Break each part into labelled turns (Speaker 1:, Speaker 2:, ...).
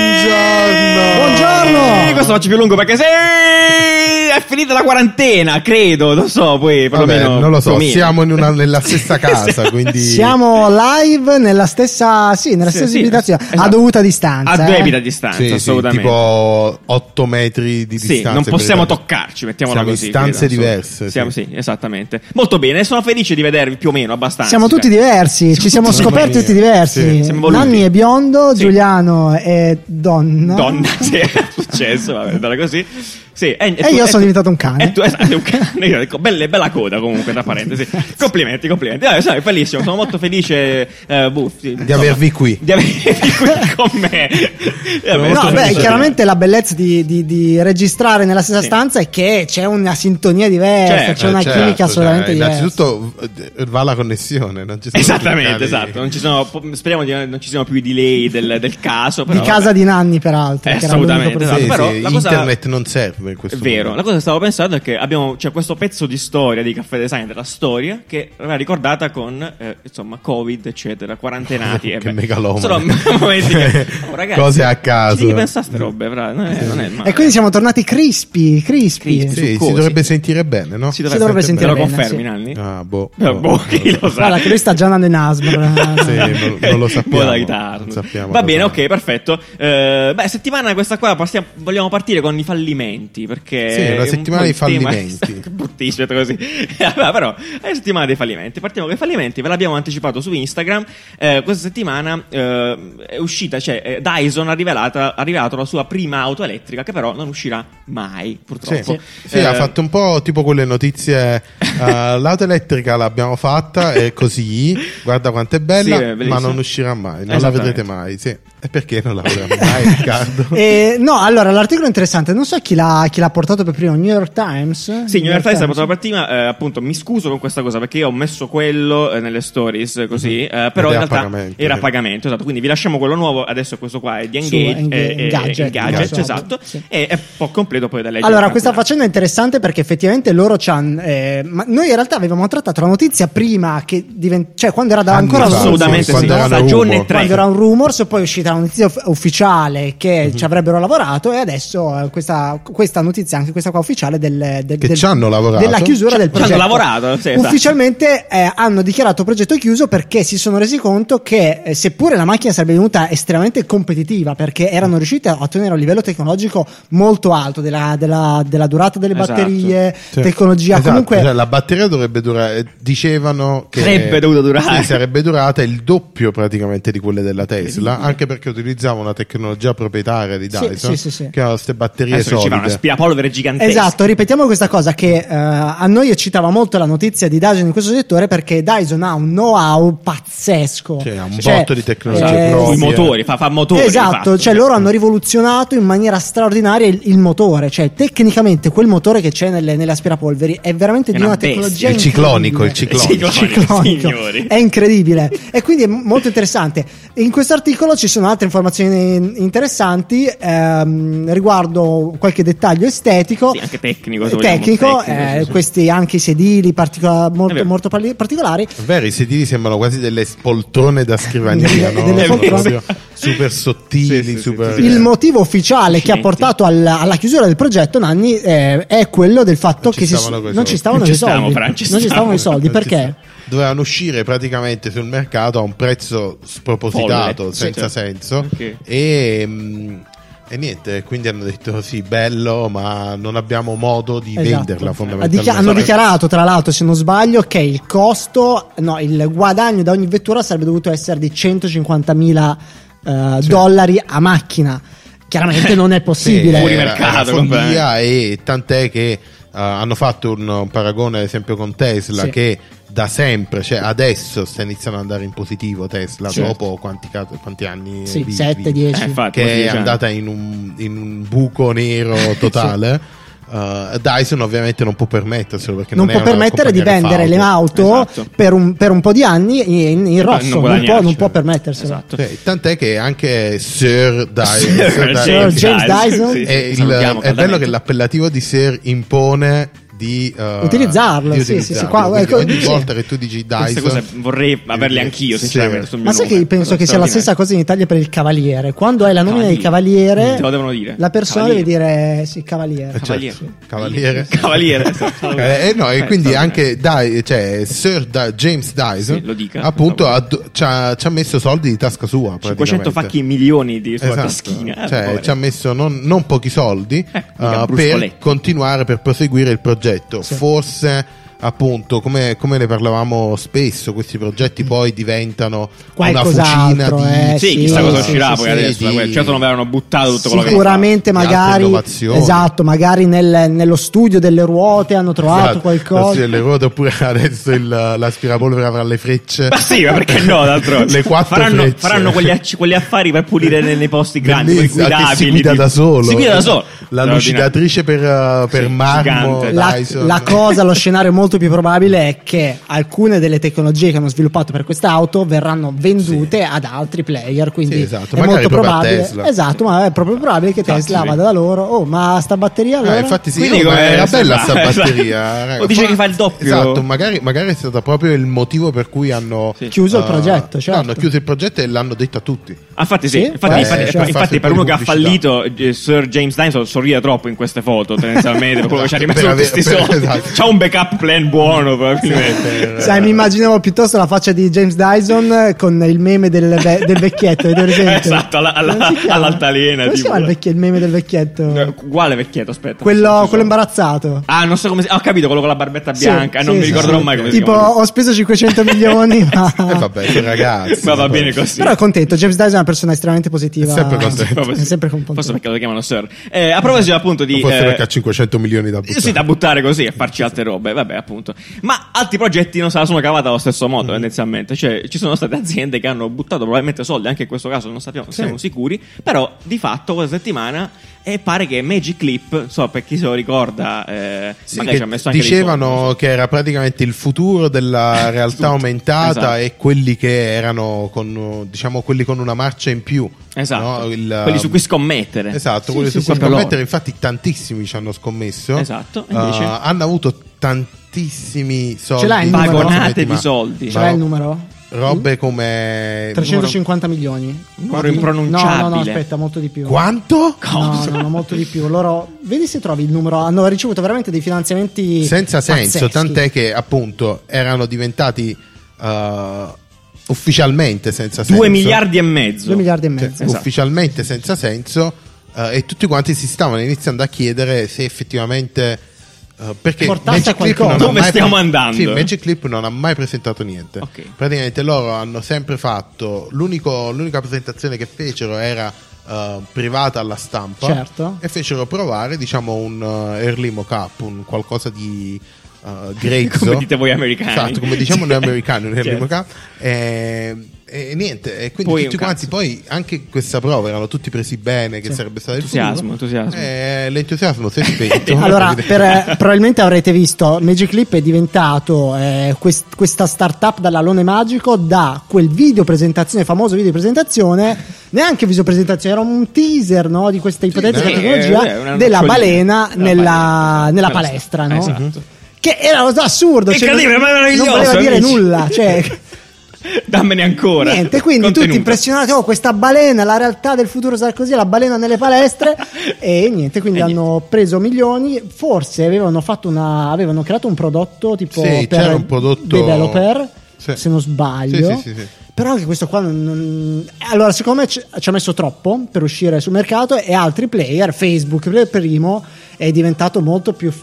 Speaker 1: Buongiorno.
Speaker 2: Buongiorno.
Speaker 3: Eh, Questo faccio più lungo perché se è finita la quarantena, credo, non so, poi
Speaker 1: Vabbè,
Speaker 3: perlomeno
Speaker 1: non lo so,
Speaker 3: più o meno.
Speaker 1: siamo in una- nella stessa casa, quindi
Speaker 2: Siamo live nella stessa, sì, nella
Speaker 3: Sì,
Speaker 2: stessa
Speaker 3: sì,
Speaker 2: abitazione,
Speaker 3: esatto.
Speaker 2: a dovuta distanza.
Speaker 3: a due
Speaker 2: eh.
Speaker 3: metri a distanza,
Speaker 1: Sì, sì,
Speaker 3: assolutamente.
Speaker 1: tipo 8 metri di
Speaker 3: Sì,
Speaker 1: distanza.
Speaker 3: non possiamo
Speaker 1: per esempio.
Speaker 3: toccarci, mettiamola
Speaker 1: Siamo in
Speaker 3: così.
Speaker 1: stanze
Speaker 3: credo, insomma.
Speaker 1: diverse, sì.
Speaker 3: Siamo, sì, esattamente. Molto bene, sono felice di vedervi più o meno abbastanza.
Speaker 2: Siamo tutti
Speaker 3: Cioè,
Speaker 2: diversi, ci siamo
Speaker 1: tutti
Speaker 2: scoperti
Speaker 1: uguali.
Speaker 2: tutti diversi.
Speaker 1: Sì,
Speaker 3: siamo voluti.
Speaker 2: Nanni è biondo,
Speaker 3: Sì.
Speaker 2: Giuliano è donna.
Speaker 3: Donna, sì, è successo, vabbè, andare così. Sì, e,
Speaker 2: E io sono diventato un cane.
Speaker 3: E tu esatto, un cane. Io dico, belle- bella coda comunque, da parentesi. complimenti, complimenti. Allora, sono felicissimo, sono molto felice eh, boh, sì,
Speaker 1: di
Speaker 3: insomma,
Speaker 1: avervi qui.
Speaker 3: di avervi qui con me. Eh, vabbè,
Speaker 2: No,
Speaker 3: sono
Speaker 2: beh,
Speaker 3: felice.
Speaker 2: chiaramente la bellezza di, di- di registrare nella stessa
Speaker 3: Sì.
Speaker 2: stanza è che c'è una sintonia diversa,
Speaker 3: Certo,
Speaker 2: c'è una
Speaker 1: Eh, certo,
Speaker 2: chimica assolutamente
Speaker 1: cioè,
Speaker 2: diversa.
Speaker 1: Innanzitutto eh, va la connessione, non ci sono
Speaker 3: Esattamente,
Speaker 1: segnali.
Speaker 3: esatto. Non ci sono, po- speriamo di non ci siano più i delay del, del caso.
Speaker 2: Di
Speaker 3: però,
Speaker 2: casa
Speaker 3: vabbè.
Speaker 2: di Nanni, peraltro.
Speaker 3: Eh,
Speaker 2: che era l'unico
Speaker 3: assolutamente,
Speaker 1: Sì,
Speaker 2: problema.
Speaker 3: esatto. Però
Speaker 1: sì,
Speaker 3: la cosa-
Speaker 1: internet non serve in questo
Speaker 3: È vero, la
Speaker 1: momento.
Speaker 3: cosa che stavo pensando è che abbiamo c'è questo pezzo di storia di caffè design della storia che era ricordata con eh, insomma Covid, eccetera, quarantenati. e
Speaker 1: Che
Speaker 3: beh,
Speaker 1: megalomani.
Speaker 3: Sono momenti che oh, ragazzi,
Speaker 1: Cose a caso.
Speaker 3: Chi pensa a ste robe, fra? Non è, non è male.
Speaker 2: E quindi siamo tornati crispi, crispi.
Speaker 3: Crispi.
Speaker 1: Sì, si
Speaker 3: succosi.
Speaker 1: dovrebbe sentire bene, no?
Speaker 3: si
Speaker 2: dovrebbe sentire
Speaker 3: Te lo
Speaker 2: bene,
Speaker 3: confermi,
Speaker 2: sì.
Speaker 3: Nanni?
Speaker 1: Ah, boh.
Speaker 3: Eh, boh, chi lo sa?
Speaker 2: Guarda che lui sta già andando in asbro.
Speaker 1: Sì, non, non lo sappiamo.
Speaker 3: Buona chitarra.
Speaker 1: Non sappiamo
Speaker 3: Va bene,
Speaker 1: cosa-
Speaker 3: ok, perfetto. Eh, beh, settimana questa qua passiamo- vogliamo partire con i fallimenti. Perché
Speaker 1: Sì, una
Speaker 3: è un
Speaker 1: settimana
Speaker 3: po'
Speaker 1: di
Speaker 3: il tema-
Speaker 1: fallimenti.
Speaker 3: Che bruttissimo, detto così. Vabbè, Però è la settimana dei fallimenti. Partiamo con i fallimenti, ve l'abbiamo anticipato su Instagram. Eh, questa settimana eh, è uscita, cioè eh, Dyson ha, rivelata- ha rivelato la sua prima auto elettrica, che però non uscirà mai,
Speaker 1: Sì,
Speaker 3: purtroppo.
Speaker 1: Sì,
Speaker 3: Eh,
Speaker 1: ha fatto un po' tipo quelle notizie. eh, l'auto elettrica l'abbiamo fatta e così. Guarda quanto è
Speaker 3: Sì,
Speaker 1: bella,
Speaker 3: è bellissima.
Speaker 1: ma non uscirà mai, non la
Speaker 3: Esattamente.
Speaker 1: vedrete mai. Sì. E perché non la vedremo mai, Riccardo?
Speaker 2: Eh, no, allora l'articolo è interessante. Non so chi l'ha, chi l'ha portato per primo. New York Times.
Speaker 3: Sì, in realtà è stata la prima, eh, appunto mi scuso con questa cosa perché io ho messo quello eh, nelle stories eh, così,
Speaker 2: Mhm.
Speaker 3: eh, però
Speaker 1: Ed
Speaker 3: in
Speaker 1: era a
Speaker 3: realtà
Speaker 1: pagamento,
Speaker 3: era a
Speaker 1: sì.
Speaker 3: pagamento, esatto, quindi vi lasciamo quello nuovo, adesso questo qua è di
Speaker 2: Su
Speaker 3: Engage,
Speaker 2: Enga-
Speaker 3: eh, eh,
Speaker 2: Engadget,
Speaker 3: Engadget,
Speaker 2: Engadget,
Speaker 3: esatto,
Speaker 2: sì.
Speaker 3: e è un po' completo poi da leggere.
Speaker 2: Allora, questa
Speaker 3: tranquillamente.
Speaker 2: faccenda è interessante perché effettivamente loro c'han. eh, ma noi in realtà avevamo trattato la notizia prima che divent- cioè quando era da-
Speaker 1: Anni
Speaker 2: ancora
Speaker 1: fa,
Speaker 3: Assolutamente sì,
Speaker 1: Quando era
Speaker 3: stagione
Speaker 1: rumor.
Speaker 3: tre.
Speaker 2: Quando era un rumors, poi è uscita la notizia uff- ufficiale che
Speaker 1: Mhm.
Speaker 2: ci avrebbero lavorato, e adesso eh, questa, questa notizia, anche questa qua ufficiale, del, del-
Speaker 1: Che
Speaker 2: del-
Speaker 1: ci hanno lavorato.
Speaker 2: della chiusura del
Speaker 3: ci hanno
Speaker 2: progetto.
Speaker 3: lavorato, sì, esatto.
Speaker 2: Ufficialmente eh, hanno dichiarato il progetto chiuso perché si sono resi conto che, eh, seppure la macchina sarebbe venuta estremamente competitiva, perché erano
Speaker 1: Mm.
Speaker 2: riusciti a ottenere un livello tecnologico molto alto della, della- della durata delle
Speaker 3: Esatto.
Speaker 2: batterie,
Speaker 1: Sì.
Speaker 2: tecnologia,
Speaker 1: Esatto,
Speaker 2: comunque.
Speaker 1: cioè, la batteria dovrebbe durare. Dicevano che
Speaker 3: Sarebbe dovuto durare.
Speaker 1: Sì, sarebbe durata il doppio praticamente di quelle della Tesla, anche perché utilizzava una tecnologia proprietaria di
Speaker 2: Sì,
Speaker 1: Dyson
Speaker 2: sì, sì, sì.
Speaker 1: che ha queste batterie
Speaker 3: Adesso che ci va
Speaker 1: solide.
Speaker 3: una spirapolvere gigantesca.
Speaker 2: Esatto, ripetiamo questa cosa che eh, a noi eccitava molto la notizia di Dyson in questo settore perché Dyson ha un know-how pazzesco.
Speaker 1: Cioè, ha un botto di eh, tecnologia
Speaker 3: Cioè,
Speaker 1: propria.
Speaker 3: I
Speaker 1: sì,
Speaker 3: motori, fa, fa motori.
Speaker 2: Eh,
Speaker 3: Eh,
Speaker 2: esatto,
Speaker 3: fatto, certo.
Speaker 2: cioè loro hanno rivoluzionato in maniera straordinaria il, il motore, cioè tecnicamente quel motore che c'è nelle, nelle aspirapolveri è veramente
Speaker 3: È
Speaker 2: di
Speaker 3: una
Speaker 2: una
Speaker 3: bestia.
Speaker 2: tecnologia
Speaker 1: Il ciclonico, il
Speaker 2: incredibile.
Speaker 1: ciclonico.
Speaker 3: Il
Speaker 2: Ciclonico.
Speaker 3: signori.
Speaker 2: È incredibile e quindi è m- molto interessante. In questo articolo ci sono altre informazioni in- interessanti ehm, riguardo qualche dettaglio estetico.
Speaker 3: Sì, anche tecnico, se vogliamo,
Speaker 2: Tecnico,
Speaker 3: tecnico,
Speaker 2: eh,
Speaker 3: sì, sì.
Speaker 2: questi anche i sedili particola- molto,
Speaker 3: vero.
Speaker 2: molto parli- particolari.
Speaker 1: È Vero, i sedili sembrano quasi delle poltrone da scrivania, no?
Speaker 2: Delle
Speaker 1: Sono
Speaker 2: poltrone.
Speaker 1: proprio super sottili,
Speaker 3: Sì, sì, sì,
Speaker 1: super...
Speaker 3: sì, sì.
Speaker 2: Il motivo ufficiale che ha
Speaker 3: Accidenti.
Speaker 2: portato alla, alla chiusura del progetto, Nanni, eh, è quello del fatto
Speaker 1: Non ci
Speaker 2: che si-
Speaker 1: stavano coi
Speaker 2: non ci
Speaker 1: soldi.
Speaker 2: stavano
Speaker 3: Non ci
Speaker 2: i soldi.
Speaker 3: stavamo, Fran,
Speaker 2: non
Speaker 3: ci
Speaker 2: ci
Speaker 3: stavamo.
Speaker 2: stavano i soldi perché?
Speaker 1: Dovevano uscire praticamente sul mercato a un prezzo spropositato,
Speaker 3: Folle, sì,
Speaker 1: senza
Speaker 3: certo.
Speaker 1: senso.
Speaker 3: Ok.
Speaker 1: E, mm, e niente, quindi hanno detto sì, bello, ma non abbiamo modo di
Speaker 2: Esatto.
Speaker 1: venderla
Speaker 2: Ha
Speaker 1: fondamentalmente.
Speaker 2: dichi- hanno dichiarato, tra l'altro, se non sbaglio, che il costo, no, il guadagno da ogni vettura sarebbe dovuto essere di 150.000 eh, dollari a macchina.
Speaker 3: Eh.
Speaker 2: Chiaramente non è possibile.
Speaker 1: Sì,
Speaker 3: Fuori
Speaker 1: era-
Speaker 3: mercato,
Speaker 1: era follia,
Speaker 3: completamente.
Speaker 1: e tant'è che eh, hanno fatto un, un paragone ad esempio con Tesla
Speaker 2: Sì.
Speaker 1: che da sempre, cioè adesso sta iniziando ad andare in positivo Tesla
Speaker 2: Certo.
Speaker 1: dopo quanti, ca- quanti anni?
Speaker 2: Sì,
Speaker 1: vivi?
Speaker 2: 7, 10.
Speaker 3: Eh, infatti,
Speaker 1: che è
Speaker 3: diciamo.
Speaker 1: andata in un, in un buco nero totale. Eh, Dyson ovviamente non può permetterselo perché
Speaker 2: non
Speaker 1: non,
Speaker 2: può
Speaker 1: è una
Speaker 2: permettere di
Speaker 1: compagnia
Speaker 2: vendere le
Speaker 1: d'auto.
Speaker 2: auto
Speaker 3: Esatto.
Speaker 2: per, un, per un po' di anni in, in rosso, non, può,
Speaker 3: guadagnarci.
Speaker 2: non può permetterselo.
Speaker 3: Esatto.
Speaker 1: Sì, Ah, tant'è che anche Sir Dyson, Sir Dyson-
Speaker 2: James Dyson.
Speaker 3: sì,
Speaker 1: è, Eh, il-
Speaker 3: salutiamo
Speaker 1: è bello
Speaker 3: caldamente.
Speaker 1: che l'appellativo di Sir impone di eh,
Speaker 2: Utilizzarlo,
Speaker 1: di
Speaker 2: sì, sì, sì,
Speaker 1: utilizzarlo.
Speaker 2: qua-
Speaker 1: Quindi
Speaker 2: ecco,
Speaker 1: ogni
Speaker 2: sì.
Speaker 1: volta che tu dici
Speaker 3: Queste
Speaker 1: Dyson, eh,
Speaker 3: cose vorrei averle anch'io,
Speaker 1: Sì.
Speaker 3: sinceramente. sul mio
Speaker 2: Ma sai
Speaker 3: nome.
Speaker 2: che penso che sia la stessa cosa in Italia per il cavaliere. Quando hai la nomina di cavaliere,
Speaker 3: Mm. Te lo devono dire.
Speaker 2: la persona
Speaker 3: Cavaliere.
Speaker 2: deve dire sì,
Speaker 1: Eh,
Speaker 2: cavaliere.
Speaker 1: certo.
Speaker 3: Cavaliere.
Speaker 1: Cavaliere.
Speaker 3: Cavaliere.
Speaker 1: Eh, eh, no, e
Speaker 3: Eh,
Speaker 1: quindi
Speaker 3: insomma,
Speaker 1: anche Dy- cioè, Sir Dy- James Dyson
Speaker 3: Sì, lo dica.
Speaker 1: appunto ha do- ci, ha, ci ha messo soldi di tasca sua
Speaker 3: 500
Speaker 1: praticamente.
Speaker 3: facchi milioni di sua
Speaker 1: Esatto.
Speaker 3: taschina. Eh,
Speaker 1: Cioè,
Speaker 3: povero.
Speaker 1: ci ha messo non, non pochi soldi
Speaker 3: mica
Speaker 1: eh, per
Speaker 3: bruscoletti.
Speaker 1: continuare, per proseguire il progetto.
Speaker 2: Sì.
Speaker 1: Forse, appunto, come, come ne parlavamo spesso, questi progetti poi diventano una
Speaker 2: Mm. Qualcos'altro,
Speaker 1: fucina di...
Speaker 2: eh,
Speaker 3: sì,
Speaker 2: sì,
Speaker 3: chissà cosa
Speaker 2: sì,
Speaker 3: uscirà
Speaker 2: sì,
Speaker 3: poi
Speaker 1: sì,
Speaker 3: adesso. da
Speaker 1: sì.
Speaker 3: quel- Certo non avevano buttato tutto quello che
Speaker 2: Sicuramente
Speaker 1: Di altre
Speaker 2: magari
Speaker 1: innovazioni.
Speaker 2: esatto, magari nel- nello studio delle ruote hanno trovato
Speaker 1: Esatto. Lo
Speaker 2: qualcosa.
Speaker 1: stile delle ruote, oppure adesso il, l'aspirapolvere avrà le frecce.
Speaker 3: Ma sì, ma perché no? D'altronde
Speaker 1: Le quattro
Speaker 3: faranno,
Speaker 1: frecce.
Speaker 3: faranno quegli, acci- quegli affari per pulire nei, nei posti grandi, quelli
Speaker 1: Bellissimo, che
Speaker 3: guidabili.
Speaker 1: si guida
Speaker 3: tipo.
Speaker 1: da solo.
Speaker 3: Si guida da solo.
Speaker 1: La lucidatrice per, uh, per
Speaker 3: Sì,
Speaker 1: marmo.
Speaker 3: gigante.
Speaker 2: La,
Speaker 1: Dyson.
Speaker 2: la cosa, lo scenario molto più probabile è che alcune delle tecnologie che hanno sviluppato per questa auto verranno vendute ad altri player. Quindi
Speaker 1: Sì, esatto,
Speaker 2: è
Speaker 1: magari
Speaker 2: molto
Speaker 1: proprio a
Speaker 2: probabile,
Speaker 1: Tesla.
Speaker 2: esatto, ma è proprio probabile che
Speaker 3: Esatto,
Speaker 2: Tesla
Speaker 3: sì.
Speaker 2: vada da loro. Oh, ma sta batteria allora?
Speaker 1: Eh, infatti sì,
Speaker 3: Quindi
Speaker 1: oh, ma
Speaker 3: come-
Speaker 1: era
Speaker 3: sì,
Speaker 1: bella
Speaker 3: ma-
Speaker 1: sta
Speaker 3: esatto.
Speaker 1: batteria. raga.
Speaker 3: O dice che fa il doppio.
Speaker 1: Esatto, magari, magari è stato proprio il motivo per cui hanno
Speaker 3: Sì.
Speaker 2: Chiuso il
Speaker 1: eh,
Speaker 2: progetto,
Speaker 1: no,
Speaker 2: certo.
Speaker 1: hanno chiuso il progetto e l'hanno detto a tutti.
Speaker 3: Ah, Infatti, sì,
Speaker 2: Sì,
Speaker 3: infatti,
Speaker 2: può
Speaker 3: infatti-
Speaker 2: essere,
Speaker 3: infatti-
Speaker 1: certo.
Speaker 3: infati per uno che ha
Speaker 1: Pubblicità.
Speaker 3: fallito, eh, Sir James Dyson sorride troppo in queste foto, tendenzialmente, per quello che ci ha
Speaker 1: Esatto,
Speaker 3: rimesso
Speaker 1: per
Speaker 3: tutti questi
Speaker 1: avere-
Speaker 3: soldi.
Speaker 1: per- esatto.
Speaker 3: C'ha un backup plan buono, probabilmente.
Speaker 1: Eh, Per-
Speaker 2: Sai, mi immaginavo piuttosto la faccia di James Dyson eh, con il meme del, ve- del vecchietto. avete presente?
Speaker 3: Esatto, alla- alla-
Speaker 2: Come si chiama?
Speaker 3: all'altalena,
Speaker 2: Come si
Speaker 3: tipo.
Speaker 2: chiama il, vecchie- il meme del vecchietto?
Speaker 3: Eh, Uguale vecchietto, aspetta.
Speaker 2: quello,
Speaker 3: Adesso-
Speaker 2: quello imbarazzato.
Speaker 3: Ah, non so come si... ah, ho capito, quello con la barbetta bianca.
Speaker 2: Sì,
Speaker 3: non
Speaker 2: sì,
Speaker 3: mi
Speaker 2: sì,
Speaker 3: ricorderò
Speaker 2: sì.
Speaker 3: mai come
Speaker 2: Tipo,
Speaker 3: si chiama.
Speaker 2: ho speso 500 milioni, ma...
Speaker 1: Eh, vabbè, che ragazzi.
Speaker 3: Ma va bene così.
Speaker 2: Però è contento, James Dyson è una persona estremamente positiva.
Speaker 1: È sempre contento.
Speaker 3: Proprio sì.
Speaker 2: È sempre contento.
Speaker 3: Forse perché lo chiamano Sir. Eh, a proposito, appunto, di.
Speaker 1: Forse
Speaker 3: eh,
Speaker 1: perché ha 500 milioni da buttare.
Speaker 3: sì, da buttare così e farci altre robe, vabbè, appunto. Ma altri progetti non se la sono cavata allo stesso modo,
Speaker 2: Mm.
Speaker 3: tendenzialmente. Cioè, ci sono state aziende che hanno buttato probabilmente soldi, anche in questo caso non sappiamo, non siamo sicuri. Però, di fatto, questa settimana eh, pare che Magic Clip, non so, per chi se lo ricorda, eh,
Speaker 1: Sì,
Speaker 3: magari
Speaker 1: che
Speaker 3: ci ha messo anche dei soldi, non
Speaker 1: dicevano
Speaker 3: so.
Speaker 1: che era praticamente il futuro della realtà
Speaker 3: Tutto,
Speaker 1: aumentata
Speaker 3: esatto.
Speaker 1: e quelli che erano con, diciamo, quelli con una marcia in più.
Speaker 3: Esatto.
Speaker 1: no? Il, um,
Speaker 3: quelli su cui scommettere.
Speaker 1: Esatto,
Speaker 3: Sì,
Speaker 1: quelli
Speaker 3: sì,
Speaker 1: su cui
Speaker 3: sì, proprio
Speaker 1: scommettere,
Speaker 3: loro.
Speaker 1: infatti tantissimi ci hanno scommesso.
Speaker 3: Esatto, e
Speaker 1: Eh,
Speaker 3: invece?
Speaker 1: hanno avuto tantissimi soldi.
Speaker 2: l'hai il
Speaker 1: in
Speaker 2: numero?
Speaker 1: questa
Speaker 3: Vagonate di
Speaker 1: settimana.
Speaker 3: soldi.
Speaker 2: Ce
Speaker 1: Ma
Speaker 2: l'hai il numero?
Speaker 1: Robe come...
Speaker 2: 350 milioni.
Speaker 3: Numero
Speaker 2: No,
Speaker 3: impronunciabile.
Speaker 2: No, no, no, aspetta, molto di più.
Speaker 1: Quanto?
Speaker 2: No, no, no, molto di più. Loro, vedi se trovi il numero. Hanno ricevuto veramente dei finanziamenti
Speaker 1: Senza senso,
Speaker 2: pazzeschi.
Speaker 1: tant'è che appunto erano diventati eh, ufficialmente senza senso.
Speaker 3: 2 miliardi e mezzo.
Speaker 2: 2 miliardi e
Speaker 1: Cioè,
Speaker 2: mezzo.
Speaker 3: Esatto.
Speaker 1: ufficialmente senza senso eh, e tutti quanti si stavano iniziando a chiedere se effettivamente eh, perché
Speaker 2: Portasse a
Speaker 1: Clip
Speaker 2: qualcosa.
Speaker 1: non ha
Speaker 3: Dove
Speaker 1: mai
Speaker 3: stiamo andando?
Speaker 1: Sì, Magic Clip non ha mai presentato niente.
Speaker 3: Ok.
Speaker 1: Praticamente loro hanno sempre fatto l'unico- l'unica presentazione che fecero era eh, privata alla stampa
Speaker 2: Certo.
Speaker 1: e fecero provare diciamo un eh, early mock-up, un qualcosa di eh, grezzo.
Speaker 3: Come dite voi americani.
Speaker 1: Esatto, come diciamo noi
Speaker 3: Cioè,
Speaker 1: americani, un early
Speaker 3: certo.
Speaker 1: mock-up. E, e niente, e quindi
Speaker 3: Poi
Speaker 1: tutti
Speaker 3: un
Speaker 1: quanti
Speaker 3: cazzo.
Speaker 1: poi anche questa prova erano tutti presi bene che
Speaker 2: Sì.
Speaker 1: sarebbe stato il
Speaker 3: Entusiasmo,
Speaker 1: futuro.
Speaker 3: entusiasmo.
Speaker 1: Eh, l'entusiasmo si è spento.
Speaker 2: Allora, per, eh, probabilmente avrete visto, Magic Clip è diventato eh, quest- questa startup dall'alone magico da quel video presentazione, famoso video presentazione, neanche video presentazione, era un teaser no, di questa ipotetica
Speaker 1: sì,
Speaker 2: tecnologia
Speaker 3: eh, una
Speaker 2: della
Speaker 3: nocciolina.
Speaker 2: balena
Speaker 3: Della
Speaker 2: nella,
Speaker 3: balena.
Speaker 2: nella
Speaker 3: Nella
Speaker 2: palestra.
Speaker 3: sta-
Speaker 2: no?
Speaker 3: esatto.
Speaker 2: Che era assurdo, cioè, non,
Speaker 3: Incredibile, ma
Speaker 2: non
Speaker 3: meraviglioso,
Speaker 2: voleva dire
Speaker 3: amici.
Speaker 2: nulla. Cioè,
Speaker 1: Eh.
Speaker 3: Dammene ancora.
Speaker 2: Niente, quindi
Speaker 3: Contenuto.
Speaker 2: tutti impressionati, oh, questa balena, la realtà del futuro sarà così, la balena nelle palestre e niente, quindi
Speaker 3: E
Speaker 2: hanno preso milioni, forse avevano fatto una avevano creato un prodotto tipo
Speaker 1: Sì,
Speaker 2: per
Speaker 1: c'era un prodotto-
Speaker 2: developer,
Speaker 1: Sì.
Speaker 2: se non sbaglio.
Speaker 1: Sì, sì, sì, sì.
Speaker 2: Però anche questo qua non- non- allora secondo me ci ci ha messo troppo per uscire sul mercato e altri player, Facebook per primo è diventato molto più f-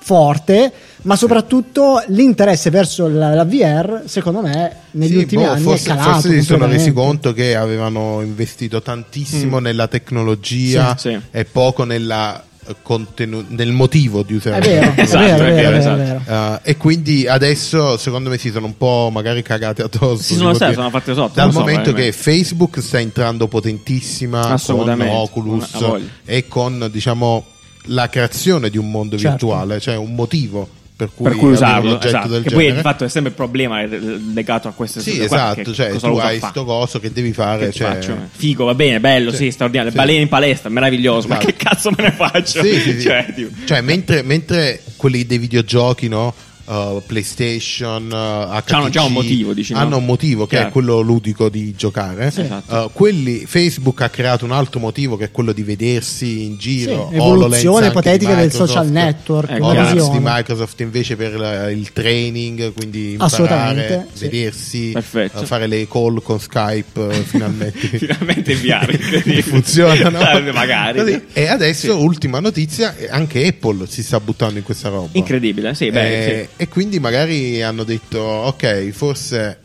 Speaker 2: forte, ma soprattutto l'interesse verso la, la VR, secondo me, negli
Speaker 1: Sì,
Speaker 2: ultimi
Speaker 1: boh,
Speaker 2: anni
Speaker 1: forse,
Speaker 2: è calato.
Speaker 1: forse si sono
Speaker 2: completamente.
Speaker 1: resi conto che avevano investito tantissimo nella tecnologia
Speaker 3: Mm. Sì, sì.
Speaker 1: e poco nella, eh, contenu- nel motivo di usare
Speaker 2: È vero,
Speaker 1: la
Speaker 2: è
Speaker 1: tecnologia.
Speaker 3: Esatto,
Speaker 2: vero,
Speaker 3: è
Speaker 2: è vero,
Speaker 3: vero,
Speaker 2: è vero.
Speaker 1: Eh, e quindi adesso secondo me si sono un po' magari cagate addosso
Speaker 3: Si sono- sì,
Speaker 1: si può dire.
Speaker 3: sono fatte sotto,
Speaker 1: dal
Speaker 3: non so,
Speaker 1: momento che
Speaker 3: veramente.
Speaker 1: Facebook sta entrando potentissima con
Speaker 3: Assolutamente,
Speaker 1: Oculus
Speaker 3: ha voglia.
Speaker 1: e con diciamo la creazione di un mondo
Speaker 2: Certo.
Speaker 1: virtuale cioè un motivo per cui,
Speaker 3: per cui
Speaker 1: avere un
Speaker 3: usarlo.
Speaker 1: oggetto
Speaker 3: Esatto.
Speaker 1: del
Speaker 3: Che poi
Speaker 1: genere.
Speaker 3: di fatto è sempre il problema eh, legato a queste
Speaker 1: Sì,
Speaker 3: cose qua,
Speaker 1: esatto,
Speaker 3: che
Speaker 1: cioè
Speaker 3: cosa
Speaker 1: tu
Speaker 3: uso a
Speaker 1: hai
Speaker 3: fa?
Speaker 1: sto coso che devi
Speaker 3: Che
Speaker 1: fare,
Speaker 3: ci
Speaker 1: cioè,
Speaker 3: faccio? Figo, va bene, bello,
Speaker 1: Sì,
Speaker 3: sì, straordinario.
Speaker 1: sì.
Speaker 3: Balene in palestra, meraviglioso. Ma
Speaker 1: Esatto.
Speaker 3: che cazzo me ne faccio?
Speaker 1: Sì, sì, sì.
Speaker 3: Cioè, tipo-
Speaker 1: Cioè, mentre, mentre quelli dei videogiochi, no? Uh, PlayStation, uh, HTC,
Speaker 3: C'hanno già un motivo, dici, no?
Speaker 1: hanno un motivo che
Speaker 3: Chiaro.
Speaker 1: è quello ludico di giocare.
Speaker 3: Sì. Esatto.
Speaker 1: Uh, quelli, Facebook ha creato un altro motivo che è quello di vedersi in giro.
Speaker 2: Sì, evoluzione
Speaker 1: HoloLens anche
Speaker 2: patetica
Speaker 1: di
Speaker 2: del
Speaker 1: Microsoft,
Speaker 2: social network,
Speaker 3: Eh,
Speaker 1: HoloLens
Speaker 2: visione.
Speaker 1: di Microsoft invece per la- il training, quindi
Speaker 2: Assolutamente,
Speaker 1: imparare,
Speaker 2: sì.
Speaker 1: vedersi,
Speaker 3: Perfetto.
Speaker 1: uh, fare le call con Skype uh, finalmente.
Speaker 3: Finalmente inviare, incredibile.
Speaker 1: funzionano.
Speaker 3: Sarebbe magari.
Speaker 1: Così. E adesso,
Speaker 3: Sì.
Speaker 1: ultima notizia, eh, anche Apple si sta buttando in questa roba.
Speaker 3: Incredibile, sì, beh,
Speaker 1: Eh,
Speaker 3: sì.
Speaker 1: E quindi magari hanno detto, ok, forse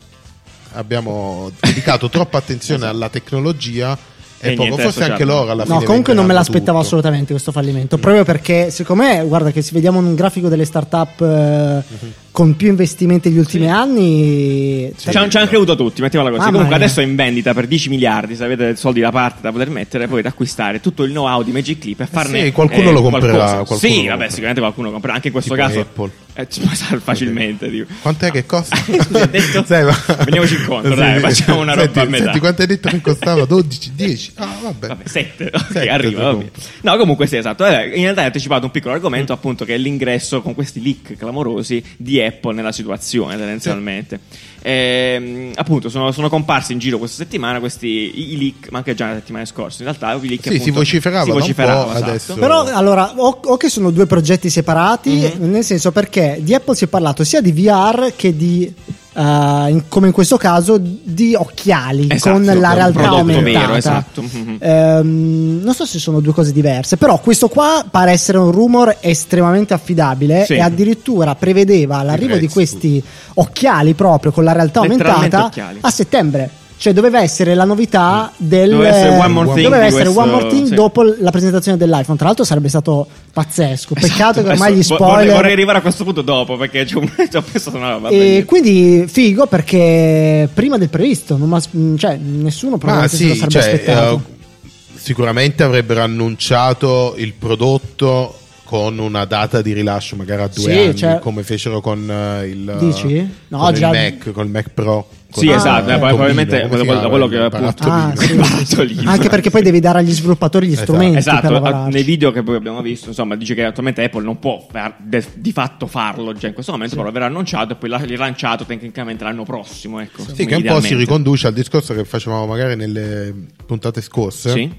Speaker 1: abbiamo dedicato troppa attenzione
Speaker 3: Esatto.
Speaker 1: alla tecnologia
Speaker 3: E
Speaker 1: e, poco,
Speaker 3: niente,
Speaker 1: forse
Speaker 3: adesso
Speaker 1: anche
Speaker 3: c'hanno.
Speaker 1: loro alla fine
Speaker 2: No, comunque non me
Speaker 1: venderanno
Speaker 2: l'aspettavo
Speaker 1: tutto.
Speaker 2: assolutamente questo fallimento. Proprio perché, secondo me, guarda, che se vediamo un grafico delle start-up eh, con più investimenti negli ultimi
Speaker 3: Sì.
Speaker 2: anni.
Speaker 1: Mhm. Sì.
Speaker 2: cioè,
Speaker 3: Ci hanno ci hanno creduto tutti, mettiamola così.
Speaker 2: Mamma
Speaker 3: Comunque
Speaker 2: mia.
Speaker 3: adesso è in vendita per 10 miliardi, se avete soldi da parte da poter mettere, poi da acquistare tutto il know-how di Magic Clip e farne
Speaker 1: sì, qualcuno
Speaker 3: eh,
Speaker 1: lo comprerà,
Speaker 3: qualcosa.
Speaker 1: qualcuno
Speaker 3: sì,
Speaker 1: lo
Speaker 3: vabbè,
Speaker 1: comprerà.
Speaker 3: sicuramente qualcuno comprerà, anche in questo
Speaker 1: Tipo
Speaker 3: caso
Speaker 1: Apple.
Speaker 3: Eh, ci può stare facilmente, tipo.
Speaker 1: Quant'è che costa?
Speaker 3: Scusi, ha detto-
Speaker 1: Sai, ma-
Speaker 3: Veniamoci incontro,
Speaker 1: Sì,
Speaker 3: dai,
Speaker 1: sì.
Speaker 3: facciamo una
Speaker 1: Senti,
Speaker 3: roba a metà.
Speaker 1: Senti, quanto hai detto che costava? 12, 10? Ah, vabbè.
Speaker 3: Vabbè, 7, ok,
Speaker 1: Sette,
Speaker 3: arriva.
Speaker 1: sì,
Speaker 3: va
Speaker 1: comunque.
Speaker 3: bene. No, comunque sì, esatto. Vabbè, in realtà hai anticipato un piccolo argomento,
Speaker 1: Mm.
Speaker 3: appunto, che è l'ingresso con questi leak clamorosi di Apple nella situazione, tendenzialmente. Ehm, appunto, sono, sono comparsi in giro questa settimana questi i, i leak, ma anche già la settimana scorsa. In realtà, i leak
Speaker 1: Sì,
Speaker 3: appunto,
Speaker 1: si vociferava
Speaker 3: si
Speaker 1: da un
Speaker 3: vociferava,
Speaker 1: po',
Speaker 3: esatto.
Speaker 1: adesso-
Speaker 2: Però allora, o, o che sono due progetti separati,
Speaker 3: Mhm.
Speaker 2: nel senso perché di Apple si è parlato sia di VR che di, eh, in- come in questo caso, di occhiali
Speaker 3: Esatto,
Speaker 2: con la
Speaker 1: un
Speaker 2: realtà
Speaker 1: prodotto vero,
Speaker 2: aumentata.
Speaker 3: esatto.
Speaker 1: Mm-hmm.
Speaker 3: Mhm.
Speaker 2: Ehm, non so se sono due cose diverse, però questo qua pare essere un rumor estremamente affidabile
Speaker 3: Sì.
Speaker 2: e addirittura prevedeva l'arrivo di
Speaker 1: prezzo.
Speaker 2: questi occhiali proprio con la realtà
Speaker 3: Letteralmente
Speaker 2: aumentata
Speaker 3: occhiali. Mm.
Speaker 2: a settembre. Cioè doveva essere la novità del...
Speaker 3: Doveva essere One More Thing
Speaker 2: doveva
Speaker 3: di
Speaker 2: essere
Speaker 3: questo-
Speaker 2: One More Thing
Speaker 3: sì.
Speaker 2: dopo la presentazione dell'iPhone. Tra l'altro sarebbe stato pazzesco. Peccato
Speaker 3: Esatto,
Speaker 2: che ormai gli
Speaker 3: adesso vo- Vorrei,
Speaker 2: spoiler...
Speaker 3: vorrei arrivare a questo punto dopo, perché ci ho ci ho pensato una roba.
Speaker 2: e quindi figo perché prima del previsto, non ma- mh, cioè, nessuno
Speaker 1: Ma
Speaker 2: probabilmente se lo
Speaker 1: sì,
Speaker 2: sarebbe
Speaker 1: cioè,
Speaker 2: aspettato.
Speaker 1: eh, sicuramente avrebbero annunciato il prodotto con una data di rilascio, magari a due
Speaker 2: Sì,
Speaker 1: anni,
Speaker 2: cioè-
Speaker 1: come fecero con eh, il,
Speaker 2: Dici? No,
Speaker 1: con il
Speaker 2: già-
Speaker 1: Mac, col Mac Pro.
Speaker 3: Sì,
Speaker 1: con,
Speaker 3: esatto,
Speaker 1: eh,
Speaker 3: eh, poi
Speaker 1: Tomino,
Speaker 3: probabilmente
Speaker 1: come si
Speaker 3: quello-
Speaker 1: chiama?
Speaker 3: quello che
Speaker 1: Il
Speaker 3: appunto-
Speaker 1: barattolino.
Speaker 2: Ah, sì.
Speaker 3: Bartolino.
Speaker 2: Anche perché poi devi dare agli sviluppatori gli
Speaker 1: Esatto.
Speaker 2: strumenti per
Speaker 3: Esatto, a-
Speaker 2: lavorarci.
Speaker 3: nei video che poi abbiamo visto, insomma, dice che attualmente Apple non può far- de- di fatto farlo già in questo momento, però verrà annunciato e poi la- rilanciato tecnicamente l'anno prossimo, ecco.
Speaker 1: Sì, che un po' si riconduce al discorso che facevamo magari nelle puntate scorse,
Speaker 3: Sì.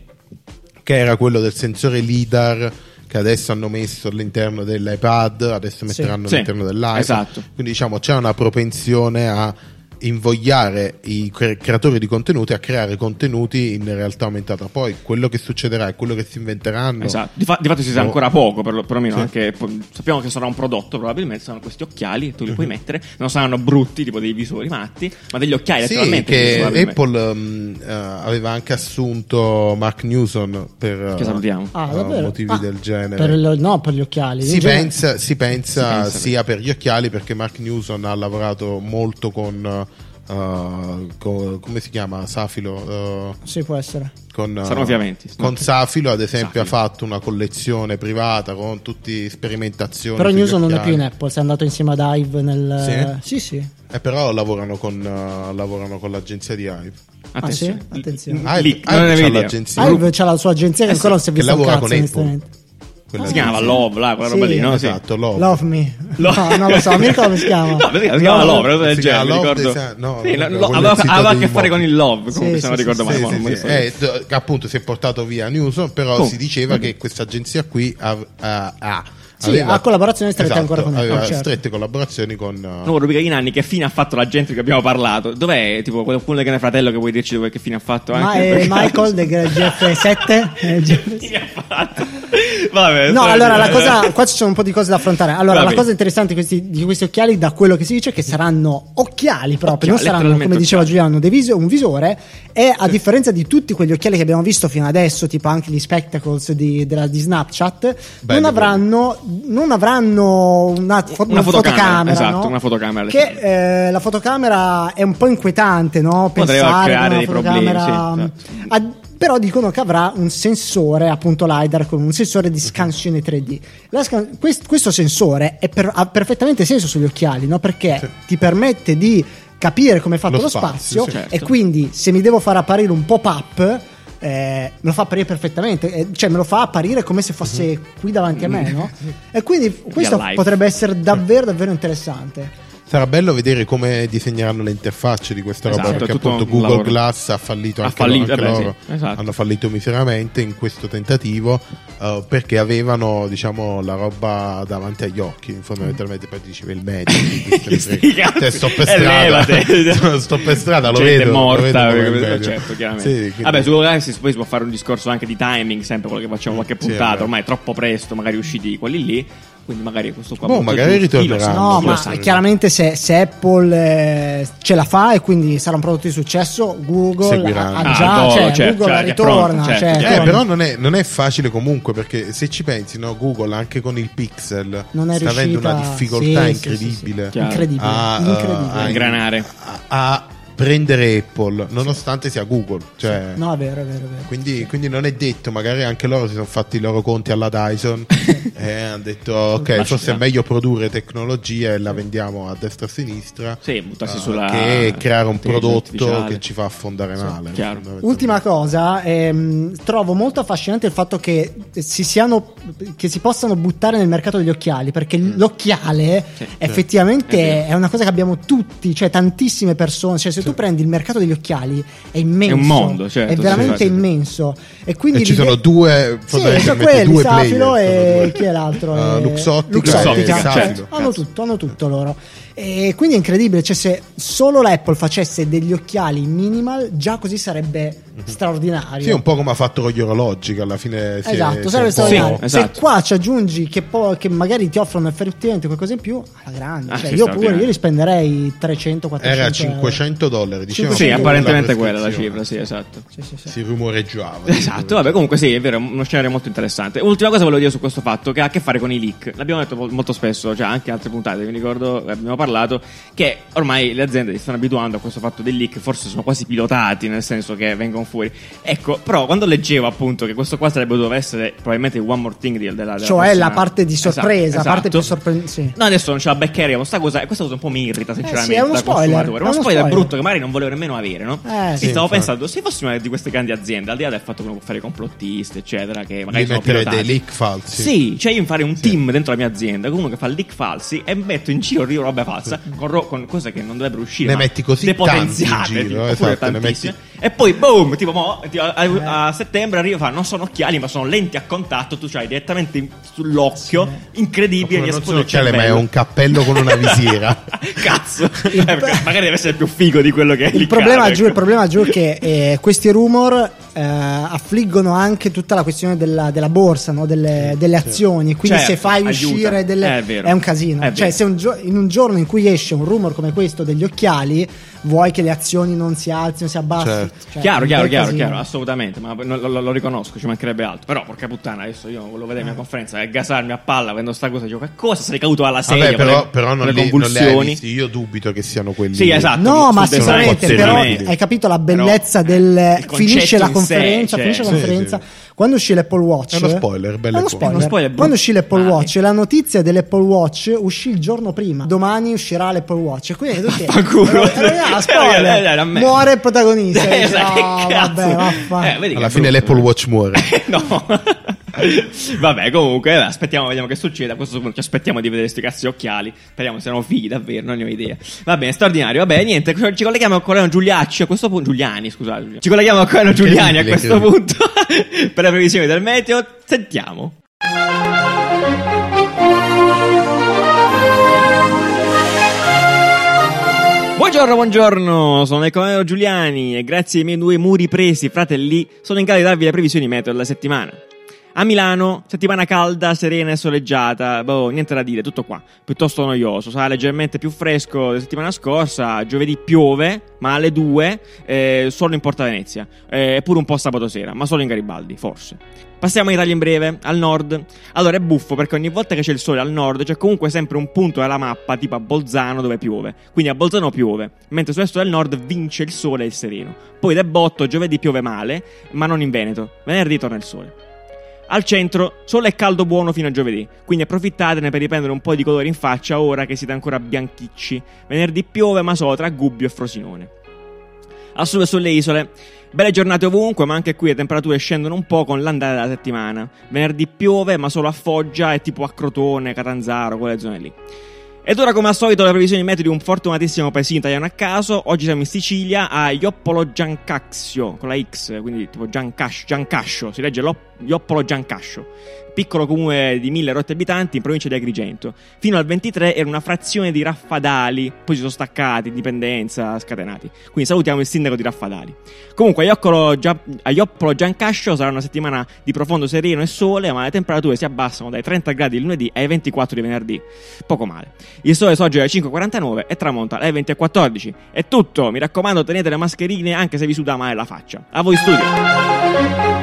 Speaker 1: che era quello del sensore LIDAR che adesso hanno messo all'interno dell'iPad, adesso
Speaker 2: Sì.
Speaker 1: metteranno
Speaker 3: Sì,
Speaker 1: eh, all'interno dell'iPhone.
Speaker 3: esatto.
Speaker 1: Quindi diciamo c'è una propensione a invogliare i cre- creatori di contenuti a creare contenuti in realtà aumentata. Poi quello che succederà e quello che si inventeranno
Speaker 3: Esatto. Di, fa- di fatto si sa
Speaker 1: Oh.
Speaker 3: ancora poco, per lo- perlomeno
Speaker 1: Sì.
Speaker 3: anche- po- sappiamo che sarà un prodotto probabilmente, saranno questi occhiali, tu li
Speaker 1: Mhm.
Speaker 3: puoi mettere, non saranno brutti, tipo dei visori matti, ma degli occhiali
Speaker 1: Sì,
Speaker 3: attualmente
Speaker 1: che
Speaker 3: probabilmente.
Speaker 1: Apple ehm, eh, aveva anche assunto Mark Newson per eh,
Speaker 3: Che salutiamo.
Speaker 2: Ah,
Speaker 1: eh,
Speaker 2: davvero?
Speaker 1: motivi
Speaker 2: Ah,
Speaker 1: del genere.
Speaker 2: per il- no, per gli occhiali.
Speaker 1: Si
Speaker 2: In genere-
Speaker 1: pensa, si pensa
Speaker 3: Si pensa
Speaker 1: sia per gli occhiali perché Mark Newson ha lavorato molto con, eh, co- come si chiama Safilo eh,
Speaker 2: Sì, può essere.
Speaker 1: con, eh,
Speaker 3: Saranno ovviamente.
Speaker 1: con Safilo ad esempio
Speaker 3: Safilo.
Speaker 1: ha fatto una collezione privata con tutte sperimentazioni
Speaker 2: Però
Speaker 1: sugli
Speaker 2: Newson non è
Speaker 1: occhiali.
Speaker 2: più in Apple, sei andato insieme ad Ive nel... Sì, sì.
Speaker 1: Eh, però lavorano con, eh, lavorano con l'agenzia di Hive
Speaker 3: Attenzione.
Speaker 2: Ah, sì? Attenzione.
Speaker 3: L-
Speaker 1: Hive-
Speaker 3: leak,
Speaker 1: Hive
Speaker 3: non avevi
Speaker 1: c'ha
Speaker 3: idea.
Speaker 1: l'agenzia.
Speaker 2: Ive
Speaker 1: Sì.
Speaker 2: c'ha la sua agenzia che
Speaker 3: Eh sì,
Speaker 2: ancora non si è
Speaker 1: che
Speaker 2: vista un
Speaker 1: lavora
Speaker 2: cazzo,
Speaker 1: con Apple.
Speaker 2: onestamente.
Speaker 1: Quella
Speaker 3: Si chiama
Speaker 1: lì.
Speaker 3: Love, là, quella roba
Speaker 2: Sì.
Speaker 3: lì, no? Sì.
Speaker 1: esatto Love.
Speaker 2: Love me.
Speaker 3: Lo-
Speaker 2: No, non lo so, mi ricordo come si chiama.
Speaker 3: No, perché si chiama Love,
Speaker 2: Love-
Speaker 3: proprio del
Speaker 1: Si
Speaker 3: genere,
Speaker 1: chiama
Speaker 3: mi
Speaker 1: Love
Speaker 3: ricordo.
Speaker 1: Design- no,
Speaker 3: Sì,
Speaker 1: quello-
Speaker 3: lo-
Speaker 1: quello
Speaker 3: aveva
Speaker 1: del sito
Speaker 3: aveva a
Speaker 1: dei
Speaker 3: che fare
Speaker 1: mobili.
Speaker 3: con il Love, comunque
Speaker 2: Sì,
Speaker 3: se non
Speaker 2: sì,
Speaker 3: ricordo
Speaker 2: sì,
Speaker 3: male.
Speaker 1: Sì,
Speaker 3: ma
Speaker 1: sì,
Speaker 3: non mi
Speaker 1: sì.
Speaker 3: ricordo.
Speaker 1: Eh, d- appunto si è portato via Newsom, però
Speaker 3: Oh.
Speaker 1: si diceva che questa agenzia qui av- ha, ha-
Speaker 2: Sì, ha collaborazioni strette
Speaker 1: Esatto,
Speaker 2: ancora con-
Speaker 1: aveva
Speaker 2: oh, certo.
Speaker 1: strette collaborazioni con uh,
Speaker 3: Nuovo rubrica di Nanni, che fine ha fatto la gente che abbiamo parlato? Dov'è tipo qualcuno che è fratello che vuoi dirci dove che fine ha fatto?
Speaker 2: Ma
Speaker 3: anche?
Speaker 2: è
Speaker 3: Per caso?
Speaker 2: Michael del GF7? Eh, GF7.
Speaker 3: Che fine ha fatto? Vabbè,
Speaker 2: No,
Speaker 3: sorry.
Speaker 2: allora la cosa. Qua ci sono un po' di cose da affrontare. Allora,
Speaker 3: Va
Speaker 2: la
Speaker 3: bene.
Speaker 2: cosa interessante di questi, di questi occhiali, da quello che si dice, è che saranno occhiali proprio.
Speaker 3: Occhiali,
Speaker 2: non saranno, come
Speaker 3: letteralmente
Speaker 2: diceva
Speaker 3: occhiali.
Speaker 2: Giuliano, dei viso- un visore. E a differenza di tutti quegli occhiali che abbiamo visto fino adesso, tipo anche gli spectacles di, della- di Snapchat,
Speaker 1: Belli,
Speaker 2: non avranno, non avranno una, fo-
Speaker 3: Una fotocamera, esatto,
Speaker 2: no?
Speaker 3: una fotocamera,
Speaker 2: Che eh, la fotocamera è un po' inquietante, no?
Speaker 3: Potrebbe
Speaker 2: Pensare
Speaker 3: creare
Speaker 2: ad una
Speaker 3: dei problemi, esatto.
Speaker 2: fotocamera-
Speaker 3: sì,
Speaker 2: a- Però dicono che avrà un sensore, appunto LiDAR, con un sensore di scansione 3D. La scan- quest- questo sensore è per- ha perfettamente senso sugli occhiali, no? Perché
Speaker 1: Sì.
Speaker 2: ti permette di capire come è fatto
Speaker 1: Lo
Speaker 2: lo,
Speaker 1: spazio,
Speaker 2: spazio,
Speaker 3: certo.
Speaker 2: e quindi se mi devo far apparire un pop-up... eh, me lo fa apparire perfettamente, eh, cioè me lo fa apparire come se fosse qui davanti a me, no? E quindi questo
Speaker 3: life.
Speaker 2: potrebbe essere davvero, davvero interessante.
Speaker 1: Sarà bello vedere come disegneranno le interfacce di questa roba,
Speaker 3: Esatto, è
Speaker 1: perché
Speaker 3: tutto
Speaker 1: appunto
Speaker 3: un
Speaker 1: Google
Speaker 3: lavoro.
Speaker 1: Glass ha fallito
Speaker 3: Ha
Speaker 1: anche,
Speaker 3: fallito,
Speaker 1: anche
Speaker 3: eh beh,
Speaker 1: loro.
Speaker 3: sì, esatto.
Speaker 1: Hanno fallito miseramente in questo tentativo eh, perché avevano, diciamo, la roba davanti agli occhi, fondamentalmente poi diceva il medico, chi se ne
Speaker 3: Sti
Speaker 1: frega.
Speaker 3: cazzi.
Speaker 1: Te sto per
Speaker 3: Eh,
Speaker 1: strada.
Speaker 3: levate.
Speaker 1: Sono- sto per strada, lo
Speaker 3: Gente
Speaker 1: vedo. lo
Speaker 3: morta,
Speaker 1: vedo come il
Speaker 3: eh,
Speaker 1: medico.
Speaker 3: certo, chiaramente.
Speaker 1: Sì, quindi-
Speaker 3: Vabbè, su Google Glass si- poi si può fare un discorso anche di timing, sempre quello che facciamo qualche
Speaker 1: Eh, Sì,
Speaker 3: puntata,
Speaker 1: vabbè.
Speaker 3: ormai è troppo presto, magari usciti quelli lì, quindi magari questo qua
Speaker 1: Boh,
Speaker 3: molto
Speaker 1: magari
Speaker 3: giusto. Chi lo sa,
Speaker 1: ritornerà.
Speaker 2: No,
Speaker 3: chi lo
Speaker 2: ma
Speaker 3: sa.
Speaker 2: chiaramente se, se Apple eh, ce la fa e quindi sarà un prodotto di successo, Google
Speaker 1: Seguirà.
Speaker 2: ha, ha
Speaker 1: Ah,
Speaker 2: già,
Speaker 3: no,
Speaker 2: cioè,
Speaker 3: certo,
Speaker 2: Google
Speaker 3: cioè, è
Speaker 2: ritorna.
Speaker 3: pronto, certo.
Speaker 2: cioè,
Speaker 1: Eh,
Speaker 3: Cioè,
Speaker 1: però non è, non è facile comunque perché se ci pensi, no, Google anche con il Pixel
Speaker 2: Non è
Speaker 1: sta avendo
Speaker 2: riuscita-
Speaker 1: una
Speaker 2: sì,
Speaker 1: difficoltà
Speaker 2: sì,
Speaker 1: incredibile.
Speaker 3: sì, sì.
Speaker 2: incredibile,
Speaker 1: Ah, eh,
Speaker 2: incredibile.
Speaker 1: ah,
Speaker 3: Ingranare.
Speaker 1: a, a prendere Apple, nonostante sia Google. Cioè,
Speaker 2: No, è vero, è vero, è vero.
Speaker 1: quindi, quindi non è detto, magari anche loro si sono fatti i loro conti alla Dyson e
Speaker 2: Eh,
Speaker 1: hanno detto ok,
Speaker 3: Lascia.
Speaker 1: forse è meglio produrre tecnologia e la vendiamo a destra e a sinistra
Speaker 3: Sì, buttarsi
Speaker 1: eh,
Speaker 3: sulla
Speaker 1: che creare un
Speaker 3: intelligenza
Speaker 1: prodotto
Speaker 3: artificiale.
Speaker 1: che ci fa affondare male.
Speaker 3: chiaro.
Speaker 1: fondamentalmente.
Speaker 2: Ultima cosa, ehm, trovo molto affascinante il fatto che si, siano, che si possano buttare nel mercato degli occhiali, perché l'occhiale
Speaker 3: Mm. Sì,
Speaker 2: effettivamente
Speaker 3: sì. È vero.
Speaker 2: è, una cosa che abbiamo tutti, cioè tantissime persone, cioè se tu prendi il mercato degli occhiali è immenso,
Speaker 3: È un mondo, certo,
Speaker 2: è
Speaker 3: sì,
Speaker 2: veramente
Speaker 3: sì, sì.
Speaker 2: immenso. E
Speaker 1: E
Speaker 2: quindi
Speaker 1: ci
Speaker 2: l'ide-
Speaker 1: sono due,
Speaker 2: Sì, sono
Speaker 1: fondamentalmente,
Speaker 2: quelli,
Speaker 1: due
Speaker 2: Safilo
Speaker 1: player,
Speaker 2: e
Speaker 1: sono due.
Speaker 2: chi è l'altro?
Speaker 1: Eh,
Speaker 2: Eh, Luxottica,
Speaker 1: Luxottica, e
Speaker 3: Luxottica,
Speaker 1: Safilo.
Speaker 3: certo.
Speaker 2: hanno
Speaker 3: Cazzo.
Speaker 2: tutto, hanno tutto loro. E quindi è incredibile, cioè se solo l'Apple facesse degli occhiali minimal, già così sarebbe straordinario.
Speaker 1: Mhm. Sì, un po' come ha fatto con gli orologi, che alla fine si è-
Speaker 2: Esatto,
Speaker 1: si è
Speaker 2: sarebbe
Speaker 1: un po'
Speaker 2: straordinario.
Speaker 3: Sì, esatto.
Speaker 2: Se qua ci aggiungi che, poi- che magari ti offrono effettivamente qualcosa in più, alla grande.
Speaker 3: Ah,
Speaker 2: Cioè,
Speaker 3: sì,
Speaker 2: io pure
Speaker 3: straordinario.
Speaker 2: io li spenderei 300-400
Speaker 1: Era 500 Eh, dollari, diciamo.
Speaker 3: Sì,
Speaker 2: 500
Speaker 3: apparentemente quella è la cifra, sì, esatto.
Speaker 2: Sì, sì, sì.
Speaker 1: Si rumoreggiava.
Speaker 3: Esatto, vabbè, comunque sì, è vero, è uno scenario molto interessante. Ultima cosa volevo dire su questo fatto che ha a che fare con i leak. L'abbiamo detto mol- molto spesso, cioè anche in altre puntate, mi ricordo, eh, abbiamo parlato che ormai le aziende si stanno abituando a questo fatto dei leak, forse sono quasi pilotati, nel senso che vengono fuori. Ecco, però quando leggevo appunto che questo qua sarebbe dovuto essere probabilmente il one more thing del- della, della
Speaker 2: Cioè
Speaker 3: prossima-
Speaker 2: la parte di sorpresa,
Speaker 3: Esatto,
Speaker 2: la parte più
Speaker 3: esatto.
Speaker 2: sorprendente. Sì. Eh
Speaker 3: No, adesso non ce la beccheremo sta cosa e questa cosa un po' mi irrita sinceramente
Speaker 2: sì, è uno
Speaker 3: da
Speaker 2: spoiler,
Speaker 3: consumatore.
Speaker 2: è
Speaker 3: Uno
Speaker 2: uno
Speaker 3: spoiler,
Speaker 2: spoiler.
Speaker 3: brutto che magari non volevo nemmeno avere, no?
Speaker 2: Eh,
Speaker 3: sì, stavo
Speaker 1: sì, infatti.
Speaker 3: pensando, se fossimo una di queste grandi aziende, al di là del fatto che uno può fare complottiste, eccetera, che magari
Speaker 1: Di
Speaker 3: sono
Speaker 1: mettere
Speaker 3: pilotati.
Speaker 1: dei leak falsi.
Speaker 3: Sì. cioè io fare un team dentro la mia azienda, comunque che fa leak falsi e metto in giro io roba falsa con, ro- con cose che non dovrebbero uscire.
Speaker 1: Ne
Speaker 3: ma
Speaker 1: metti così
Speaker 3: depotenziate,
Speaker 1: tanti in giro,
Speaker 3: tipo, oppure
Speaker 1: esatto, ne
Speaker 3: tantissime.
Speaker 1: metti- Eh.
Speaker 3: E poi boom, tipo mo, ti- a, a- a settembre arriva e fa non sono occhiali, ma sono lenti a contatto, tu c'hai direttamente in- sull'occhio, incredibile,
Speaker 1: Oppure
Speaker 3: mi
Speaker 1: non
Speaker 3: esplode
Speaker 1: sono
Speaker 3: il
Speaker 1: occhiali, Cioè, ma è
Speaker 3: cervello.
Speaker 1: un cappello con una visiera.
Speaker 3: Cazzo, Eh, perché magari deve essere più figo di quello che è
Speaker 2: Il
Speaker 3: leakato,
Speaker 2: problema,
Speaker 3: ecco.
Speaker 2: giù, il problema giù è che eh, questi rumor eh, affliggono anche tutta la questione della, della borsa, no? delle, delle azioni. Quindi
Speaker 3: Certo,
Speaker 2: se fai
Speaker 3: aiuta.
Speaker 2: uscire delle...
Speaker 3: È vero.
Speaker 2: un casino.
Speaker 3: È
Speaker 2: cioè
Speaker 3: vero.
Speaker 2: se un gio- in un giorno in cui esce un rumor come questo degli occhiali, vuoi che le azioni non si alzino, si abbassino.
Speaker 1: Certo.
Speaker 2: Cioè,
Speaker 3: Chiaro,
Speaker 2: un
Speaker 3: chiaro,
Speaker 2: bel
Speaker 3: chiaro,
Speaker 2: casino.
Speaker 3: chiaro, assolutamente, ma no, lo, lo- lo riconosco, ci mancherebbe altro. Però, porca puttana, adesso io volevo vedere la mia
Speaker 2: Eh.
Speaker 3: conferenza e gasarmi a palla vedendo sta cosa, dico, che cosa sarei caduto alla sedia
Speaker 1: Vabbè,
Speaker 3: con
Speaker 1: però,
Speaker 3: le-
Speaker 1: però
Speaker 3: con
Speaker 1: non,
Speaker 3: le
Speaker 1: li, non le hai
Speaker 3: convulsioni.
Speaker 1: visti. Io dubito che siano quelli.
Speaker 3: Sì, esatto.
Speaker 2: No,
Speaker 3: sul
Speaker 2: ma
Speaker 3: design,
Speaker 2: sicuramente,
Speaker 1: sul
Speaker 2: però
Speaker 1: design.
Speaker 2: hai capito la
Speaker 3: Però,
Speaker 2: bellezza
Speaker 3: eh,
Speaker 2: del...
Speaker 3: il concetto
Speaker 2: Finisce la
Speaker 3: in sé,
Speaker 2: conferenza,
Speaker 3: cioè,
Speaker 2: finisce la
Speaker 1: Sì,
Speaker 2: conferenza.
Speaker 1: sì.
Speaker 2: Quando uscì l'Apple Watch...
Speaker 1: È uno spoiler, bello
Speaker 2: È uno
Speaker 1: e buono.
Speaker 2: spoiler.
Speaker 3: È uno spoiler,
Speaker 2: Quando uscì l'Apple
Speaker 3: brutto.
Speaker 2: Watch, la notizia dell'Apple Watch uscì il giorno prima. Domani uscirà l'Apple Watch. Quindi tu che...
Speaker 3: Vaffanculo. Cioè,
Speaker 2: Era- era-
Speaker 3: Era-
Speaker 2: era
Speaker 3: era- era
Speaker 2: Eh, spoiler.
Speaker 3: me.
Speaker 2: Muore il protagonista.
Speaker 3: Eh,
Speaker 2: Dici,
Speaker 3: sai che
Speaker 2: "Ah,
Speaker 3: cazzo?"
Speaker 2: vabbè, vaffa-
Speaker 3: Eh, vedi che
Speaker 1: Alla
Speaker 3: è
Speaker 1: fine
Speaker 3: brutto.
Speaker 1: l'Apple Watch muore.
Speaker 3: no. Vabbè, comunque, vabbè, aspettiamo, vediamo che succede. A questo punto ci aspettiamo di vedere sti cazzo di occhiali. Speriamo siano fighi, davvero, non ne ho idea. Va bene, straordinario. Vabbè, niente, ci colleghiamo ancora a Giuliacci a questo punto. Giuliani, scusate. Ci colleghiamo ancora a Giuliani a questo punto per la previsione del meteo. Sentiamo. Buongiorno, buongiorno, sono il colonnello Giuliani e grazie ai miei due muri presi, fratelli, sono in grado di darvi le previsioni meteo della settimana. A Milano, settimana calda, serena e soleggiata, boh, niente da dire, tutto qua. Piuttosto noioso, sarà leggermente più fresco della settimana scorsa, giovedì piove, ma alle 2 eh, solo in Porta Venezia, eh, eppure un po' sabato sera, ma solo in Garibaldi, forse. Passiamo in Italia in breve, al nord. Allora è buffo perché ogni volta che c'è il sole al nord c'è comunque sempre un punto della mappa, tipo a Bolzano dove piove. Quindi a Bolzano piove, mentre sul resto del nord vince il sole e il sereno. Poi da botto giovedì piove male, ma non in Veneto. Venerdì torna il sole. Al centro, sole e caldo buono fino a giovedì, quindi approfittatene per riprendere un po' di colore in faccia ora che siete ancora bianchicci. Venerdì piove, ma solo tra Gubbio e Frosinone. A sud e sulle isole, Belle giornate ovunque, ma anche qui le temperature scendono un po' con l'andare della settimana. Venerdì piove, ma solo a Foggia e tipo a Crotone, Catanzaro, quelle zone lì. Ed ora, come al solito, le previsioni meteo di un fortunatissimo paesino italiano a caso. Oggi siamo in Sicilia a Ioppolo Giancaxio, con la X, quindi tipo Giancascio, Giancascio si legge lo- Ioppolo Giancascio. Piccolo comune di mille rotte abitanti in provincia di Agrigento. Fino al 23 era una frazione di Raffadali, poi si sono staccati, dipendenza, scatenati. Quindi salutiamo il sindaco di Raffadali. Comunque, a Ioccolo Gia- a Ioppolo Giancascio sarà una settimana di profondo sereno e sole, ma le temperature si abbassano dai 30 gradi il lunedì ai 24 di venerdì. Poco male. Il sole sorge alle 5.49 e tramonta alle 20.14. È tutto, mi raccomando, tenete le mascherine anche se vi suda male la faccia. A voi studio!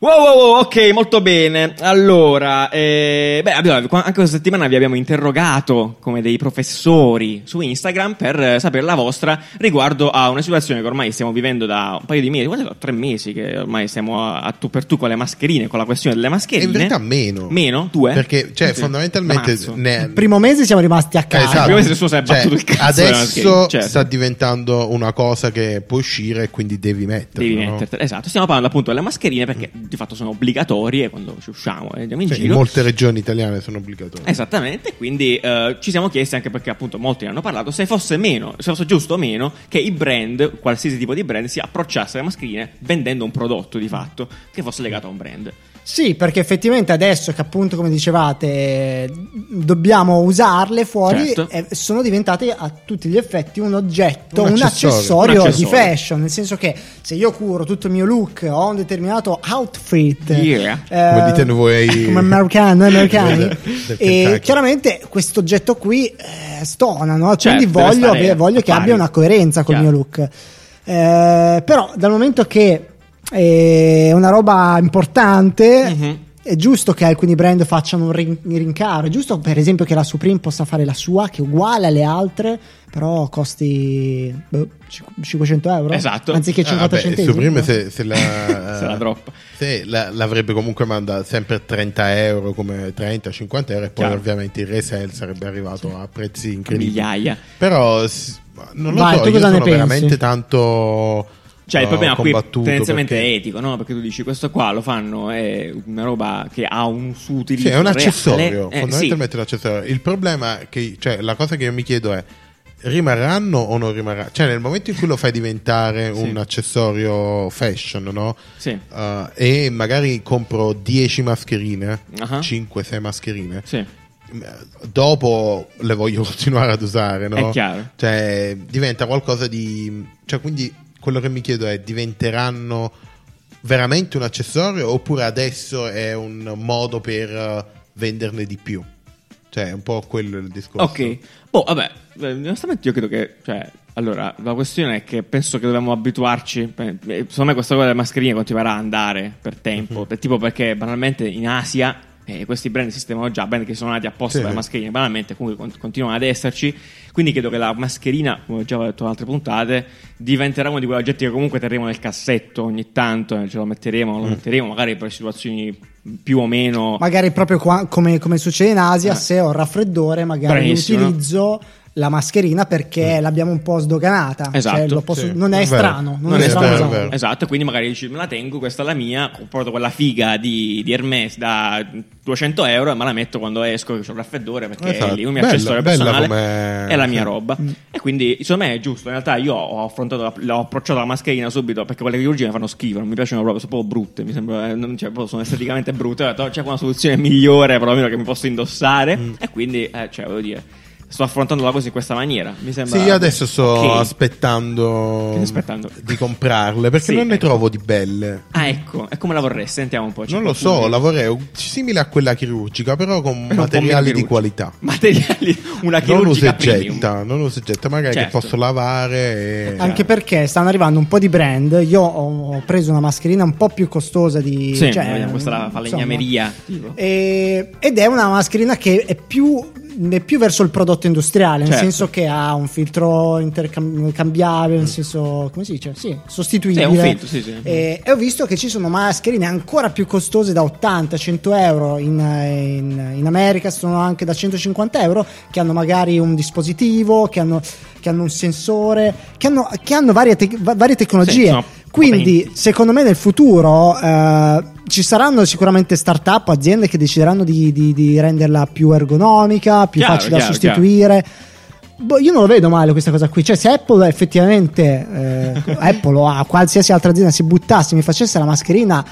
Speaker 3: Wow, wow, wow, ok, molto bene. Allora, eh, beh, abbiamo- qua- anche questa settimana vi abbiamo interrogato come dei professori su Instagram per eh, sapere la vostra riguardo a una situazione che ormai stiamo vivendo da un paio di mesi, quasi da tre mesi che ormai siamo a, a tu per tu con le mascherine, con la questione delle mascherine.
Speaker 1: in verità meno.
Speaker 3: Meno? Due?
Speaker 1: Perché, cioè,
Speaker 3: Sì.
Speaker 1: fondamentalmente...
Speaker 3: Marzo.
Speaker 1: ne-
Speaker 2: Il primo mese siamo rimasti a
Speaker 1: Eh,
Speaker 2: casa.
Speaker 1: esatto.
Speaker 3: Prima se nessuno si è battuto il cazzo della
Speaker 1: Adesso
Speaker 3: mascherina, certo.
Speaker 1: sta diventando una cosa che può uscire e quindi devi metterlo.
Speaker 3: Devi
Speaker 1: no?
Speaker 3: metterti- Esatto, stiamo parlando appunto delle mascherine perché di fatto sono obbligatorie quando ci usciamo e andiamo in
Speaker 1: Cioè, in
Speaker 3: giro.
Speaker 1: molte regioni italiane sono obbligatorie.
Speaker 3: Esattamente, quindi eh, ci siamo chiesti anche perché appunto molti ne hanno parlato se fosse meno, se fosse giusto o meno che i brand, qualsiasi tipo di brand, si approcciasse alle mascherine vendendo un prodotto di fatto che fosse legato a un brand.
Speaker 2: Sì, perché effettivamente adesso che appunto, come dicevate, dobbiamo usarle fuori,
Speaker 3: Certo.
Speaker 2: eh, sono diventate a tutti gli effetti un oggetto,
Speaker 1: Un
Speaker 2: un,
Speaker 1: accessorio.
Speaker 2: accessorio,
Speaker 3: Un accessorio.
Speaker 2: di fashion. Nel senso che se io curo tutto il mio look, ho un determinato outfit.
Speaker 3: Yeah.
Speaker 2: eh,
Speaker 1: Come dite voi.
Speaker 2: come americani, noi americani.
Speaker 1: Del-
Speaker 2: e
Speaker 1: del Kentucky.
Speaker 2: chiaramente questo oggetto qui eh, stona, no?
Speaker 3: Certo,
Speaker 2: quindi
Speaker 3: deve
Speaker 2: voglio,
Speaker 3: stare
Speaker 2: voglio
Speaker 3: a
Speaker 2: che
Speaker 3: pari.
Speaker 2: abbia una coerenza col
Speaker 3: Chiaro.
Speaker 2: mio look. Eh, però dal momento che eh, è una roba importante,
Speaker 3: Mhm.
Speaker 2: è giusto che alcuni brand facciano un rin- un rincaro. È giusto, per esempio, che la Supreme possa fare la sua, che è uguale alle altre, però costi boh, cinqu- 500 euro
Speaker 3: Esatto.
Speaker 2: anziché 50
Speaker 1: Eh, vabbè,
Speaker 2: centesimi. eh.
Speaker 1: Supreme se, se la,
Speaker 3: Se la droppa.
Speaker 1: se la- l'avrebbe comunque mandata sempre 30 euro come 30 50 euro e poi
Speaker 3: Chiaro.
Speaker 1: ovviamente il resale sarebbe arrivato a prezzi incredibili
Speaker 3: Migliaia.
Speaker 1: però s- non lo
Speaker 2: Vai,
Speaker 1: so
Speaker 2: tu
Speaker 1: io
Speaker 2: cosa ne
Speaker 1: sono
Speaker 2: pensi?
Speaker 1: veramente tanto
Speaker 3: Cioè, il
Speaker 1: eh,
Speaker 3: problema qui
Speaker 1: combattuto
Speaker 3: tendenzialmente eh,
Speaker 1: perché-
Speaker 3: è etico, no? Perché tu dici questo qua lo fanno, è una roba che ha un suo utilizzo.
Speaker 1: Sì, è un
Speaker 3: reale.
Speaker 1: accessorio,
Speaker 3: Eh, sì.
Speaker 1: fondamentalmente un accessorio. Il problema, è che, cioè, la cosa che io mi chiedo è: rimarranno o non rimarranno? Cioè, nel momento in cui lo fai diventare
Speaker 3: Sì.
Speaker 1: un accessorio fashion, no?
Speaker 3: Sì.
Speaker 1: Uh, e magari compro 10 mascherine,
Speaker 3: Ah.
Speaker 1: 5-6 mascherine,
Speaker 3: Sì.
Speaker 1: m- dopo le voglio continuare ad usare, no?
Speaker 3: È chiaro.
Speaker 1: Cioè, diventa qualcosa di. Cioè, quindi quello che mi chiedo è: diventeranno veramente un accessorio oppure adesso è un modo per eh, venderne di più? Cioè, è un po' quello il discorso.
Speaker 3: Ok, boh, vabbè, eh, onestamente io credo che, cioè, allora, la questione è che penso che dobbiamo abituarci, eh, eh, secondo me questa cosa delle mascherine continuerà a andare per tempo,
Speaker 1: Mhm.
Speaker 3: per- tipo perché banalmente in Asia eh, questi brand esistevano già, brand che sono nati apposta
Speaker 1: Sì.
Speaker 3: per le mascherine, banalmente comunque con- continuano ad esserci, quindi credo che la mascherina, come ho già detto in altre puntate, diventerà uno di quegli oggetti che comunque terremo nel cassetto ogni tanto, eh, ce lo metteremo, lo
Speaker 1: Mm.
Speaker 3: metteremo magari per situazioni più o meno...
Speaker 2: magari proprio qua- come, come succede in Asia,
Speaker 3: Eh.
Speaker 2: se ho il raffreddore, magari
Speaker 3: Bravissimo.
Speaker 2: utilizzo la mascherina perché l'abbiamo un po' sdoganata.
Speaker 3: Eh. Esatto,
Speaker 2: Cioè, lo posso-
Speaker 1: sì.
Speaker 2: Non è,
Speaker 1: È vero.
Speaker 2: strano, non,
Speaker 1: Non
Speaker 2: è,
Speaker 1: è
Speaker 2: strano.
Speaker 1: vero, è
Speaker 2: usarlo.
Speaker 1: vero.
Speaker 3: Esatto, quindi magari dici me la tengo, questa è la mia, porto quella figa di, di Hermes da 200 euro e me la metto quando esco che ho il raffreddore perché è
Speaker 1: Esatto.
Speaker 3: lì un mio
Speaker 1: Bella,
Speaker 3: accessorio
Speaker 1: bella
Speaker 3: personale,
Speaker 1: come- Mm.
Speaker 3: è la mia
Speaker 1: sì.
Speaker 3: roba. E quindi secondo me è giusto, in realtà io ho affrontato, la- l'ho approcciato la mascherina subito perché quelle chirurgie mi fanno schifo, non mi piacciono proprio, sono proprio brutte, mi sembra, eh, non- cioè, proprio sono esteticamente
Speaker 1: Mm.
Speaker 3: brutte, ho detto "Oh, c'è qua una soluzione migliore perlomeno che mi posso indossare e quindi, eh, cioè voglio dire... sto affrontando la cosa in questa maniera. Mi sembra.
Speaker 1: Sì, io adesso sto
Speaker 3: Ok.
Speaker 1: aspettando,
Speaker 3: Che stai aspettando?
Speaker 1: di comprarle perché
Speaker 3: Sì,
Speaker 1: non ne
Speaker 3: ecco.
Speaker 1: trovo di belle.
Speaker 3: Ah, ecco, e come la vorrei? Sentiamo un po'. c'è
Speaker 1: Non lo
Speaker 3: qualcuno
Speaker 1: so,
Speaker 3: che-
Speaker 1: la vorrei simile a quella chirurgica, però con
Speaker 3: un po' meno
Speaker 1: materiali di
Speaker 3: chirurgica.
Speaker 1: qualità.
Speaker 3: Materiali, una
Speaker 1: Non usa
Speaker 3: chirurgica
Speaker 1: e
Speaker 3: premium.
Speaker 1: getta, non usa e getta, magari che
Speaker 3: Certo.
Speaker 1: posso lavare. E...
Speaker 3: Chiaro.
Speaker 2: Anche perché stanno arrivando un po' di brand. Io ho ho preso una mascherina un po' più costosa di.
Speaker 3: Sì,
Speaker 2: cioè,
Speaker 3: vediamo questa la falegnameria. tipo.
Speaker 2: E- ed è una mascherina che è più, è più verso il prodotto industriale, nel
Speaker 3: Certo.
Speaker 2: senso che ha un filtro intercambiabile, nel senso, come si dice? Sì, sostituibile.
Speaker 3: Mm. Sì, è un filtro, sì, sì.
Speaker 2: E, e ho visto che ci sono mascherine ancora più costose da 80-100 euro in, in- in America, sono anche da 150 euro, che hanno magari un dispositivo, che hanno, che hanno un sensore, che hanno, che hanno varie, tec- va- varie tecnologie.
Speaker 3: sono
Speaker 2: Quindi
Speaker 3: potenti.
Speaker 2: secondo me nel futuro eh, ci saranno sicuramente start-up, aziende che decideranno di, di- di renderla più ergonomica, più
Speaker 3: Chiaro,
Speaker 2: facile da
Speaker 3: chiaro,
Speaker 2: sostituire. Boh, io non lo vedo male questa cosa qui, cioè se Apple effettivamente, eh, Apple o a qualsiasi altra azienda si buttasse e mi facesse la mascherina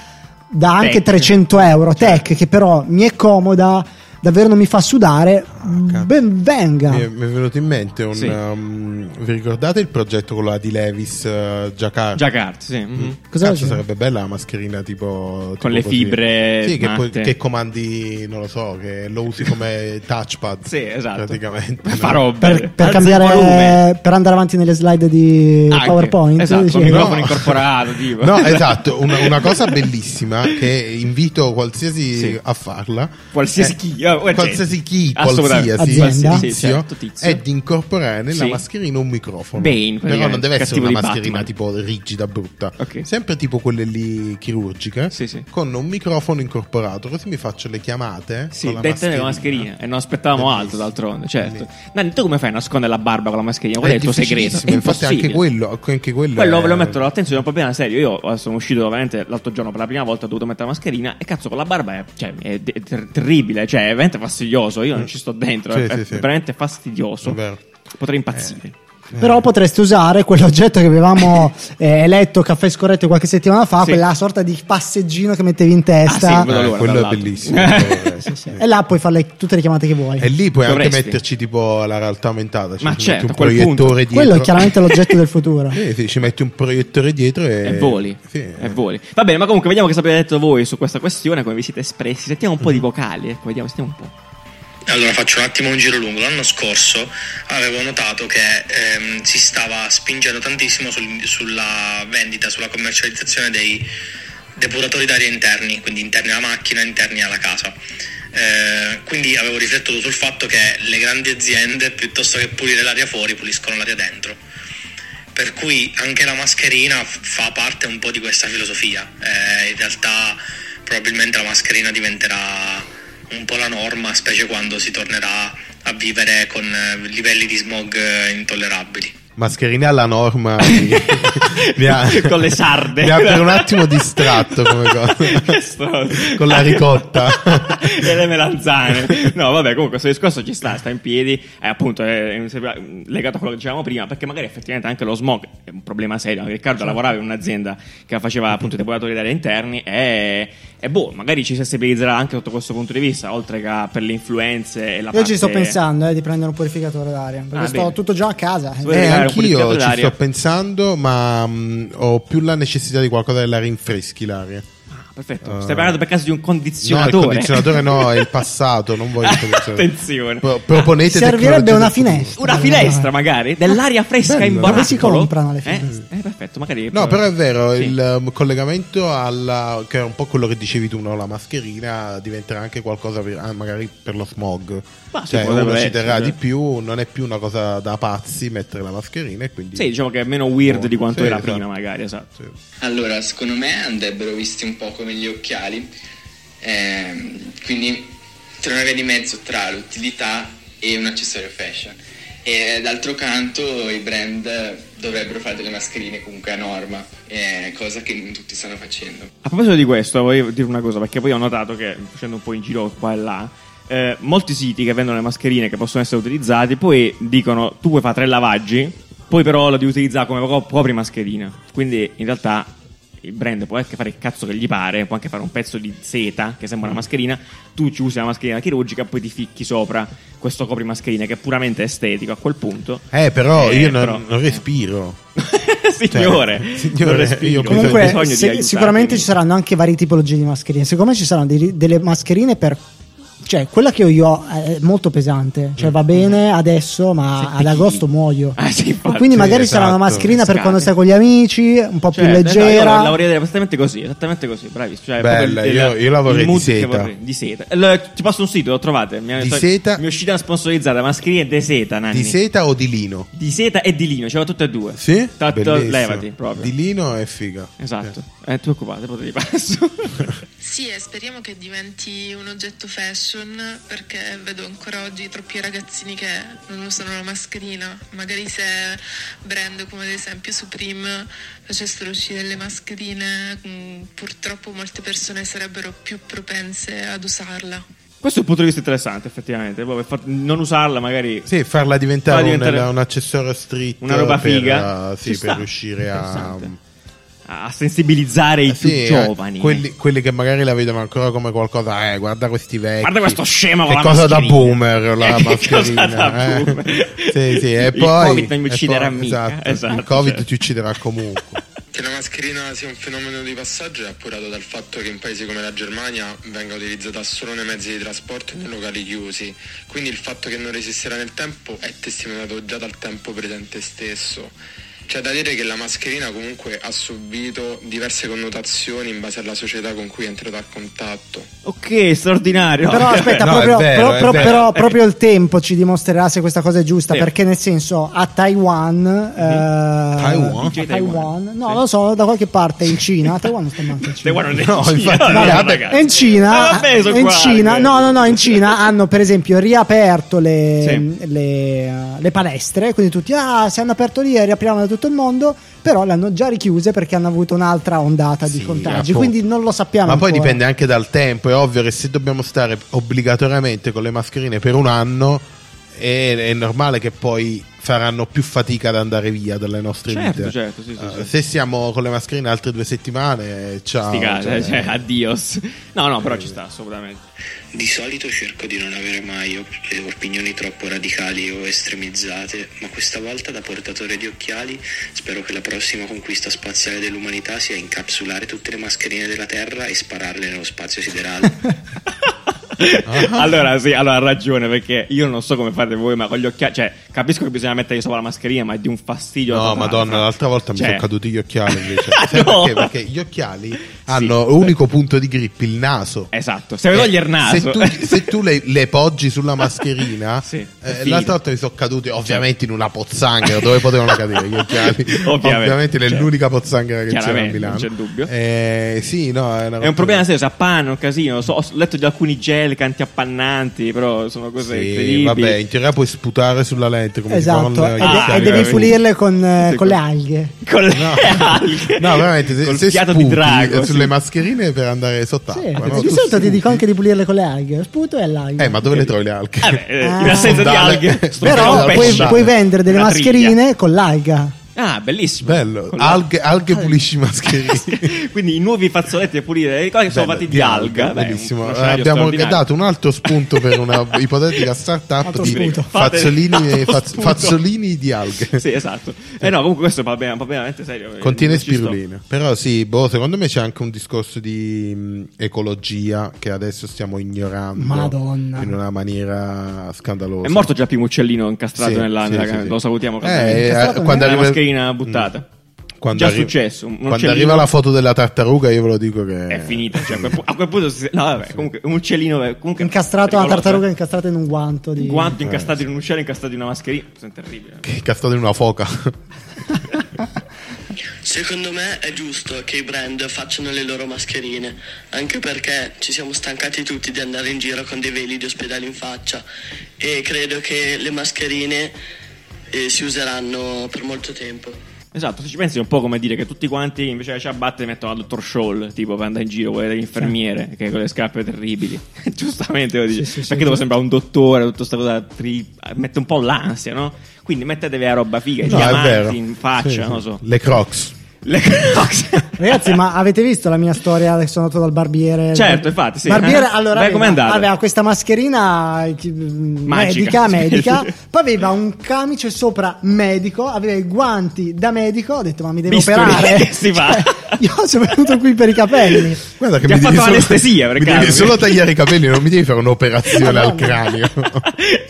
Speaker 2: da anche
Speaker 3: Tech. Certo.
Speaker 2: 300 euro tech, che però mi è comoda, davvero non mi fa sudare,
Speaker 1: cavolo.
Speaker 2: ben venga.
Speaker 1: Mi, è, mi è venuto in mente un.
Speaker 3: Sì.
Speaker 1: um, vi ricordate il progetto con la di Levis eh, Giacarta?
Speaker 3: Jacquard, sì. mhm.
Speaker 2: Cosa
Speaker 1: Cazzo,
Speaker 2: c'è?
Speaker 1: sarebbe bella la mascherina tipo. Mm. tipo
Speaker 3: le
Speaker 1: così.
Speaker 3: fibre
Speaker 1: Sì, che,
Speaker 3: matte.
Speaker 1: che comandi, non lo so, che lo usi come touchpad.
Speaker 3: Sì, esatto.
Speaker 1: Praticamente.
Speaker 3: Per
Speaker 1: no?
Speaker 3: fare robe.
Speaker 2: Per, per
Speaker 3: Alza il volume.
Speaker 2: cambiare, per andare avanti nelle slide di
Speaker 3: Anche,
Speaker 2: PowerPoint,
Speaker 3: esatto,
Speaker 2: dicevi?
Speaker 3: mi microfono incorporato, tipo.
Speaker 1: No, esatto, una, una cosa bellissima che invito qualsiasi
Speaker 3: Sì.
Speaker 1: a farla.
Speaker 3: Qualsiasi
Speaker 1: è-
Speaker 3: chi, eh, o gente.
Speaker 1: qualsiasi chi,
Speaker 3: Assolutamente.
Speaker 1: qualsiasi
Speaker 2: Azienda.
Speaker 1: tizio, Eh,
Speaker 3: Sì, certo, tizio.
Speaker 1: è di incorporare nella
Speaker 3: Sì.
Speaker 1: mascherina un microfono.
Speaker 3: Bane,
Speaker 1: Però non
Speaker 3: praticamente,
Speaker 1: deve essere
Speaker 3: cattivo
Speaker 1: una
Speaker 3: di
Speaker 1: mascherina
Speaker 3: Batman.
Speaker 1: tipo rigida, brutta.
Speaker 3: Ok.
Speaker 1: Sempre tipo quelle lì chirurgiche,
Speaker 3: Sì, sì.
Speaker 1: con un microfono incorporato, così mi faccio le chiamate.
Speaker 3: Sì,
Speaker 1: con la
Speaker 3: dette
Speaker 1: mascherina.
Speaker 3: nella mascherina Eh, e non aspettavamo altro
Speaker 1: Bellissimo.
Speaker 3: d'altronde, certo.
Speaker 1: Bellissimo.
Speaker 3: Nanni, tu come fai a nascondere la barba con la mascherina? Qual è il tuo segreto?
Speaker 1: difficilissimo, Eh, Infatti, anche
Speaker 3: impossibile.
Speaker 1: quello, anche quello,
Speaker 3: Quello ve lo
Speaker 1: è-
Speaker 3: metto all'attenzione, è un problema serio. Io eh, sono uscito veramente l'altro giorno per la prima volta, ho dovuto mettere la mascherina e cazzo con la barba è, cioè, è de- ter- terribile, cioè è veramente fastidioso, io non ci sto dentro,
Speaker 1: Mm. Sì,
Speaker 3: è,
Speaker 1: sì,
Speaker 3: è
Speaker 1: sì.
Speaker 3: veramente fastidioso.
Speaker 1: È vero. Eh,
Speaker 3: Potrei impazzire.
Speaker 2: Però potresti usare quell'oggetto che avevamo eh, letto caffè scorretto qualche settimana fa,
Speaker 3: Sì.
Speaker 2: quella sorta di passeggino che mettevi in testa.
Speaker 3: Ah, sì, vedo l'ora, tra
Speaker 1: Eh, quello è
Speaker 3: l'altro.
Speaker 1: bellissimo.
Speaker 2: Sì, sì. E là puoi fare le- tutte le chiamate che vuoi.
Speaker 1: E lì puoi
Speaker 3: Dovresti.
Speaker 1: anche metterci tipo la realtà aumentata. cioè Ci
Speaker 3: Ma
Speaker 1: metti
Speaker 3: certo,
Speaker 1: un
Speaker 3: a quel punto.
Speaker 1: proiettore dietro.
Speaker 2: Quello è chiaramente l'oggetto del futuro.
Speaker 1: Sì, sì, ci metti un proiettore dietro e,
Speaker 3: E voli,
Speaker 1: eh, Sì.
Speaker 3: e voli. Va bene, ma comunque vediamo cosa avete detto voi su questa questione, come vi siete espressi. Sentiamo un po' di vocali, ecco, vediamo, sentiamo un po'.
Speaker 4: Allora faccio un attimo un giro lungo. L'anno scorso avevo notato che ehm, si stava spingendo tantissimo sul- sulla vendita, sulla commercializzazione dei depuratori d'aria interni, quindi interni alla macchina, interni alla casa. Eh, quindi avevo riflettuto sul fatto che le grandi aziende piuttosto che pulire l'aria fuori puliscono l'aria dentro. Per cui anche la mascherina f- fa parte un po' di questa filosofia. Eh, in realtà probabilmente la mascherina diventerà un po' la norma, specie quando si tornerà a vivere con eh, livelli di smog eh, intollerabili.
Speaker 1: Mascherine alla norma. mi- mi ha-
Speaker 3: Con le sarde.
Speaker 1: Mi ha per un attimo distratto come cosa.
Speaker 3: Questo-
Speaker 1: Con la ricotta. Eh,
Speaker 3: e le melanzane. No, vabbè, comunque questo discorso ci sta, sta in piedi, è appunto è, è legato a quello che dicevamo prima, perché magari effettivamente anche lo smog è un problema serio. Anche Riccardo lavorava in un'azienda che faceva appunto depuratori d'aria interni e, e boh, magari ci sensibilizzerà anche sotto questo punto di vista, oltre che per le influenze e la
Speaker 2: Io ci sto
Speaker 3: parte-
Speaker 2: pensando eh, di prendere un purificatore d'aria, perché
Speaker 3: Ah,
Speaker 2: sto
Speaker 3: bene.
Speaker 2: tutto già a casa.
Speaker 3: Sì.
Speaker 1: Eh,
Speaker 3: creare un
Speaker 1: anch'io
Speaker 3: purificatore
Speaker 1: ci
Speaker 3: d'aria.
Speaker 1: sto pensando, ma mh, ho più la necessità di qualcosa che la rinfreschi l'aria.
Speaker 3: Ah, perfetto.
Speaker 1: Eh,
Speaker 3: Stai parlando per caso di un
Speaker 1: No,
Speaker 3: condizionatore.
Speaker 1: il condizionatore no, è il passato, non voglio il condizionatore.
Speaker 3: Attenzione.
Speaker 1: Pro- proponete
Speaker 2: Servirebbe
Speaker 1: tecnologie
Speaker 2: una
Speaker 1: del futuro.
Speaker 2: finestra.
Speaker 3: Una finestra, magari, Eh, dell'aria fresca
Speaker 1: Bello.
Speaker 3: in
Speaker 1: Dove
Speaker 3: barattolo.
Speaker 2: si comprano le
Speaker 3: Eh,
Speaker 2: finestre?
Speaker 3: eh, perfetto, magari...
Speaker 1: No, però è vero,
Speaker 3: Sì.
Speaker 1: il um, collegamento alla, che è un po' quello che dicevi tu, no? la mascherina diventerà anche qualcosa per- ah, magari per lo smog.
Speaker 3: Ma sì,
Speaker 1: cioè,
Speaker 3: potrebbe
Speaker 1: uno ci
Speaker 3: essere,
Speaker 1: terrà
Speaker 3: cioè.
Speaker 1: di più, non è più una cosa da pazzi mettere la mascherina e quindi...
Speaker 3: Sì, diciamo che è meno weird di quanto
Speaker 1: Sì,
Speaker 3: era
Speaker 1: esatto.
Speaker 3: prima, magari, esatto.
Speaker 1: Sì.
Speaker 5: Allora, secondo me andrebbero visti un po' come gli occhiali, ehm, quindi c'è una via di mezzo tra l'utilità e un accessorio fashion. E d'altro canto i brand dovrebbero fare delle mascherine comunque a norma, eh, cosa che non tutti stanno facendo.
Speaker 3: A proposito di questo, volevo dire una cosa, perché poi ho notato che, facendo un po' in giro qua e là, eh, molti siti che vendono le mascherine che possono essere utilizzati, poi dicono, tu puoi fare tre lavaggi, poi però lo devi utilizzare come co- propria mascherina. Quindi, in realtà... il brand può anche fare il cazzo che gli pare, può anche fare un pezzo di seta che sembra una mascherina, tu ci usi la mascherina chirurgica, poi ti ficchi sopra questo coprimascherina che è puramente estetico a quel punto.
Speaker 1: Eh, però
Speaker 3: Eh,
Speaker 1: io non,
Speaker 3: però-
Speaker 1: non respiro.
Speaker 3: signore,
Speaker 1: Cioè, signore,
Speaker 3: non respiro,
Speaker 1: io
Speaker 3: ho
Speaker 2: Comunque,
Speaker 3: bisogno di
Speaker 2: se-
Speaker 3: aiutarmi.
Speaker 2: sicuramente ci saranno anche varie tipologie di mascherine. Secondo me ci saranno dei- delle mascherine per. Cioè, quella che ho io è molto pesante. Cioè, va bene adesso, ma
Speaker 3: Mm. Sì,
Speaker 2: ad
Speaker 3: chi?
Speaker 2: agosto muoio.
Speaker 3: Ah, sì,
Speaker 2: E
Speaker 3: infatti.
Speaker 2: quindi magari
Speaker 1: Sì,
Speaker 2: sarà una
Speaker 1: esatto.
Speaker 2: mascherina per
Speaker 3: Scade.
Speaker 2: quando stai con gli amici, un po' più
Speaker 3: Cioè, no,
Speaker 2: leggera.
Speaker 3: io la vorrei dire esattamente così, esattamente così, bravissimo. Cioè,
Speaker 1: Bella,
Speaker 3: proprio
Speaker 1: io- io la vorrei
Speaker 3: il
Speaker 1: di
Speaker 3: mood che
Speaker 1: seta.
Speaker 3: vorrei, di seta. Il- ti passo un sito, lo trovate. Mi,
Speaker 1: Di seta.
Speaker 3: Mi è uscita sponsorizzata, mascherine de seta, Nanni.
Speaker 1: Di seta o di lino?
Speaker 3: Di seta e di lino, c'erano tutte e due.
Speaker 1: Sì?
Speaker 3: Tanto
Speaker 1: Bellissimo.
Speaker 3: levati proprio.
Speaker 1: Di lino è figa.
Speaker 3: Esatto. Eh, tu occupate, poi te li passo.
Speaker 6: Sì, e speriamo che diventi un oggetto fashion perché vedo ancora oggi troppi ragazzini che non usano la mascherina. Magari se brand come ad esempio Supreme facessero uscire le mascherine, mh, purtroppo molte persone sarebbero più propense ad usarla.
Speaker 3: Questo è un punto di vista interessante, effettivamente. Proprio per far- non usarla, magari.
Speaker 1: Sì, farla diventare,
Speaker 3: Farla
Speaker 1: un-
Speaker 3: diventare-
Speaker 1: un accessorio street.
Speaker 3: Una roba
Speaker 1: per,
Speaker 3: figa.
Speaker 1: uh,
Speaker 3: Ci
Speaker 1: sì,
Speaker 3: sta.
Speaker 1: per riuscire a...
Speaker 3: Interessante. A sensibilizzare i più
Speaker 1: Sì, eh,
Speaker 3: giovani.
Speaker 1: Quelli, quelli che magari la vedono ancora come qualcosa, eh, guarda questi vecchi.
Speaker 3: Guarda questo scemo con
Speaker 1: Che
Speaker 3: la
Speaker 1: cosa da
Speaker 3: mascherina.
Speaker 1: boomer la
Speaker 3: Eh, che
Speaker 1: mascherina.
Speaker 3: cosa da
Speaker 1: eh.
Speaker 3: boomer.
Speaker 1: sì, sì, e
Speaker 3: Il
Speaker 1: poi.
Speaker 3: Covid non mi
Speaker 1: e
Speaker 3: ucciderà
Speaker 1: poi-
Speaker 3: mica,
Speaker 1: Esatto,
Speaker 3: esatto,
Speaker 1: il Covid
Speaker 3: cioè.
Speaker 1: ti ucciderà comunque.
Speaker 5: Che la mascherina sia un fenomeno di passaggio è appurato dal fatto che in paesi come la Germania venga utilizzata solo nei mezzi di trasporto e nei locali chiusi, quindi il fatto che non resisterà nel tempo è testimoniato già dal tempo presente stesso. C'è da dire che la mascherina comunque ha subito diverse connotazioni in base alla società con cui è entrata a contatto.
Speaker 3: Ok, straordinario.
Speaker 2: Però aspetta,
Speaker 1: No, è
Speaker 2: proprio,
Speaker 1: vero,
Speaker 2: però-
Speaker 1: è
Speaker 2: però-
Speaker 1: vero.
Speaker 2: però
Speaker 1: Eh.
Speaker 2: proprio il tempo ci dimostrerà se questa cosa è giusta.
Speaker 3: Sì.
Speaker 2: Perché, nel senso, a Taiwan, eh,
Speaker 1: Taiwan?
Speaker 2: a
Speaker 3: Dice
Speaker 2: Taiwan,
Speaker 3: Taiwan.
Speaker 2: no,
Speaker 3: Sì.
Speaker 2: lo so, da qualche parte in Cina. A Taiwan non sta manco in Cina.
Speaker 3: Taiwan non è
Speaker 1: No,
Speaker 3: in Cina.
Speaker 1: infatti,
Speaker 3: no,
Speaker 1: vabbè,
Speaker 3: no,
Speaker 1: vabbè,
Speaker 3: ragazzi.
Speaker 2: in
Speaker 3: Ah,
Speaker 2: Cina,
Speaker 3: vabbè, sono
Speaker 2: in
Speaker 3: qua,
Speaker 2: Cina,
Speaker 3: eh.
Speaker 2: no, no, no, in Cina hanno per esempio riaperto le,
Speaker 3: Sì.
Speaker 2: le, eh, le palestre, quindi tutti, ah, se hanno aperto lì e riapriamo da tutto il mondo, però le hanno già richiuse perché hanno avuto un'altra ondata di
Speaker 1: Sì,
Speaker 2: contagi,
Speaker 3: ah,
Speaker 1: appunto.
Speaker 2: quindi non lo sappiamo.
Speaker 1: Ma poi
Speaker 2: ancora.
Speaker 1: dipende anche dal tempo. È ovvio che se dobbiamo stare obbligatoriamente con le mascherine per un anno, è, è normale che poi faranno più fatica ad andare via dalle nostre
Speaker 3: Certo,
Speaker 1: vite.
Speaker 3: certo, sì, sì,
Speaker 1: Eh,
Speaker 3: sì.
Speaker 1: Se siamo con le mascherine altre due settimane, eh, ciao.
Speaker 3: Sti cazzi,
Speaker 1: cioè,
Speaker 3: cioè, addios. No, no, però ci sta, assolutamente.
Speaker 5: Di solito cerco di non avere mai op- opinioni troppo radicali o estremizzate, ma questa volta da portatore di occhiali spero che la prossima conquista spaziale dell'umanità sia incapsulare tutte le mascherine della Terra e spararle nello spazio siderale.
Speaker 3: allora, sì, allora ha ragione perché io non so come fate voi, ma con gli occhiali, cioè, capisco che bisogna mettergli sopra la mascherina, ma è di un fastidio.
Speaker 1: No,
Speaker 3: totale.
Speaker 1: madonna, l'altra volta mi
Speaker 3: Cioè-
Speaker 1: sono caduti gli occhiali invece.
Speaker 3: Ah,
Speaker 1: Sai
Speaker 3: no.
Speaker 1: perché? Perché gli occhiali hanno unico punto di grip, il naso. Eh,
Speaker 3: Esatto, se mi togli il naso.
Speaker 1: Se tu, se tu le, le poggi sulla mascherina,
Speaker 3: Sì,
Speaker 1: eh,
Speaker 3: è Cioè. finita.
Speaker 1: l'altra volta mi sono caduti ovviamente in una pozzanghera dove potevano cadere gli occhiali.
Speaker 3: Ovviamente,
Speaker 1: ovviamente
Speaker 3: cioè,
Speaker 1: nell'unica pozzanghera che c'era a
Speaker 3: chiaramente,
Speaker 1: Milano.
Speaker 3: non c'è dubbio.
Speaker 1: Eh, sì, no, è, una
Speaker 3: È un problema serio, si appannano, un casino. So- ho letto di alcuni gel cantiappannanti, però sono cose
Speaker 1: Sì,
Speaker 3: incredibili.
Speaker 1: vabbè, in teoria puoi sputare sulla lente come si
Speaker 2: Esatto,
Speaker 1: fanno
Speaker 2: e,
Speaker 1: le-
Speaker 2: de-
Speaker 1: gli
Speaker 2: e
Speaker 3: Ah,
Speaker 1: occhiali.
Speaker 2: devi
Speaker 3: veramente.
Speaker 2: pulirle con, eh,
Speaker 3: Sì,
Speaker 2: con
Speaker 3: sì.
Speaker 2: le alghe.
Speaker 3: Con le
Speaker 1: No.
Speaker 3: alghe.
Speaker 1: No, veramente, se,
Speaker 3: Col
Speaker 1: se
Speaker 3: fiato
Speaker 1: sputi eh,
Speaker 3: di drago. sì.
Speaker 1: sulle mascherine per andare
Speaker 3: Ah,
Speaker 1: sott'acqua.
Speaker 2: Sì,
Speaker 1: no?
Speaker 2: di
Speaker 1: Tu
Speaker 2: solito ti
Speaker 1: sputi.
Speaker 2: dico anche di pulirle con le alghe, sputo e alghe.
Speaker 1: Eh, ma dove le trovi le alghe?
Speaker 3: Eh beh, eh, in
Speaker 2: Ah.
Speaker 3: assenza di
Speaker 1: Dale.
Speaker 3: alghe,
Speaker 1: Però
Speaker 3: sto facendo
Speaker 2: Però
Speaker 3: un
Speaker 1: Dove
Speaker 2: puoi,
Speaker 1: pesce.
Speaker 3: pesciato.
Speaker 2: puoi vendere delle
Speaker 3: Una triglia.
Speaker 2: mascherine con l'alga.
Speaker 3: Ah, bellissimo.
Speaker 1: Bello,
Speaker 3: Con l'alga.
Speaker 1: alghe, alghe pulisci mascherine.
Speaker 3: Quindi i nuovi fazzoletti da pulire eh, le cose sono
Speaker 1: Bello,
Speaker 3: fatti di alga. Beh,
Speaker 1: Bellissimo.
Speaker 3: un- uno scenario
Speaker 1: Abbiamo
Speaker 3: straordinario.
Speaker 1: dato un altro spunto per una ipotetica startup
Speaker 2: Altro
Speaker 1: di
Speaker 2: spunto.
Speaker 1: fazzolini,
Speaker 3: Fate-
Speaker 1: faz-
Speaker 3: spunto.
Speaker 1: fazzolini di alghe.
Speaker 3: Sì, esatto. Eh no, comunque questo è un problema, un problema veramente serio.
Speaker 1: Contiene
Speaker 3: Non ci sto.
Speaker 1: spirulina. Però sì, boh, secondo me c'è anche un discorso di mh, ecologia che adesso stiamo ignorando
Speaker 2: Madonna.
Speaker 1: in una maniera scandalosa.
Speaker 3: È morto già Pimo Uccellino incastrato
Speaker 1: Sì,
Speaker 3: nella,
Speaker 1: sì,
Speaker 3: nella-
Speaker 1: sì, sì.
Speaker 3: Lo salutiamo.
Speaker 1: Eh,
Speaker 3: caldamente.
Speaker 1: eh,
Speaker 2: Incastrato
Speaker 1: quando
Speaker 3: nella
Speaker 1: arriva... Mm.
Speaker 3: mascherina buttata.
Speaker 1: Quando
Speaker 3: Già
Speaker 1: arri-
Speaker 3: successo, un
Speaker 1: Quando
Speaker 3: uccellino-
Speaker 1: arriva la foto della tartaruga io ve lo dico che...
Speaker 3: È finita. Cioè, a, quel, pu- a quel punto. Si, no, vabbè, comunque, un uccellino. eh, Comunque,
Speaker 2: Incastrato, una
Speaker 3: pericoloso,
Speaker 2: tartaruga
Speaker 3: eh.
Speaker 2: incastrata in un guanto.
Speaker 1: Eh,
Speaker 2: Di...
Speaker 3: Un guanto incastrato in un uccello, incastrato in una mascherina. Sono terribile.
Speaker 1: Che è cascato in una foca.
Speaker 7: Secondo me è giusto che i brand facciano le loro mascherine, anche perché ci siamo stancati tutti di andare in giro con dei veli di ospedale in faccia e credo che le mascherine eh, si useranno per molto tempo.
Speaker 3: Esatto, se ci pensi è un po' come dire che tutti quanti invece delle ciabatte le mettono al dottor Scholl, tipo per andare in giro con le infermiere, che con le scarpe terribili. Giustamente lo dici,
Speaker 2: Sì, sì, sì,
Speaker 3: perché devo sembrare un dottore, tutta questa cosa tri- mette un po' l'ansia, no? Quindi mettetevi la roba figa, i
Speaker 1: No, è vero.
Speaker 3: diamanti in faccia,
Speaker 1: Sì,
Speaker 3: non lo
Speaker 1: sì.
Speaker 3: so.
Speaker 1: Le Crocs.
Speaker 3: Le Crocs.
Speaker 2: Ragazzi, ma avete visto la mia storia che sono andato dal barbiere?
Speaker 3: Certo, infatti, sì.
Speaker 2: Barbiere,
Speaker 3: Eh.
Speaker 2: allora,
Speaker 3: Beh, com'è
Speaker 2: aveva,
Speaker 3: andata?
Speaker 2: aveva questa mascherina eh, chi- mm,
Speaker 3: Magica.
Speaker 2: medica, medica, poi aveva un camice sopra medico, aveva i guanti da medico, ho detto ma mi devo
Speaker 3: Bisturi,
Speaker 2: operare. Cioè,
Speaker 3: che si fa?
Speaker 2: io sono venuto qui per i capelli.
Speaker 1: Guarda che
Speaker 3: Ti
Speaker 1: mi
Speaker 3: ha
Speaker 1: devi
Speaker 3: fatto
Speaker 1: solo-
Speaker 3: l'anestesia, per
Speaker 1: Mi devi
Speaker 3: caso.
Speaker 1: solo tagliare i capelli, non mi devi fare un'operazione al
Speaker 2: Madonna.
Speaker 1: cranio.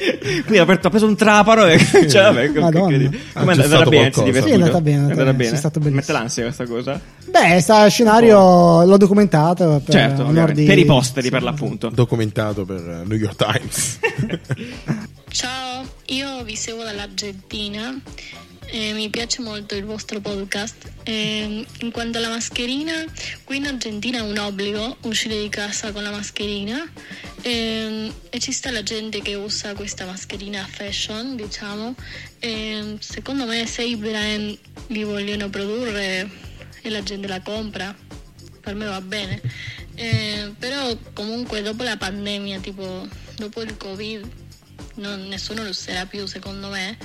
Speaker 3: Quindi ha aperto- ha preso un traparo e cioè, vabbè, che-
Speaker 2: Madonna. Ah,
Speaker 3: che- che-
Speaker 1: Ha
Speaker 3: com'è andata
Speaker 1: gestato
Speaker 3: bene? Si è
Speaker 1: qualcosa.
Speaker 3: divertito?
Speaker 2: Sì, è andata bene, è andata bene,
Speaker 3: bene?
Speaker 2: sì, è stato bellissimo.
Speaker 3: Mette l'ansia questa cosa?
Speaker 2: Beh, sta scenario l'ho documentato per,
Speaker 3: certo,
Speaker 2: onor
Speaker 3: ovviamente.
Speaker 2: Cioè, di-
Speaker 3: per i posteri per l'appunto.
Speaker 1: Documentato per eh, New York Times.
Speaker 8: Ciao, io vi seguo dall'Argentina e mi piace molto il vostro podcast. Ehm, in quanto alla mascherina, qui in Argentina è un obbligo uscire di casa con la mascherina Ehm, e ci sta la gente che usa questa mascherina fashion, diciamo. Ehm, secondo me se i brand li vogliono produrre e la gente la compra per Pues me va bene. Eh, però comunque dopo la pandemia, tipo dopo il Covid, non- nessuno lo userà più secondo me.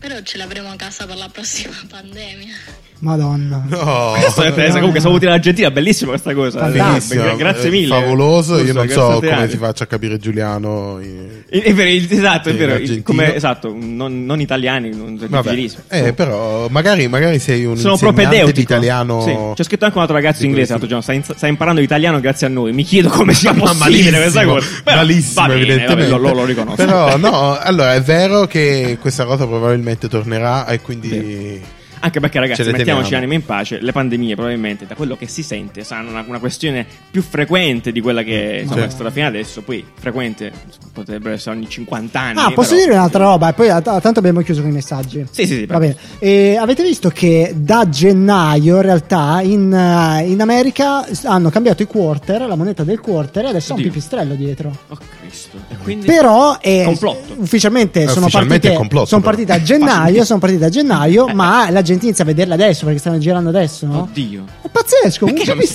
Speaker 8: Però ce l'avremo a casa per la prossima pandemia.
Speaker 2: Madonna.
Speaker 1: No.
Speaker 3: Questa è la tesa, comunque siamo venuti in Argentina, bellissima questa cosa.
Speaker 1: Bellissimo,
Speaker 3: Gra- Grazie
Speaker 1: eh,
Speaker 3: mille.
Speaker 1: Favoloso, io
Speaker 3: Giusto,
Speaker 1: non
Speaker 3: grazie
Speaker 1: so
Speaker 3: a te,
Speaker 1: come
Speaker 3: Ale.
Speaker 1: ti faccia capire Giuliano. eh,
Speaker 3: E- e per il- esatto, è
Speaker 1: Sì,
Speaker 3: vero. il-
Speaker 1: argentino.
Speaker 3: come, esatto, non, non italiani, non,
Speaker 1: Vabbè.
Speaker 3: difficilissimo.
Speaker 1: Eh, però magari, magari sei un
Speaker 3: Sono
Speaker 1: insegnante
Speaker 3: propedeutico.
Speaker 1: di italiano.
Speaker 3: Sì. C'è scritto anche un altro ragazzo
Speaker 1: Di
Speaker 3: inglese l'altro
Speaker 1: questi-
Speaker 3: giorno. Sta, in- sta imparando l'italiano grazie a noi. Mi chiedo come sia
Speaker 1: Ma
Speaker 3: possibile
Speaker 1: malissimo,
Speaker 3: questa cosa. Però
Speaker 1: malissimo,
Speaker 3: va bene,
Speaker 1: evidentemente.
Speaker 3: vabbè, lo, lo- lo riconosco.
Speaker 1: Però no, allora è vero che questa cosa probabilmente tornerà e quindi
Speaker 3: Anche perché,
Speaker 1: Ce
Speaker 3: ragazzi,
Speaker 1: le
Speaker 3: mettiamoci
Speaker 1: temiamo.
Speaker 3: l'anima in pace. Le pandemie, probabilmente, da quello che si sente, saranno una, una questione più frequente di quella che insomma,
Speaker 1: Certo.
Speaker 3: è stata fino adesso. Poi, frequente potrebbero essere ogni 50 anni.
Speaker 2: Ah, posso
Speaker 3: però-
Speaker 2: dire un'altra roba? E poi ah, t- tanto abbiamo chiuso con i messaggi.
Speaker 3: Sì, sì, sì.
Speaker 2: Va
Speaker 3: prego.
Speaker 2: bene. E avete visto che da gennaio in realtà in, eh, in America s- hanno cambiato i quarter, la moneta del quarter, e adesso ha un
Speaker 3: Oddio.
Speaker 2: pipistrello dietro.
Speaker 3: Oh, Cristo. E quindi.
Speaker 2: Eh, Però è
Speaker 3: Complotto.
Speaker 2: ufficialmente
Speaker 1: Eh,
Speaker 2: sono
Speaker 1: ufficialmente è
Speaker 2: partite,
Speaker 1: complotto,
Speaker 2: sono
Speaker 1: però.
Speaker 2: partite a gennaio,
Speaker 3: Facile.
Speaker 2: sono partite a gennaio,
Speaker 3: Eh.
Speaker 2: ma la gente inizia a vederle adesso perché stanno girando adesso, no?
Speaker 3: Oddio.
Speaker 2: È pazzesco,
Speaker 3: Perché
Speaker 2: un
Speaker 3: non si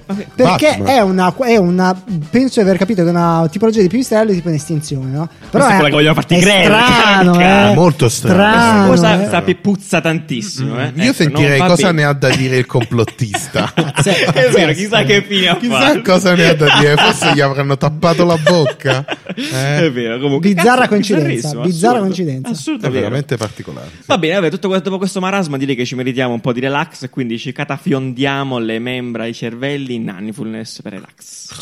Speaker 3: pipistrello? Ok.
Speaker 2: Perché
Speaker 1: Batman.
Speaker 2: è una, è una. Penso di aver capito che è una tipologia di pipistrello è tipo in estinzione, no? Però
Speaker 3: Questa è quella che vogliono farti
Speaker 2: è
Speaker 3: credere,
Speaker 2: Strano,
Speaker 3: cacca.
Speaker 2: eh.
Speaker 1: Molto strano.
Speaker 2: strano
Speaker 1: Questa
Speaker 3: Cosa
Speaker 2: eh.
Speaker 3: sta puzza tantissimo. eh.
Speaker 1: Mm. io
Speaker 3: Ecco,
Speaker 1: sentirei
Speaker 3: non va
Speaker 1: cosa
Speaker 3: bene.
Speaker 1: ne ha da dire il complottista.
Speaker 3: È vero, chissà che fine ha
Speaker 1: Chissà
Speaker 3: fatto.
Speaker 1: cosa ne ha da dire, forse gli avranno tappato la bocca. Eh,
Speaker 3: È vero, comunque.
Speaker 2: Bizzarra
Speaker 3: Cazzo,
Speaker 2: coincidenza,
Speaker 3: bizzarrissimo,
Speaker 2: bizzarra
Speaker 3: assurdo,
Speaker 2: coincidenza.
Speaker 3: Assurdo,
Speaker 1: È
Speaker 3: vero.
Speaker 1: veramente particolare.
Speaker 3: Va bene, vabbè, tutto questo, dopo questo marasma direi che ci meritiamo un po' di relax, quindi ci catafiondiamo le membra, i cervelli in Nannifulness per relax.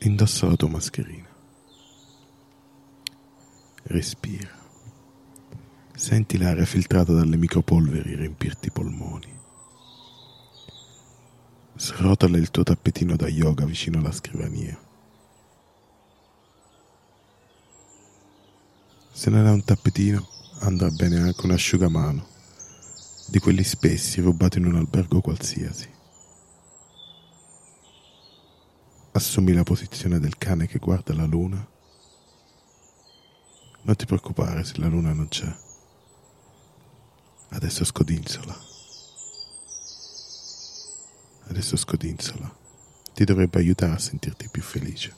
Speaker 1: Indossa la tua mascherina. Respira. Senti l'aria filtrata dalle micropolveri riempirti i polmoni. Srotola il tuo tappetino da yoga vicino alla scrivania. Se non è un tappetino, andrà bene anche un asciugamano, di quelli spessi rubati in un albergo qualsiasi. Assumi la posizione del cane che guarda la luna. Non ti preoccupare se la luna non c'è. Adesso scodinzola. Adesso scodinzola. Ti dovrebbe aiutare a sentirti più felice.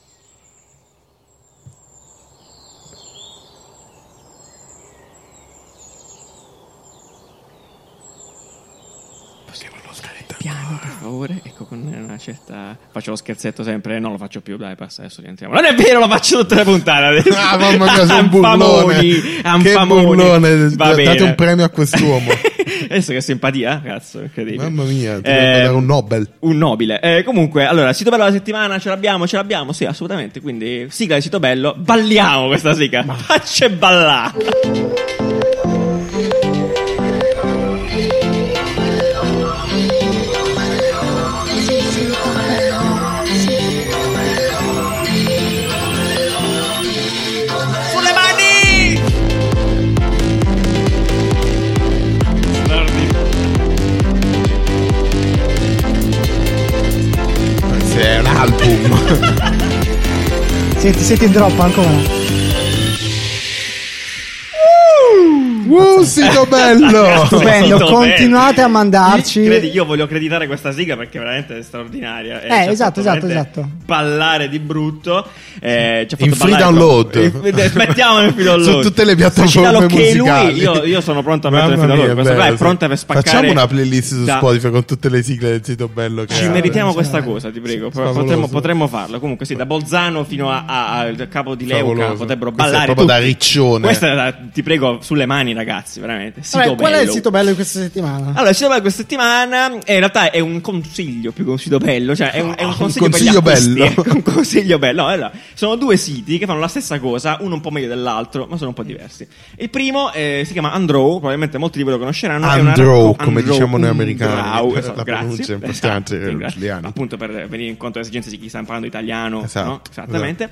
Speaker 1: Possiamo stare
Speaker 3: Piano, per favore, ecco, con una certa... Faccio lo scherzetto sempre, eh, non lo faccio più, dai, basta, adesso rientriamo. Non è vero, lo faccio tutte le puntate adesso.
Speaker 1: Ah, mamma mia, sei un burlone.
Speaker 3: Anfamoni,
Speaker 1: Che
Speaker 3: anfamoni.
Speaker 1: burlone.
Speaker 3: Va
Speaker 1: Date
Speaker 3: bene.
Speaker 1: un premio a quest'uomo.
Speaker 3: adesso che simpatia, cazzo, incredibile.
Speaker 1: Mamma mia, ti
Speaker 3: Eh,
Speaker 1: dovrebbe dare un Nobel.
Speaker 3: Un nobile. Eh, comunque, allora, sito bello della settimana, ce l'abbiamo, ce l'abbiamo, sì, assolutamente. Quindi, sigla di sito bello, balliamo questa sigla. Facce ballà. Sulle mani!
Speaker 1: Se è un album.
Speaker 2: Senti, senti il drop ancora.
Speaker 1: Wow, un sito bello!
Speaker 2: Oh, Stupendo,
Speaker 3: Tutto bene.
Speaker 2: continuate a mandarci.
Speaker 3: Io- credi, io voglio creditare questa sigla perché veramente è straordinaria.
Speaker 2: Eh,
Speaker 3: ci ha fatto
Speaker 2: esatto, esatto,
Speaker 3: veramente
Speaker 2: esatto.
Speaker 3: Ballare di brutto. eh, ci ha
Speaker 1: In
Speaker 3: fatto
Speaker 1: free
Speaker 3: ballare
Speaker 1: download.
Speaker 3: con- Eh, Mettiamo in free download.
Speaker 1: Su tutte
Speaker 3: Citalo
Speaker 1: le piattaforme
Speaker 3: che lui,
Speaker 1: musicali.
Speaker 3: io, io sono pronto a mettere in
Speaker 1: Mamma
Speaker 3: free download.
Speaker 1: mia,
Speaker 3: Questa
Speaker 1: bello,
Speaker 3: qua è
Speaker 1: sì.
Speaker 3: pronta per spaccare.
Speaker 1: Facciamo una playlist su
Speaker 3: da-
Speaker 1: Spotify con tutte le sigle del sito bello che
Speaker 3: Ci
Speaker 1: ha.
Speaker 3: meritiamo
Speaker 2: cioè,
Speaker 3: questa cosa, ti prego. Pro-
Speaker 1: favoloso.
Speaker 3: Potremmo, potremmo farlo. Comunque, sì, da Bolzano fino a- a- al capo di Leuca
Speaker 1: Favoloso.
Speaker 3: potrebbero
Speaker 1: Questa è
Speaker 3: ballare.
Speaker 1: proprio
Speaker 3: tutti.
Speaker 1: da riccione.
Speaker 3: Questa è da- ti prego, sulle mani, ragazzi, veramente. Sito
Speaker 2: Vabbè, qual è il
Speaker 3: bello.
Speaker 2: sito bello di questa settimana?
Speaker 3: Allora, il sito bello questa settimana eh, in realtà è un consiglio più che un sito bello, cioè è un, è un
Speaker 1: Ah, un
Speaker 3: consiglio,
Speaker 1: consiglio
Speaker 3: per gli acquisti,
Speaker 1: bello.
Speaker 3: ecco, un consiglio bello. No, allora, sono due siti che fanno la stessa cosa, uno un po' meglio dell'altro, ma sono un po' diversi. Il primo eh, si chiama Androw, probabilmente molti di voi lo conosceranno. è una-
Speaker 1: Androw, come diciamo noi americani,
Speaker 3: Androw, esatto,
Speaker 1: la
Speaker 3: grazie.
Speaker 1: pronuncia è importante,
Speaker 3: Esatto,
Speaker 1: eh,
Speaker 3: grazie.
Speaker 1: italiani.
Speaker 3: Appunto per venire incontro alle esigenze di chi sta imparando italiano,
Speaker 1: Esatto,
Speaker 3: no? Esattamente.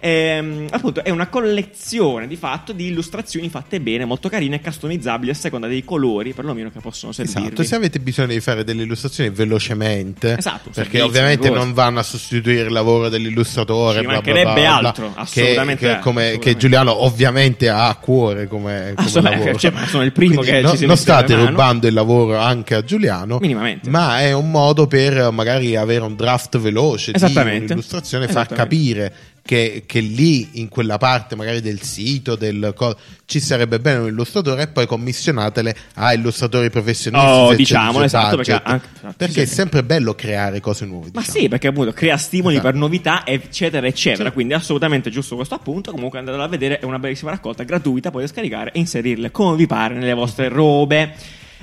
Speaker 3: Ehm, appunto è una collezione di fatto di illustrazioni fatte bene, molto carine e customizzabili a seconda dei colori, perlomeno che possono servirvi.
Speaker 1: Esatto, se avete bisogno di fare delle illustrazioni velocemente,
Speaker 3: Esatto, un
Speaker 1: perché
Speaker 3: servizio,
Speaker 1: ovviamente
Speaker 3: una cosa.
Speaker 1: non vanno a sostituire il lavoro dell'illustratore,
Speaker 3: Ci
Speaker 1: bla, bla,
Speaker 3: mancherebbe
Speaker 1: bla, bla,
Speaker 3: altro,
Speaker 1: che-
Speaker 3: assolutamente,
Speaker 1: che, come-
Speaker 3: assolutamente.
Speaker 1: che Giuliano ovviamente ha a cuore come, come
Speaker 3: Assolutamente,
Speaker 1: lavoro.
Speaker 3: cioè, ma sono il primo
Speaker 1: Quindi
Speaker 3: che ci
Speaker 1: no-
Speaker 3: si
Speaker 1: Non
Speaker 3: mette le
Speaker 1: state
Speaker 3: mano.
Speaker 1: rubando il lavoro anche a Giuliano,
Speaker 3: Minimamente.
Speaker 1: ma è un modo per eh, magari avere un draft veloce di
Speaker 3: Esattamente.
Speaker 1: un'illustrazione, far
Speaker 3: Esattamente.
Speaker 1: capire che, che lì in quella parte magari del sito del co- ci sarebbe bene un illustratore e poi commissionatele a illustratori professionisti
Speaker 3: Oh,
Speaker 1: se c'è
Speaker 3: diciamolo,
Speaker 1: il
Speaker 3: esatto,
Speaker 1: budget.
Speaker 3: perché anche-
Speaker 1: Perché
Speaker 3: sì,
Speaker 1: è
Speaker 3: sì.
Speaker 1: sempre bello creare cose nuove.
Speaker 3: Ma
Speaker 1: diciamo.
Speaker 3: sì, perché appunto crea stimoli
Speaker 1: Esatto.
Speaker 3: per novità, eccetera, eccetera.
Speaker 1: Sì.
Speaker 3: Quindi è assolutamente giusto questo appunto. Comunque andatelo a vedere, è una bellissima raccolta gratuita, potete scaricare e inserirle come vi pare nelle vostre
Speaker 1: Mm-hmm.
Speaker 3: robe.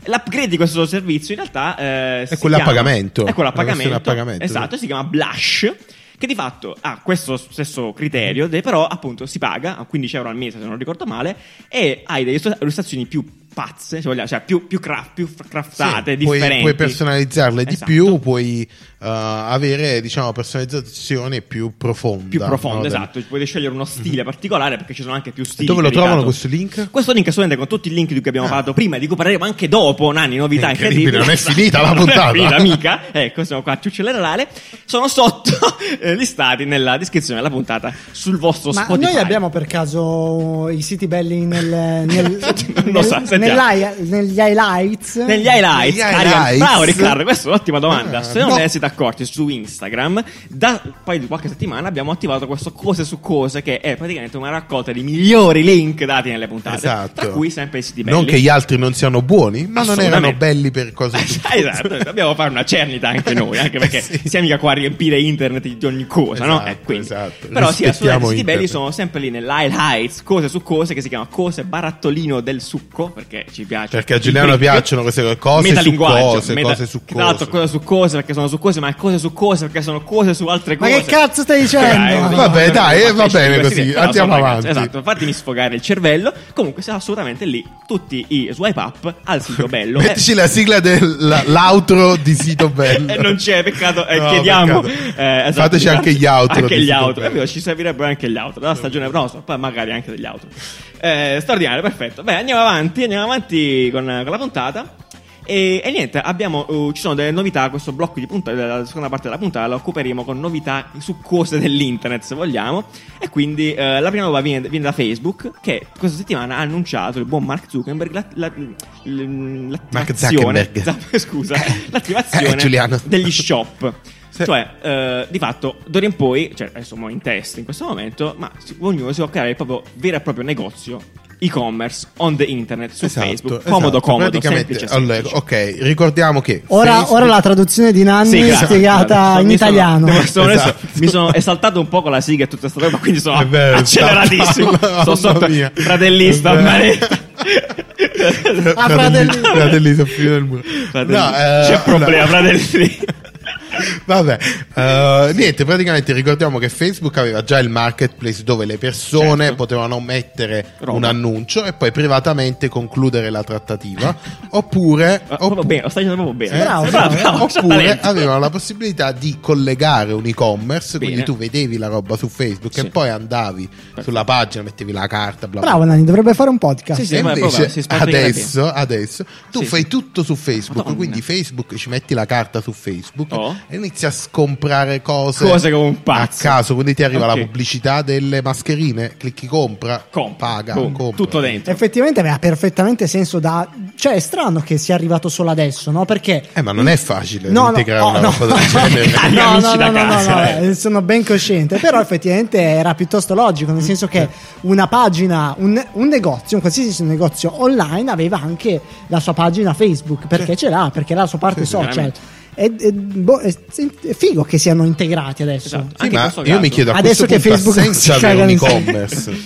Speaker 3: L'upgrade di questo servizio in realtà eh, si
Speaker 1: quello a
Speaker 3: chiama-
Speaker 1: pagamento.
Speaker 3: È quello a
Speaker 1: La versione
Speaker 3: pagamento.
Speaker 1: a pagamento,
Speaker 3: Esatto, si chiama Blush. Che di fatto ha questo stesso criterio,
Speaker 1: Mm-hmm.
Speaker 3: de- però appunto si paga a 15 euro al mese se non ricordo male, e hai delle illustrazioni più pazze, se vogliamo, cioè più, più, craft, più craftate,
Speaker 1: Sì, puoi,
Speaker 3: differenti.
Speaker 1: puoi personalizzarle di
Speaker 3: Esatto.
Speaker 1: più, puoi eh, avere diciamo personalizzazioni più profonde.
Speaker 3: più profondo,
Speaker 1: no? Del-
Speaker 3: esatto. Potete scegliere uno stile particolare perché ci sono anche più stili.
Speaker 1: Dove lo
Speaker 3: per il
Speaker 1: trovano
Speaker 3: dato.
Speaker 1: questo link?
Speaker 3: Questo link è solamente con tutti i link di cui abbiamo
Speaker 1: Ah.
Speaker 3: parlato prima e di cui parleremo anche dopo, Nani, novità
Speaker 1: È
Speaker 3: incredibile.
Speaker 1: incredibile, non è finita la
Speaker 3: Non è
Speaker 1: puntata.
Speaker 3: finita, mica. Ecco, siamo qua a ciuccellerale. Sono sotto eh, listati nella descrizione della puntata sul vostro
Speaker 2: Ma
Speaker 3: Spotify.
Speaker 2: noi abbiamo per caso uh, i siti belli nel, nel-
Speaker 3: Non lo so,
Speaker 2: nel-
Speaker 3: sentiamo.
Speaker 2: nell'hi- negli highlights?
Speaker 3: negli highlights,
Speaker 1: Negli
Speaker 3: carica-
Speaker 1: highlights.
Speaker 3: bravo Riccardo questa è un'ottima domanda
Speaker 1: Ah,
Speaker 3: se non
Speaker 1: no.
Speaker 3: ve ne siete accorti su Instagram da poi di qualche settimana abbiamo attivato questo cose su cose che è praticamente una raccolta di migliori link dati nelle puntate
Speaker 1: Esatto.
Speaker 3: tra cui sempre i siti belli
Speaker 1: Non che gli altri non siano buoni, ma non erano
Speaker 3: Assolutamente.
Speaker 1: belli per cose
Speaker 3: Esatto, esatto, dobbiamo fare una cernita anche noi, anche perché
Speaker 1: Sì.
Speaker 3: siamo mica qua a riempire internet di ogni cosa, no?
Speaker 1: Esatto,
Speaker 3: Eh, quindi.
Speaker 1: esatto.
Speaker 3: Però sì,
Speaker 1: Rispettiamo
Speaker 3: assolutamente i siti
Speaker 1: internet.
Speaker 3: belli sono sempre lì nell'highlights, cose su cose che si chiama cose barattolino del succo, perché ci piace.
Speaker 1: Perché a
Speaker 3: il
Speaker 1: Giuliano
Speaker 3: brick.
Speaker 1: piacciono queste cose su
Speaker 3: Metalinguaggio,
Speaker 1: cose, cose su
Speaker 3: Tra l'altro
Speaker 1: cose.
Speaker 3: cose su cose perché sono su cose, ma cose su cose perché sono cose su altre
Speaker 2: Ma
Speaker 3: cose.
Speaker 2: che cazzo stai dicendo?
Speaker 1: Vabbè, dai, eh, va
Speaker 3: fateci
Speaker 1: bene
Speaker 3: questi-
Speaker 1: così,
Speaker 3: no,
Speaker 1: andiamo
Speaker 3: sono
Speaker 1: avanti.
Speaker 3: ragazzi, Esatto, fatemi sfogare il cervello. Comunque siamo assolutamente lì, tutti i swipe up al sito bello. Eh,
Speaker 1: Mettici la sigla dell'outro di Sito Bello.
Speaker 3: e non c'è, peccato, eh,
Speaker 1: No,
Speaker 3: chiediamo.
Speaker 1: peccato.
Speaker 3: eh, esatto,
Speaker 1: Fateci anche gli outro
Speaker 3: Anche
Speaker 1: di
Speaker 3: gli
Speaker 1: Sito
Speaker 3: outro,
Speaker 1: Bello.
Speaker 3: è vero, ci servirebbero anche gli outro della stagione prossima, poi magari anche degli outro. Eh, straordinario, perfetto. Beh, andiamo avanti, andiamo avanti con, con la puntata. E, e niente, abbiamo, eh, ci sono delle novità, questo blocco di punta, la seconda parte della puntata la occuperemo con novità su cose dell'internet, se vogliamo. E quindi eh, la prima roba viene, viene da Facebook, che questa settimana ha annunciato il buon Mark Zuckerberg la, la, l- l'attivazione-
Speaker 1: Zuckerberg.
Speaker 3: Zuck- scusa, l'attivazione
Speaker 1: Eh, Giuliano.
Speaker 3: degli shop.
Speaker 1: Sì.
Speaker 3: Cioè, eh, di fatto, d'ora in poi, cioè adesso siamo in test in questo momento, ma si- ognuno si può creare il proprio vero e proprio negozio e-commerce on the internet su
Speaker 1: Esatto,
Speaker 3: Facebook.
Speaker 1: esatto.
Speaker 3: Comodo, comodo,
Speaker 1: Praticamente,
Speaker 3: semplice,
Speaker 1: allora,
Speaker 3: semplice.
Speaker 1: ok, ricordiamo che
Speaker 2: Ora,
Speaker 1: Facebook-
Speaker 2: ora la traduzione di Nanni
Speaker 3: Sì,
Speaker 2: è
Speaker 3: grazie.
Speaker 2: spiegata
Speaker 3: Guarda,
Speaker 2: in
Speaker 3: mi sono-
Speaker 2: italiano.
Speaker 3: mi sono-
Speaker 1: Esatto.
Speaker 3: mi sono esaltato un po' con la sigla e tutta questa roba, quindi sono
Speaker 1: È vero,
Speaker 3: acceleratissimo.
Speaker 1: mamma
Speaker 3: sono sotto
Speaker 1: mia.
Speaker 3: fratellista.
Speaker 1: È vero.
Speaker 3: Fratelli-
Speaker 2: Ah,
Speaker 1: fratelli,
Speaker 2: fratelli-
Speaker 1: fratelli, sono più nel muro. No, eh,
Speaker 3: C'è problema,
Speaker 1: allora-
Speaker 3: fratelli.
Speaker 1: Vabbè, eh, niente, praticamente ricordiamo che Facebook aveva già il marketplace dove le persone
Speaker 3: Certo.
Speaker 1: potevano mettere
Speaker 3: Roba.
Speaker 1: un annuncio e poi privatamente concludere la trattativa, oppure,
Speaker 3: Ah, proprio
Speaker 1: oppu-
Speaker 3: bene, lo stai dicendo proprio bene.
Speaker 1: eh,
Speaker 2: Bravo,
Speaker 1: sì.
Speaker 2: bravo, bravo,
Speaker 3: c'è
Speaker 1: oppure eh,
Speaker 3: talento.
Speaker 1: avevano la possibilità di collegare un e-commerce,
Speaker 3: Bene.
Speaker 1: quindi tu vedevi la roba su Facebook
Speaker 3: Sì.
Speaker 1: e poi andavi sulla pagina, mettevi la carta, bla bla.
Speaker 2: Bravo Nanni, dovrebbe fare un podcast.
Speaker 3: Sì, sì.
Speaker 1: E
Speaker 3: ma prova,
Speaker 1: invece
Speaker 3: si sparge in
Speaker 1: adesso, adesso tu
Speaker 3: Sì,
Speaker 1: fai
Speaker 3: sì.
Speaker 1: tutto su Facebook,
Speaker 3: Madonna.
Speaker 1: quindi Facebook ci metti la carta su Facebook
Speaker 3: Oh.
Speaker 1: e inizi a scomprare cose,
Speaker 3: Cose come un pazzo.
Speaker 1: a caso. Quindi ti arriva
Speaker 3: Ok.
Speaker 1: la pubblicità delle mascherine, clicchi compra,
Speaker 3: Compra.
Speaker 1: paga,
Speaker 3: Boom.
Speaker 1: compra.
Speaker 3: Tutto dentro.
Speaker 2: Effettivamente aveva perfettamente senso da... Cioè è strano che sia arrivato solo adesso, no? Perché...
Speaker 1: Eh, ma non è facile
Speaker 2: No, no,
Speaker 1: integrare
Speaker 2: oh,
Speaker 1: una
Speaker 2: no.
Speaker 1: cosa del genere.
Speaker 3: Dai,
Speaker 2: no,
Speaker 3: amici
Speaker 2: no,
Speaker 3: da
Speaker 2: no, no,
Speaker 3: casa,
Speaker 2: no,
Speaker 3: eh.
Speaker 2: eh, sono ben cosciente, però effettivamente era piuttosto logico, nel senso che una pagina, un, un negozio, un qualsiasi negozio online aveva anche la sua pagina Facebook, perché ce l'ha, perché era la sua parte
Speaker 1: Sì, sì,
Speaker 2: social.
Speaker 3: veramente.
Speaker 2: E, e- boh, è, è figo che siano integrati adesso.
Speaker 3: Esatto.
Speaker 1: Sì,
Speaker 3: Anche
Speaker 1: ma
Speaker 3: questo
Speaker 1: io
Speaker 3: caso.
Speaker 1: mi chiedo a
Speaker 2: Adesso
Speaker 1: questo
Speaker 2: che
Speaker 1: punto,
Speaker 2: Facebook non si
Speaker 1: senza avere un
Speaker 2: caga in sé.
Speaker 1: e-commerce,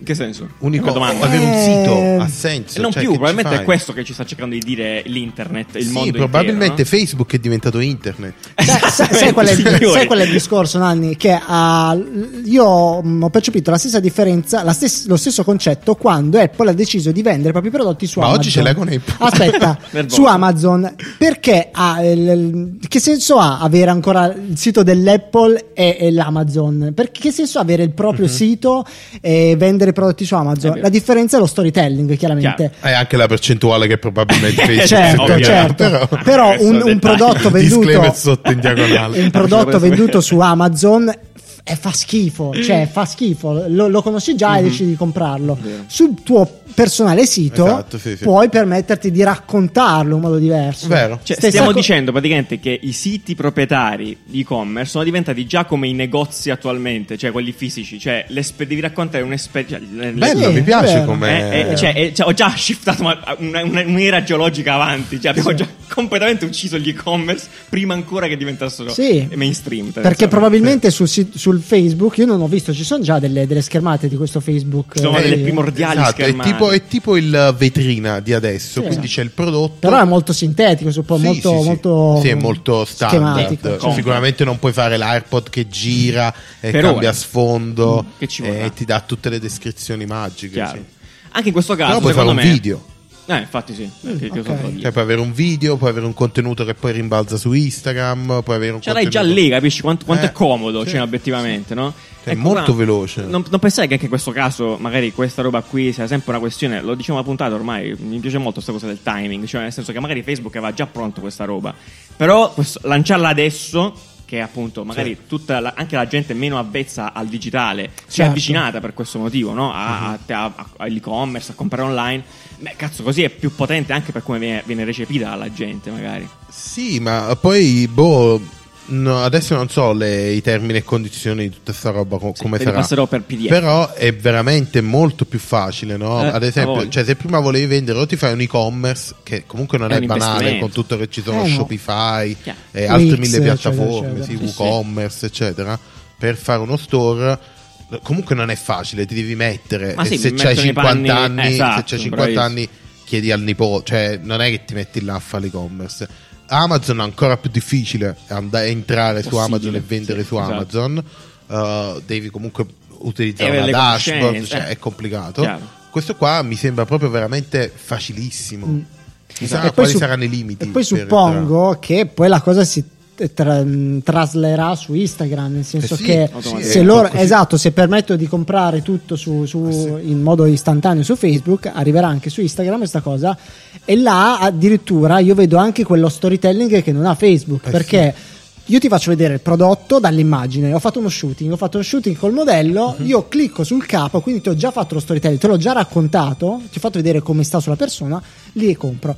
Speaker 3: In che senso?
Speaker 1: un
Speaker 3: Una domanda.
Speaker 1: e-commerce, avere un
Speaker 2: Eh,
Speaker 1: sito ha
Speaker 3: E
Speaker 1: senso.
Speaker 3: non
Speaker 1: cioè,
Speaker 3: più,
Speaker 1: che ci
Speaker 3: probabilmente è
Speaker 1: fai?
Speaker 3: questo che ci sta cercando di dire l'internet, il
Speaker 1: sì,
Speaker 3: mondo intero,
Speaker 1: probabilmente
Speaker 3: no?
Speaker 1: Facebook è diventato internet.
Speaker 2: Sai- sai, sai qual è il,
Speaker 3: Signori.
Speaker 2: sai qual è il discorso, Nanni? Che ah, l- io mm, ho percepito la stessa differenza, la stes- lo stesso concetto quando Apple ha deciso di vendere i propri prodotti su
Speaker 1: Ma
Speaker 2: Amazon.
Speaker 1: oggi ce l'hai con Apple.
Speaker 2: Aspetta,
Speaker 3: Nervoso.
Speaker 2: su Amazon, perché ha il- il- che senso ha avere ancora il sito dell'Apple e, e l'Amazon? Perché che senso ha avere il proprio
Speaker 1: Mhm.
Speaker 2: sito e vendere i prodotti su
Speaker 3: È
Speaker 2: Amazon?
Speaker 3: vero.
Speaker 2: La differenza è lo storytelling, chiaramente.
Speaker 1: È anche la percentuale che probabilmente Facebook
Speaker 2: Certo,
Speaker 1: si prenderà,
Speaker 2: certo.
Speaker 1: però-
Speaker 2: Però,
Speaker 3: Questo
Speaker 2: un,
Speaker 3: è un
Speaker 2: un prodotto venduto
Speaker 1: Disclaimer sotto in diagonale.
Speaker 2: un prodotto
Speaker 3: Questo-
Speaker 2: venduto su Amazon f- eh, fa schifo, cioè fa schifo, lo, lo conosci già
Speaker 1: Mhm.
Speaker 2: e decidi di comprarlo. Sul tuo personale sito
Speaker 1: Esatto, sì, sì.
Speaker 2: puoi permetterti di raccontarlo in modo diverso.
Speaker 1: Vero.
Speaker 3: Cioè,
Speaker 2: Stessa
Speaker 3: stiamo
Speaker 2: co-
Speaker 3: dicendo praticamente che i siti proprietari di e-commerce sono diventati già come i negozi attualmente, cioè quelli fisici, cioè l'espe- devi raccontare un'esperienza.
Speaker 1: Bello,
Speaker 2: Sì,
Speaker 1: mi piace
Speaker 2: vero.
Speaker 1: come...
Speaker 3: Eh, eh, cioè, eh, cioè, ho già shiftato ma- una- una- un'era geologica avanti. Cioè, abbiamo già completamente ucciso gli e-commerce prima ancora che diventassero
Speaker 2: Sì.
Speaker 3: mainstream. te ne
Speaker 2: Perché
Speaker 3: so.
Speaker 2: probabilmente sul, sit- sul Facebook, io non ho visto, ci sono già delle, delle schermate di questo Facebook.
Speaker 3: Ci sono
Speaker 2: eh,
Speaker 3: delle primordiali
Speaker 1: Esatto, è
Speaker 3: schermate.
Speaker 1: tipo, è tipo il vetrina di adesso,
Speaker 2: esatto.
Speaker 1: quindi c'è il prodotto...
Speaker 2: Però è molto sintetico, suppo-
Speaker 1: Sì,
Speaker 2: molto,
Speaker 1: sì, sì.
Speaker 2: molto,
Speaker 1: Sì, è molto standard.
Speaker 2: schematico. certo.
Speaker 1: Cioè, sicuramente non puoi fare l'iPod che gira e
Speaker 3: Per
Speaker 1: cambia
Speaker 3: ora.
Speaker 1: sfondo
Speaker 3: Mm, che ci vorrà.
Speaker 1: e ti dà tutte le descrizioni magiche.
Speaker 3: Chiaro.
Speaker 1: sì.
Speaker 3: Anche in questo caso,
Speaker 1: Però puoi fare
Speaker 3: secondo
Speaker 1: un
Speaker 3: me-
Speaker 1: video.
Speaker 3: Eh, infatti, sì. Eh, che- che
Speaker 2: ok.
Speaker 3: sono video.
Speaker 1: Cioè, puoi avere un video, puoi avere un contenuto che poi rimbalza su Instagram, puoi avere un
Speaker 3: Ce l'hai già
Speaker 1: contenuto-
Speaker 3: lì, capisci quanto, quanto
Speaker 1: Eh,
Speaker 3: è comodo,
Speaker 1: sì. Cioè,
Speaker 3: cioè, obiettivamente, no? Ecco,
Speaker 1: È molto veloce.
Speaker 3: Non, non pensare che anche in questo caso, magari questa roba qui sia sempre una questione, lo diciamo alla puntata ormai, mi piace molto questa cosa del timing, cioè nel senso che magari Facebook aveva già pronto questa roba, però questo- lanciarla adesso, che appunto magari tutta la- anche la gente meno avvezza al digitale si è
Speaker 2: Certo.
Speaker 3: avvicinata per questo motivo, no?
Speaker 1: Mhm.
Speaker 3: A- a- a- a- all'e-commerce, a comprare online, beh cazzo così è più potente anche per come viene, viene recepita alla gente magari.
Speaker 1: Sì, ma poi, boh, no, adesso non so le- i termini e condizioni di tutta sta roba co- come
Speaker 3: te li
Speaker 1: sarà.
Speaker 3: passerò per PDF.
Speaker 1: Però è veramente molto più facile, no?
Speaker 3: Eh,
Speaker 1: Ad
Speaker 3: a
Speaker 1: esempio,
Speaker 3: voglia.
Speaker 1: cioè, se prima volevi vendere o ti fai un e-commerce, che comunque non
Speaker 3: È
Speaker 1: è,
Speaker 3: un
Speaker 1: banale,
Speaker 3: investimento.
Speaker 1: con tutto che ci sono
Speaker 2: Eh, no.
Speaker 1: Shopify
Speaker 3: Chiaro.
Speaker 1: e eh, altre
Speaker 2: Wix,
Speaker 1: mille piattaforme,
Speaker 2: eccetera, eccetera.
Speaker 1: sì, WooCommerce, eccetera, per fare uno store... Comunque non è facile, ti devi mettere.
Speaker 3: Ma
Speaker 1: e
Speaker 3: sì,
Speaker 1: se
Speaker 3: mi
Speaker 1: c'hai
Speaker 3: mettono i
Speaker 1: 50
Speaker 3: panni-
Speaker 1: anni, se
Speaker 3: esatto,
Speaker 1: c'hai 50
Speaker 3: bravissimo.
Speaker 1: anni chiedi al nipote, cioè non è che ti metti là a fare l'e-commerce. Amazon è ancora più difficile andare, entrare su
Speaker 3: Possibile,
Speaker 1: Amazon e vendere
Speaker 3: sì,
Speaker 1: su
Speaker 3: esatto.
Speaker 1: Amazon. Uh, devi comunque utilizzare
Speaker 3: Avere
Speaker 1: una
Speaker 3: le
Speaker 1: dashboard,
Speaker 3: conoscenze,
Speaker 1: cioè
Speaker 3: eh.
Speaker 1: è complicato.
Speaker 3: Chiaro.
Speaker 1: Questo qua mi sembra proprio veramente facilissimo. Chissà
Speaker 2: Mm. Esatto. E poi
Speaker 1: Esatto. quali
Speaker 2: su-
Speaker 1: saranno i limiti.
Speaker 2: E poi
Speaker 1: per
Speaker 2: suppongo che poi la cosa si tra- traslerà su Instagram, nel senso
Speaker 1: Eh sì,
Speaker 2: che
Speaker 1: sì,
Speaker 2: se
Speaker 1: è
Speaker 2: loro,
Speaker 1: un po' così.
Speaker 2: esatto, se permettono di comprare tutto su- su-
Speaker 3: Ah,
Speaker 2: in modo istantaneo su Facebook, arriverà anche su Instagram questa cosa. E là addirittura io vedo anche quello storytelling che non ha Facebook,
Speaker 1: Eh
Speaker 2: perché... Io ti faccio vedere il prodotto dall'immagine. Ho fatto uno shooting, ho fatto uno shooting col modello.
Speaker 3: Mhm.
Speaker 2: Io clicco sul capo, quindi ti ho già fatto lo storytelling, te l'ho già raccontato, ti ho fatto vedere come sta sulla persona, lì e compro.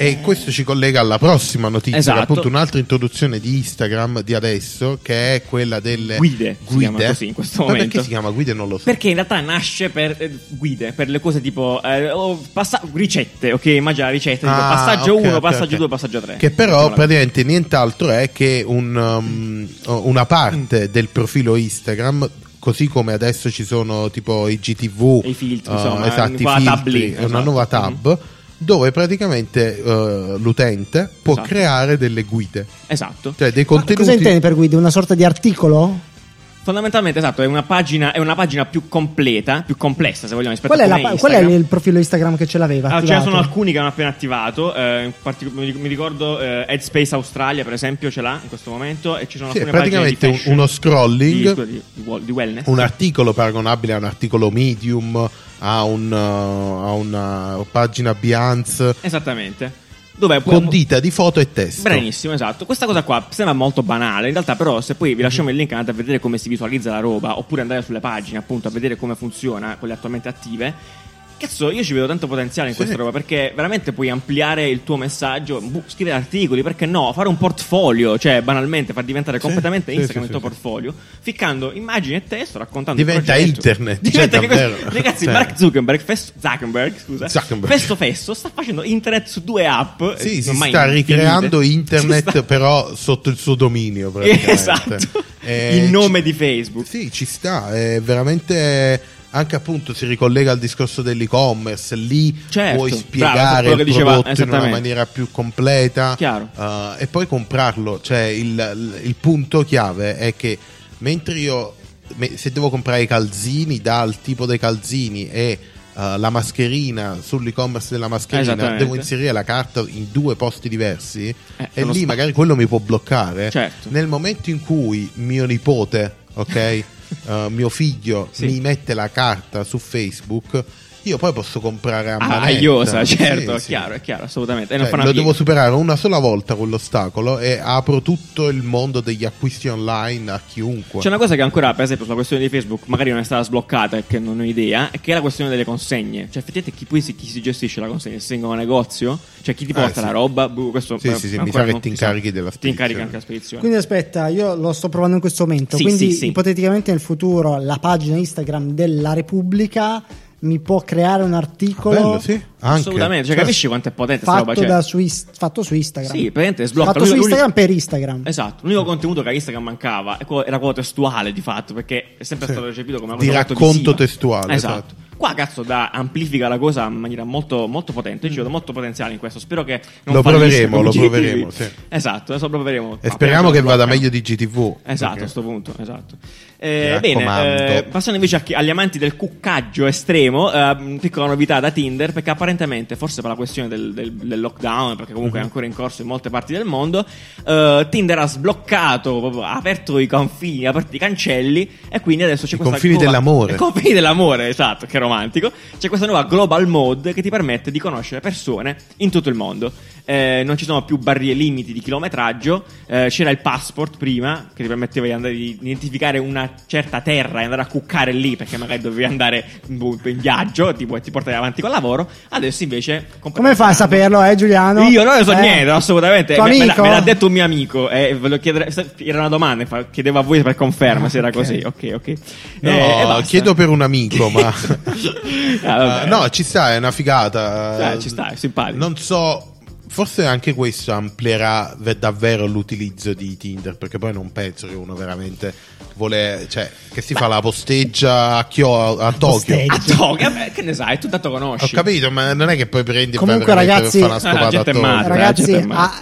Speaker 1: E questo ci collega alla prossima notizia,
Speaker 3: Esatto.
Speaker 1: che è appunto un'altra introduzione di Instagram di adesso, che è quella delle
Speaker 3: Guide, si chiama così in questo
Speaker 1: Ma
Speaker 3: momento.
Speaker 1: Perché si chiama guide? Non lo so.
Speaker 3: Perché in realtà nasce per eh, guide, per le cose tipo eh, o passa- ricette, ok? Immagina la ricetta, tipo
Speaker 1: Ah,
Speaker 3: passaggio
Speaker 1: ok,
Speaker 3: 1,
Speaker 1: ok,
Speaker 3: passaggio
Speaker 1: ok.
Speaker 3: 2, passaggio 3.
Speaker 1: Che però praticamente nient'altro è che un, um, una
Speaker 3: Mm.
Speaker 1: parte del profilo Instagram, così come adesso ci sono tipo i GTV,
Speaker 3: E i filtri,
Speaker 1: eh,
Speaker 3: insomma,
Speaker 1: esatto,
Speaker 3: una
Speaker 1: i
Speaker 3: nuova tab
Speaker 1: filtri,
Speaker 3: lì,
Speaker 1: è una
Speaker 3: esatto.
Speaker 1: nuova tab. Dove praticamente eh, l'utente può
Speaker 3: Esatto.
Speaker 1: creare delle guide,
Speaker 3: Esatto.
Speaker 1: cioè dei
Speaker 2: Ma Cosa intendi
Speaker 1: contenuti.
Speaker 2: per guida? Una sorta di articolo?
Speaker 3: Fondamentalmente, esatto, è una pagina, è una pagina più completa, più complessa, se vogliamo, rispetto
Speaker 2: Qual è,
Speaker 3: a
Speaker 2: la
Speaker 3: come
Speaker 2: pa- qual è
Speaker 3: Instagram.
Speaker 2: il profilo Instagram che ce l'aveva?
Speaker 3: Ah, ce ne
Speaker 2: attivato?
Speaker 3: sono alcuni che hanno appena attivato. eh, in partico- mi mi ricordo eh, Headspace Australia, per esempio, ce l'ha in questo momento. E ci sono
Speaker 1: Sì, è
Speaker 3: alcune pagine di
Speaker 1: praticamente un-
Speaker 3: fashion,
Speaker 1: uno scrolling.
Speaker 3: di, di- di wall- di wellness.
Speaker 1: un articolo paragonabile a un articolo medium, a, un, eh, a una pagina Behance,
Speaker 3: Esattamente. dove puoi-
Speaker 1: con dita di foto e testo.
Speaker 3: Bravissimo, esatto. Questa cosa qua sembra molto banale, in realtà però se poi vi lasciamo il link andate a vedere come si visualizza la roba, oppure andare sulle pagine appunto a vedere come funziona, quelle attualmente attive. Cazzo, io ci vedo tanto potenziale in
Speaker 1: Sì.
Speaker 3: questa roba perché veramente puoi ampliare il tuo messaggio, bu- scrivere articoli, perché no, fare un portfolio, cioè banalmente far diventare
Speaker 1: Sì,
Speaker 3: completamente
Speaker 1: sì,
Speaker 3: Instagram
Speaker 1: sì,
Speaker 3: il tuo
Speaker 1: sì, sì.
Speaker 3: portfolio, ficcando immagini e testo, raccontando
Speaker 1: Diventa
Speaker 3: il progetto.
Speaker 1: internet,
Speaker 3: Diventa
Speaker 1: cioè,
Speaker 3: che questo-
Speaker 1: davvero.
Speaker 3: Ragazzi,
Speaker 1: Cioè.
Speaker 3: Mark Zuckerberg, festo, Zuckerberg, scusa,
Speaker 1: Zuckerberg.
Speaker 3: festo festo sta facendo internet su due app
Speaker 1: Sì, si
Speaker 3: ormai
Speaker 1: sta
Speaker 3: infinite.
Speaker 1: ricreando internet
Speaker 3: Si sta-
Speaker 1: però sotto il suo dominio praticamente.
Speaker 3: Esatto.
Speaker 1: Eh,
Speaker 3: il nome
Speaker 1: ci-
Speaker 3: di Facebook.
Speaker 1: Sì, ci sta, è veramente anche appunto si ricollega al discorso dell'e-commerce, lì
Speaker 3: Certo,
Speaker 1: puoi
Speaker 3: bravo,
Speaker 1: spiegare
Speaker 3: quello che
Speaker 1: il
Speaker 3: diceva,
Speaker 1: prodotto in una
Speaker 3: esattamente.
Speaker 1: maniera più completa
Speaker 3: Chiaro.
Speaker 1: eh, e poi comprarlo, cioè il, il punto chiave è che mentre io me- se devo comprare i calzini dal tipo dei calzini e eh, la mascherina sull'e-commerce della mascherina
Speaker 3: Esattamente.
Speaker 1: devo inserire la carta in due posti diversi
Speaker 3: Eh,
Speaker 1: e
Speaker 3: sono
Speaker 1: lì
Speaker 3: spa-
Speaker 1: magari quello mi può bloccare
Speaker 3: Certo.
Speaker 1: nel momento in cui mio nipote, ok, eh, mio figlio
Speaker 3: Sì.
Speaker 1: mi mette la carta su Facebook, io poi posso comprare a manetta.
Speaker 3: Ah, aiosa, certo,
Speaker 1: Sì,
Speaker 3: è
Speaker 1: sì.
Speaker 3: chiaro, è chiaro, assolutamente. È
Speaker 1: Cioè,
Speaker 3: una fan
Speaker 1: lo
Speaker 3: amica.
Speaker 1: devo superare una sola volta quell'ostacolo e apro tutto il mondo degli acquisti online a chiunque.
Speaker 3: C'è una cosa che ancora, per esempio, sulla questione di Facebook, magari non è stata sbloccata e che non ho idea, è che è la questione delle consegne. Cioè, effettivamente, chi, poi si, chi si gestisce la consegna? Il singolo negozio? Cioè, chi ti
Speaker 1: Ah,
Speaker 3: porta
Speaker 1: sì.
Speaker 3: la roba? Boh, questo
Speaker 1: Sì,
Speaker 3: eh,
Speaker 1: sì, sì, mi
Speaker 3: ancora
Speaker 1: sa che
Speaker 3: non
Speaker 1: ti
Speaker 3: si sa.
Speaker 1: incarichi della
Speaker 3: Ti incarichi
Speaker 1: spedizione.
Speaker 3: anche la spedizione.
Speaker 2: Quindi aspetta, io lo sto provando in questo momento.
Speaker 3: Sì,
Speaker 2: quindi
Speaker 3: sì, sì.
Speaker 2: ipoteticamente nel futuro la pagina Instagram della Repubblica mi può creare un articolo
Speaker 1: Bello, sì, anche.
Speaker 3: Assolutamente, cioè, capisci quanto è potente sta
Speaker 2: fatto,
Speaker 3: roba? Cioè,
Speaker 2: da su, Is- fatto su Instagram.
Speaker 3: Sì, praticamente sblocca.
Speaker 2: Fatto su
Speaker 3: L'unico-
Speaker 2: Instagram per Instagram.
Speaker 3: Esatto, l'unico contenuto che a Instagram mancava è quello- era quello testuale di fatto, perché è sempre
Speaker 1: Sì.
Speaker 3: stato recepito come una
Speaker 1: Di
Speaker 3: cosa molto
Speaker 1: racconto
Speaker 3: visiva.
Speaker 1: testuale,
Speaker 3: Esatto.
Speaker 1: esatto.
Speaker 3: Qua cazzo da amplifica la cosa in maniera molto, molto potente, io ci vedo molto potenziale in questo, spero che non
Speaker 1: Mm. Lo
Speaker 3: fallisca
Speaker 1: proveremo,
Speaker 3: con
Speaker 1: lo
Speaker 3: GTV.
Speaker 1: proveremo, sì.
Speaker 3: Esatto, adesso lo proveremo.
Speaker 1: E
Speaker 3: Appena
Speaker 1: speriamo
Speaker 3: ce
Speaker 1: che
Speaker 3: lo
Speaker 1: vada
Speaker 3: bloccano.
Speaker 1: meglio di GTV.
Speaker 3: Esatto, a
Speaker 1: perché-
Speaker 3: sto punto, esatto.
Speaker 1: Mi
Speaker 3: Eh,
Speaker 1: raccomando.
Speaker 3: bene, eh, passando invece a chi- agli amanti del cuccaggio estremo, ehm, piccola novità da Tinder, perché apparentemente, forse per la questione del, del- del lockdown, perché comunque è
Speaker 1: Mhm.
Speaker 3: ancora in corso in molte parti del mondo, eh, Tinder ha sbloccato, proprio, ha aperto i confini, ha aperto i cancelli e quindi adesso c'è
Speaker 1: I
Speaker 3: questa
Speaker 1: confini
Speaker 3: nuova-
Speaker 1: dell'amore.
Speaker 3: I confini dell'amore, esatto, che romantico. C'è questa nuova global mode che ti permette di conoscere persone in tutto il mondo. Eh, non ci sono più barriere limiti di chilometraggio. eh, c'era il passport prima che ti permetteva di, andare, di identificare una certa terra e andare a cuccare lì perché magari dovevi andare in, in viaggio tipo, e ti portavi avanti col lavoro. Adesso invece.
Speaker 2: Come fai a saperlo, eh, Giuliano?
Speaker 3: Io non ne so
Speaker 2: Eh.
Speaker 3: niente, assolutamente.
Speaker 2: Tuo
Speaker 3: Me- me, l'ha-
Speaker 2: amico?
Speaker 3: me l'ha detto un mio amico. eh, ve lo chiedere- era una domanda, infa- chiedevo a voi per conferma se era così. Ok, ok.
Speaker 1: No,
Speaker 3: Eh, e basta.
Speaker 1: chiedo per un amico, ma
Speaker 3: Ah, vabbè.
Speaker 1: Eh, no, ci sta, è una figata.
Speaker 3: Eh, ci sta, è simpatico.
Speaker 1: Non so, forse anche questo amplierà ve- davvero l'utilizzo di Tinder, perché poi non penso che uno veramente vuole, cioè, che si fa la posteggia a, Chio- a Tokyo.
Speaker 2: posteggia.
Speaker 3: A Ah, Tokyo, beh, che ne sai, tu tanto conosci.
Speaker 1: Ho capito, ma non è che poi prendi e
Speaker 2: Comunque,
Speaker 1: vai
Speaker 2: ragazzi-
Speaker 1: veramente per
Speaker 3: Ah,
Speaker 1: fare una
Speaker 3: la
Speaker 1: scopata
Speaker 3: gente
Speaker 1: a
Speaker 3: è
Speaker 1: Tokyo.
Speaker 3: matta.
Speaker 2: Ragazzi,
Speaker 3: Certo, ma-
Speaker 2: ah,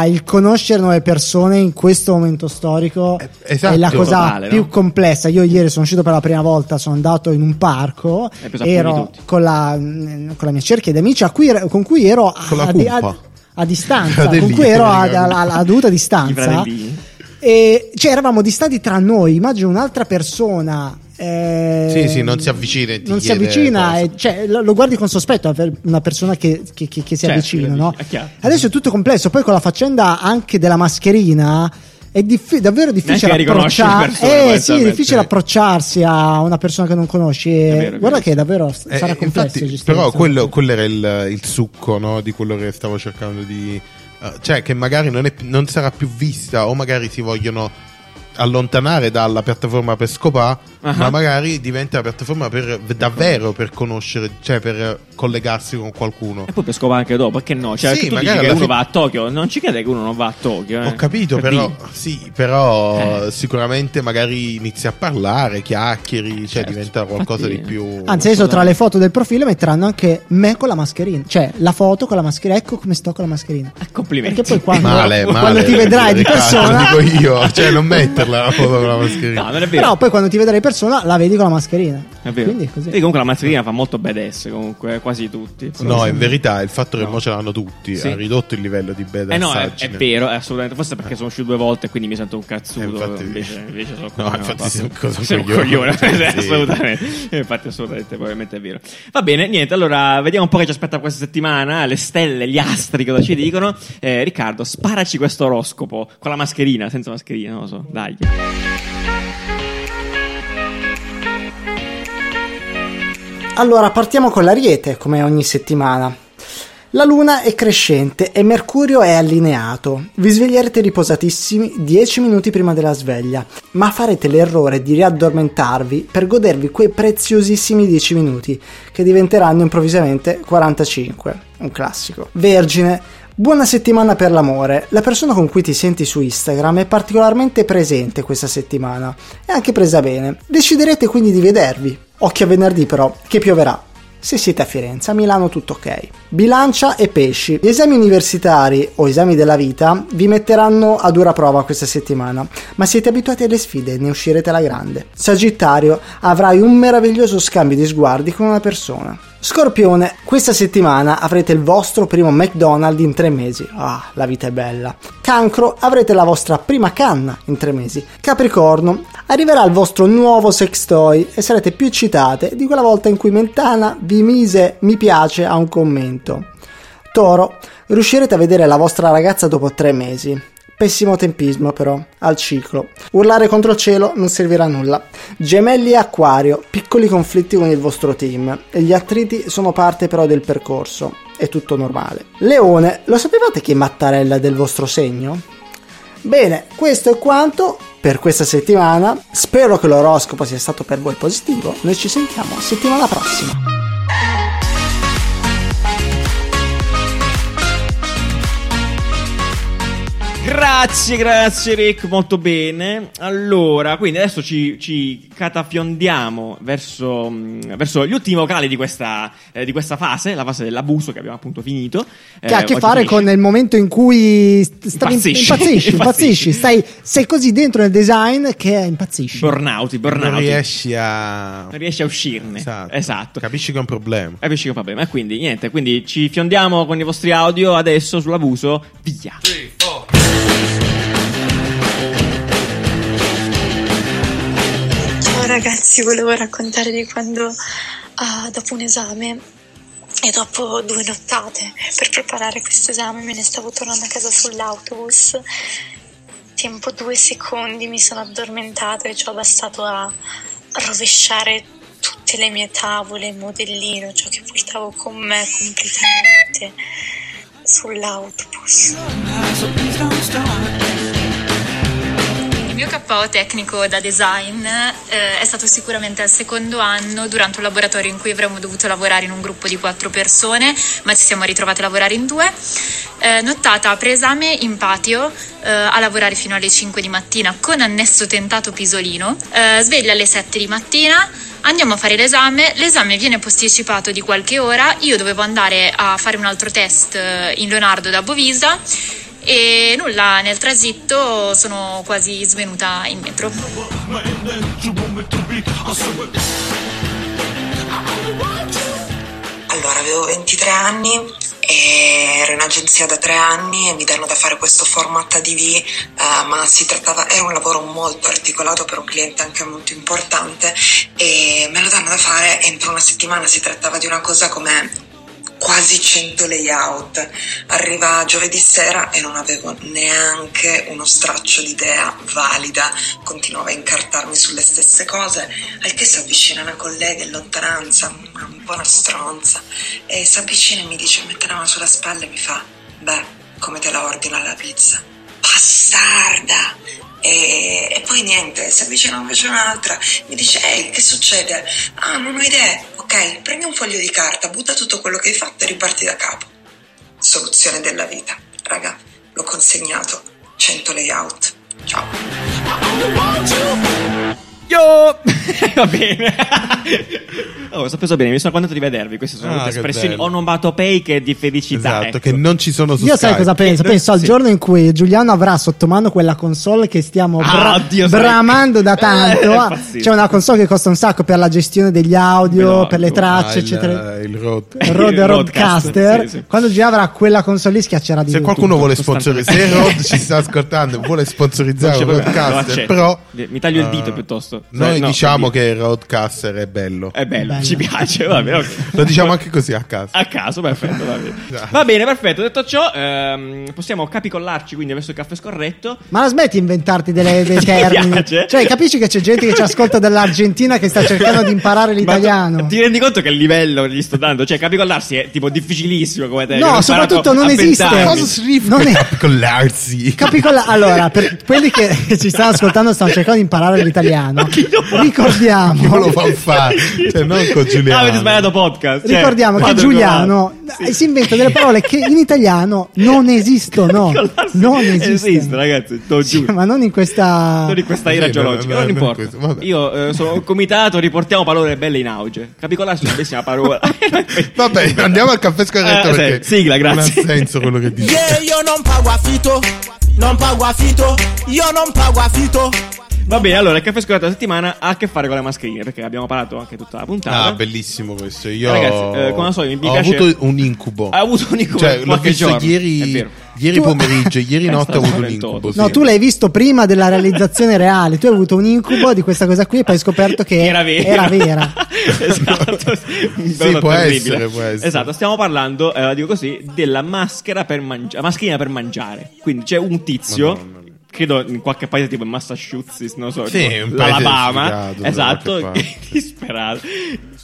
Speaker 2: la- il conoscere nuove persone in questo momento storico
Speaker 1: Eh, esatto.
Speaker 2: è la cosa
Speaker 3: Totale, no?
Speaker 2: più complessa. Io ieri sono uscito per la prima volta, sono andato in un parco,
Speaker 3: Hai preso appunti
Speaker 2: ero
Speaker 3: tutti.
Speaker 2: con la, mm, con la mia cerchia di amici a cui- con cui ero a,
Speaker 1: Con la
Speaker 2: a- a-
Speaker 1: cupa.
Speaker 2: a distanza,
Speaker 1: Fratelli,
Speaker 2: con cui ero a, a,
Speaker 1: praticamente.
Speaker 2: a- a dovuta
Speaker 3: I
Speaker 2: distanza.
Speaker 3: fratellini.
Speaker 2: E, cioè, eravamo distanti tra noi. Immagino un'altra persona. eh,
Speaker 1: Sì, sì, non si avvicina e ti
Speaker 2: non si
Speaker 1: chiede
Speaker 2: avvicina,
Speaker 1: cosa.
Speaker 2: e- cioè, lo, lo guardi con sospetto eh, per una persona che, che- che- che si
Speaker 3: Certo,
Speaker 2: avvicina.
Speaker 3: che
Speaker 2: no?
Speaker 3: avvicina, è chiaro.
Speaker 2: Adesso è tutto complesso. Poi con la faccenda anche della mascherina. È diffi- davvero difficile
Speaker 3: Neanche riconosci le
Speaker 2: approcciar-
Speaker 3: persone,
Speaker 2: eh, sì, è
Speaker 3: onestamente.
Speaker 2: difficile approcciarsi a una persona che non conosci. E
Speaker 3: È vero, è
Speaker 2: Guarda
Speaker 3: vero.
Speaker 2: che è davvero s-
Speaker 1: Eh,
Speaker 2: sarà
Speaker 1: eh,
Speaker 2: complesso.
Speaker 1: infatti,
Speaker 2: gestire
Speaker 1: però
Speaker 2: questa
Speaker 1: quello,
Speaker 2: cosa.
Speaker 1: quello era il, il succo no, di quello che stavo cercando di. eh, cioè, che magari non, è- non sarà più vista, o magari si vogliono allontanare dalla piattaforma per scopà,
Speaker 3: Ah.
Speaker 1: ma magari diventa la piattaforma per davvero per conoscere, cioè per eh, collegarsi con qualcuno.
Speaker 3: E poi per scopare anche dopo, perché no? Cioè, perché
Speaker 1: Sì,
Speaker 3: tu dici
Speaker 1: magari
Speaker 3: che
Speaker 1: alla
Speaker 3: uno
Speaker 1: fine-
Speaker 3: va a Tokyo, non ci crede che uno non va a Tokyo. eh.
Speaker 1: Ho capito,
Speaker 3: Per
Speaker 1: però,
Speaker 3: dire.
Speaker 1: sì, però
Speaker 3: Eh.
Speaker 1: sicuramente magari inizi a parlare, chiacchieri, cioè
Speaker 3: Certo.
Speaker 1: diventa qualcosa
Speaker 3: Infatti-
Speaker 1: di più.
Speaker 2: Anzi, adesso tra le foto del profilo metteranno anche me con la mascherina. Cioè, la foto con la mascherina. Ecco come sto con la mascherina.
Speaker 3: Eh, complimenti.
Speaker 2: Perché poi quando,
Speaker 1: Male, male,
Speaker 2: quando ti vedrai di
Speaker 1: Riccardo,
Speaker 2: persona,
Speaker 1: lo dico io, cioè non metterla la foto con la mascherina.
Speaker 3: No, non è vero.
Speaker 2: però poi quando ti vedrai di persona la vedi con la mascherina.
Speaker 3: È vero.
Speaker 2: Quindi è così.
Speaker 3: Vedi, comunque la mascherina fa molto badass, comunque, quasi tutti.
Speaker 1: No, in verità il fatto che
Speaker 3: No.
Speaker 1: mo ce l'hanno tutti
Speaker 3: Sì.
Speaker 1: ha ridotto il livello di bad
Speaker 3: Eh no, è, è
Speaker 1: assaggine.
Speaker 3: vero, è assolutamente. Forse perché sono uscito due volte e quindi mi sento un cazzuto.
Speaker 1: Eh, infatti-
Speaker 3: invece, invece sono
Speaker 1: No,
Speaker 3: coglione,
Speaker 1: infatti
Speaker 3: basta.
Speaker 1: sei un coso-
Speaker 3: Sei un
Speaker 1: coglione.
Speaker 3: coglione.
Speaker 1: Sì.
Speaker 3: assolutamente. Eh, Infatti, assolutamente, probabilmente è vero. Va bene, niente. Allora, vediamo un po' che ci aspetta questa settimana. Le stelle, gli astri, cosa ci dicono. Eh, Riccardo, sparaci questo oroscopo con la mascherina, senza mascherina, non lo so. Dai.
Speaker 2: Allora, partiamo con l'Ariete, come ogni settimana. La luna è crescente e Mercurio è allineato. Vi sveglierete riposatissimi 10 minuti prima della sveglia, ma farete l'errore di riaddormentarvi per godervi quei preziosissimi 10 minuti, che diventeranno improvvisamente 45. Un classico. Vergine. Buona settimana per l'amore. La persona con cui ti senti su Instagram è particolarmente presente questa settimana. È anche presa bene. Deciderete quindi di vedervi. Occhio a venerdì però, che pioverà. Se siete a Firenze, a Milano tutto ok. Bilancia e pesci. Gli esami universitari o esami della vita vi metteranno a dura prova questa settimana, ma siete abituati alle sfide e ne uscirete alla grande. Sagittario, avrai un meraviglioso scambio di sguardi con una persona. Scorpione, questa settimana avrete il vostro primo McDonald's in tre mesi. Ah, la vita è bella. Cancro, avrete la vostra prima canna in tre mesi. Capricorno, arriverà il vostro nuovo sex toy e sarete più eccitate di quella volta in cui Mentana vi mise mi piace a un commento. Toro, riuscirete a vedere la vostra ragazza dopo tre mesi. Pessimo tempismo però, al ciclo. Urlare contro il cielo non servirà a nulla. Gemelli e Acquario, piccoli conflitti con il vostro team. Gli attriti sono parte però del percorso. È tutto normale. Leone, lo sapevate che Mattarella è del vostro segno? Bene, questo è quanto per questa settimana. Spero che l'oroscopo sia stato per voi positivo. Noi ci sentiamo settimana prossima.
Speaker 3: Grazie, grazie Rick, molto bene. Allora, quindi adesso ci, ci catafiondiamo verso, mh, verso gli ultimi vocali di questa, eh, di questa fase, la fase dell'abuso che abbiamo appunto finito. Eh,
Speaker 2: che ha a che fare con il momento in cui st- stavi
Speaker 3: Impazzisci.
Speaker 2: impazzisci, impazzisci,
Speaker 3: Impazzisci.
Speaker 2: Stai, sei così dentro nel design che impazzisci.
Speaker 3: Burnout, burnout.
Speaker 1: Non riesci a...
Speaker 3: Non riesci Eh, a uscirne. Esatto.
Speaker 1: Capisci che è un problema.
Speaker 3: Capisci che è un problema. E quindi, niente, quindi ci fiondiamo con i vostri audio adesso sull'abuso. Via.
Speaker 9: Ciao ragazzi, volevo raccontare di quando ah, dopo un esame e dopo due nottate per preparare questo esame me ne stavo tornando a casa sull'autobus. Tempo due secondi mi sono addormentata e ci ho bastato a rovesciare tutte le mie tavole, il modellino, ciò che portavo con me completamente sull'autobus.
Speaker 10: Il mio KO tecnico da design eh, è stato sicuramente al secondo anno durante un laboratorio in cui avremmo dovuto lavorare in un gruppo di quattro persone, ma ci siamo ritrovate a lavorare in due. Eh, nottata preesame in patio eh, a lavorare fino alle 5 di mattina con annesso tentato pisolino. Eh, sveglia alle 7 di mattina. Andiamo a fare l'esame, l'esame viene posticipato di qualche ora, io dovevo andare a fare un altro test eh, in Leonardo da Bovisa e nulla, nel tragitto sono quasi svenuta in metro.
Speaker 11: Allora, avevo 23 anni, e ero in agenzia da tre anni e mi danno da fare questo format ADV, eh, ma si trattava, era un lavoro molto articolato per un cliente anche molto importante e me lo danno da fare entro una settimana, si trattava di una cosa come quasi 100 layout. Arriva giovedì sera e non avevo neanche uno straccio di idea valida, continuavo a incartarmi sulle stesse cose, al che si avvicina una collega in lontananza, una buona stronza, e si avvicina e mi dice, mette la mano sulla spalla e mi fa, beh, come te la ordina la pizza? Bastarda! E, e poi niente, si avvicina invece un'altra, mi dice, ehi, che succede? Ah, non ho idea. Ok, prendi un foglio di carta, butta tutto quello che hai fatto e riparti da capo. Soluzione della vita, raga, l'ho consegnato. 100 layout. Ciao.
Speaker 3: Yo! Va bene. oh, sto preso bene, mi sono contento di vedervi. Queste sono
Speaker 1: Ah,
Speaker 3: tutte
Speaker 1: che
Speaker 3: espressioni
Speaker 1: bello.
Speaker 3: onomatopeiche di felicità.
Speaker 1: Esatto,
Speaker 3: ecco.
Speaker 1: che non ci sono su
Speaker 2: Io
Speaker 1: Skype.
Speaker 2: sai cosa penso?
Speaker 3: Eh,
Speaker 2: Penso al
Speaker 3: sì.
Speaker 2: giorno in cui Giuliano avrà sotto mano quella console che stiamo
Speaker 3: Ah,
Speaker 2: bra-
Speaker 3: oddio, sai-
Speaker 2: bramando da
Speaker 3: Eh,
Speaker 2: tanto. Ah,
Speaker 3: pazzesco.
Speaker 2: C'è una console che costa un sacco per la gestione degli audio,
Speaker 3: Veloce.
Speaker 2: per le tracce,
Speaker 1: Ah, il-
Speaker 2: eccetera. Eh,
Speaker 1: il road.
Speaker 2: Rode
Speaker 3: eh, il
Speaker 2: Roadcaster.
Speaker 3: roadcaster, sì, sì.
Speaker 2: Quando Giuliano avrà quella console lì schiaccerà di
Speaker 1: Se
Speaker 2: tutto.
Speaker 1: qualcuno vuole
Speaker 3: Costantemente.
Speaker 1: sponsorizzare, se Rod ci sta ascoltando e vuole
Speaker 3: Non
Speaker 1: sponsorizzare
Speaker 3: c'è
Speaker 1: un
Speaker 3: problema, lo
Speaker 1: roadcaster,
Speaker 3: accetto.
Speaker 1: però
Speaker 3: Mi taglio il
Speaker 1: eh,
Speaker 3: dito piuttosto.
Speaker 1: Noi
Speaker 3: Eh, no, Eh,
Speaker 1: diciamo
Speaker 3: il dito.
Speaker 1: che il roadcaster è bello.
Speaker 3: È bello,
Speaker 2: Bello.
Speaker 3: ci piace, va bene. ok.
Speaker 1: Lo diciamo anche così a caso.
Speaker 3: A caso, perfetto, va bene.
Speaker 1: Esatto.
Speaker 3: Va bene, perfetto. Detto ciò, ehm, possiamo capicollarci quindi verso il caffè scorretto.
Speaker 2: Ma la smetti di inventarti delle- dei
Speaker 3: Mi
Speaker 2: termini?
Speaker 3: piace.
Speaker 2: Cioè, capisci che c'è gente che ci ascolta dall'Argentina che sta cercando di imparare
Speaker 3: Ma
Speaker 2: l'italiano.
Speaker 3: tu- ti rendi conto che il livello che gli sto dando? Cioè, capicollarsi è tipo difficilissimo come te.
Speaker 2: No, soprattutto non esiste.
Speaker 1: Cosa significa
Speaker 2: Non è-
Speaker 1: capicollarsi?
Speaker 2: Capicola- allora, per quelli che che ci stanno ascoltando e stanno cercando di imparare l'italiano,
Speaker 3: Ma chi lo fa?
Speaker 1: Chi
Speaker 2: ricordiamo
Speaker 1: lo fa fare? Cioè, non con Giuliano.
Speaker 3: Ah, Avete sbagliato podcast. cioè,
Speaker 2: Ricordiamo che
Speaker 3: vado
Speaker 2: Giuliano
Speaker 3: con-
Speaker 2: eh, si inventa delle parole che in italiano non esistono.
Speaker 3: Capicollarsi
Speaker 2: Non
Speaker 3: esiste,
Speaker 2: esistono.
Speaker 3: ragazzi, te lo
Speaker 2: Sì,
Speaker 3: giuro.
Speaker 2: ma non in questa.
Speaker 3: Non in questa era
Speaker 1: Sì,
Speaker 3: geologica,
Speaker 1: no, no,
Speaker 3: non
Speaker 1: no,
Speaker 3: importa.
Speaker 1: questo, vabbè.
Speaker 3: Io eh, sono un comitato, riportiamo parole belle in auge. Capicollarsi è una bellissima parola.
Speaker 1: Vabbè, andiamo al caffè scorretto
Speaker 3: Eh, sì,
Speaker 1: perché
Speaker 3: sigla, grazie.
Speaker 1: non ha senso quello che dici.
Speaker 7: io non pago affitto, non pago affitto, io non pago affitto.
Speaker 3: Va bene, allora il caffè scorretto della settimana ha a che fare con la mascherina, perché abbiamo parlato anche tutta la puntata.
Speaker 1: Ah, bellissimo questo. Io
Speaker 3: Ragazzi, eh, come al solito, mi
Speaker 1: ho
Speaker 3: piace-
Speaker 1: avuto un incubo.
Speaker 3: Ha avuto un incubo
Speaker 1: Cioè, l'ho
Speaker 3: qualche
Speaker 1: visto
Speaker 3: giorno, è
Speaker 1: ieri,
Speaker 3: vero.
Speaker 1: ieri
Speaker 2: Tu-
Speaker 1: pomeriggio, ieri
Speaker 3: È
Speaker 1: notte ho
Speaker 3: stato
Speaker 1: avuto un
Speaker 3: spaventoso.
Speaker 1: incubo.
Speaker 2: No,
Speaker 1: sì.
Speaker 2: tu l'hai visto prima della realizzazione reale. Tu hai avuto un incubo di questa cosa qui e poi hai scoperto che
Speaker 3: era vera.
Speaker 2: vera.
Speaker 3: esatto. Un
Speaker 1: Sì, può
Speaker 3: terribile.
Speaker 1: essere, può essere.
Speaker 3: Esatto, stiamo parlando, eh, la dico così, della maschera per mangiare, mascherina per mangiare. Quindi c'è un tizio
Speaker 1: Madonna mia.
Speaker 3: Credo in qualche paese tipo in Massachusetts, non so,
Speaker 1: Sì,
Speaker 3: tipo
Speaker 1: un paese
Speaker 3: l'Alabama,
Speaker 1: sfigato da
Speaker 3: esatto,
Speaker 1: qualche
Speaker 3: che- disperato,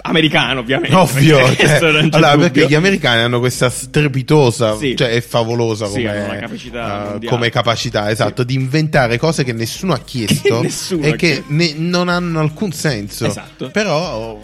Speaker 3: americano ovviamente.
Speaker 1: Ovvio,
Speaker 3: perché
Speaker 1: cioè,
Speaker 3: questo non c'è
Speaker 1: allora,
Speaker 3: dubbio.
Speaker 1: perché gli americani hanno questa strepitosa,
Speaker 3: Sì.
Speaker 1: cioè è favolosa
Speaker 3: Sì, hanno
Speaker 1: come,
Speaker 3: una capacità
Speaker 1: eh,
Speaker 3: mondiale.
Speaker 1: come capacità, esatto, di inventare cose che nessuno ha chiesto
Speaker 3: Che nessuno
Speaker 1: e
Speaker 3: ha chiesto.
Speaker 1: che ne- non hanno alcun senso.
Speaker 3: Esatto.
Speaker 1: Però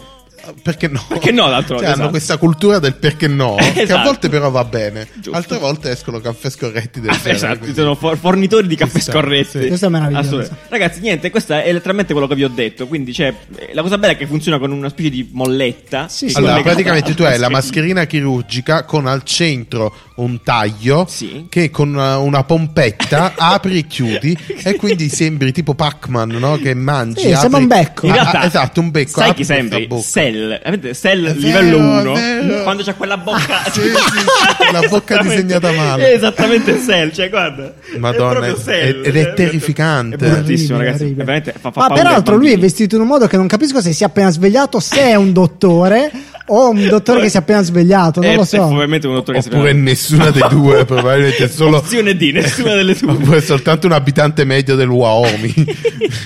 Speaker 1: eh, perché no?
Speaker 3: Perché no, d'altronde,
Speaker 1: Cioè,
Speaker 3: esatto.
Speaker 1: hanno questa cultura del perché no, che a
Speaker 3: Esatto.
Speaker 1: volte però va bene,
Speaker 3: Giusto.
Speaker 1: altre volte escono caffè scorretti del
Speaker 3: Ah,
Speaker 1: genere,
Speaker 3: esatto,
Speaker 1: quindi-
Speaker 3: sono for- fornitori di caffè
Speaker 1: sta,
Speaker 3: scorretti.
Speaker 1: sì.
Speaker 2: Questo è meraviglioso.
Speaker 3: Assolutamente. Ragazzi, niente, questo è letteralmente quello che vi ho detto. Quindi, cioè, eh, la cosa bella è che funziona con una specie di molletta.
Speaker 2: Sì,
Speaker 3: che
Speaker 2: sì.
Speaker 1: Allora,
Speaker 3: collega-
Speaker 1: praticamente tu hai la mascherina chirurgica con al centro un taglio
Speaker 3: Sì.
Speaker 1: che con una, una pompetta apri e chiudi e quindi sembri tipo Pac-Man, no? Che mangi.
Speaker 2: Sì, sembra
Speaker 1: apri-
Speaker 2: un becco.
Speaker 3: In
Speaker 1: Ah,
Speaker 3: realtà,
Speaker 1: ah, esatto, un becco.
Speaker 3: Sai
Speaker 1: apri
Speaker 3: chi
Speaker 1: questa
Speaker 3: sembri?
Speaker 1: bocca.
Speaker 3: Cell. Avete Cell
Speaker 1: È
Speaker 3: livello
Speaker 1: vero, è
Speaker 3: 1.
Speaker 1: vero. Ah,
Speaker 3: Quando c'è quella bocca.
Speaker 1: Sì, sì, Ah, sì, la bocca
Speaker 3: Esattamente. Eh,
Speaker 1: disegnata male.
Speaker 3: È Esattamente Cell, cioè, guarda.
Speaker 1: Madonna,
Speaker 3: è proprio Cell.
Speaker 1: ed è terrificante.
Speaker 3: È bruttissimo,
Speaker 2: Orribile,
Speaker 3: ragazzi. È
Speaker 2: orribile.
Speaker 3: veramente fa, fa
Speaker 2: Ma
Speaker 3: paura ai
Speaker 2: Ah, peraltro lui è
Speaker 3: bambini.
Speaker 2: vestito in un modo che non capisco se si è appena svegliato, se è un dottore o un dottore che si è appena svegliato, Esatto, non
Speaker 3: È-
Speaker 2: lo
Speaker 3: È
Speaker 2: so.
Speaker 3: ovviamente Eh, un dottore che si
Speaker 1: Oppure nessuna dei due, probabilmente solo...
Speaker 3: Opzione D, nessuna delle due.
Speaker 1: Oppure soltanto un abitante medio del Wyoming.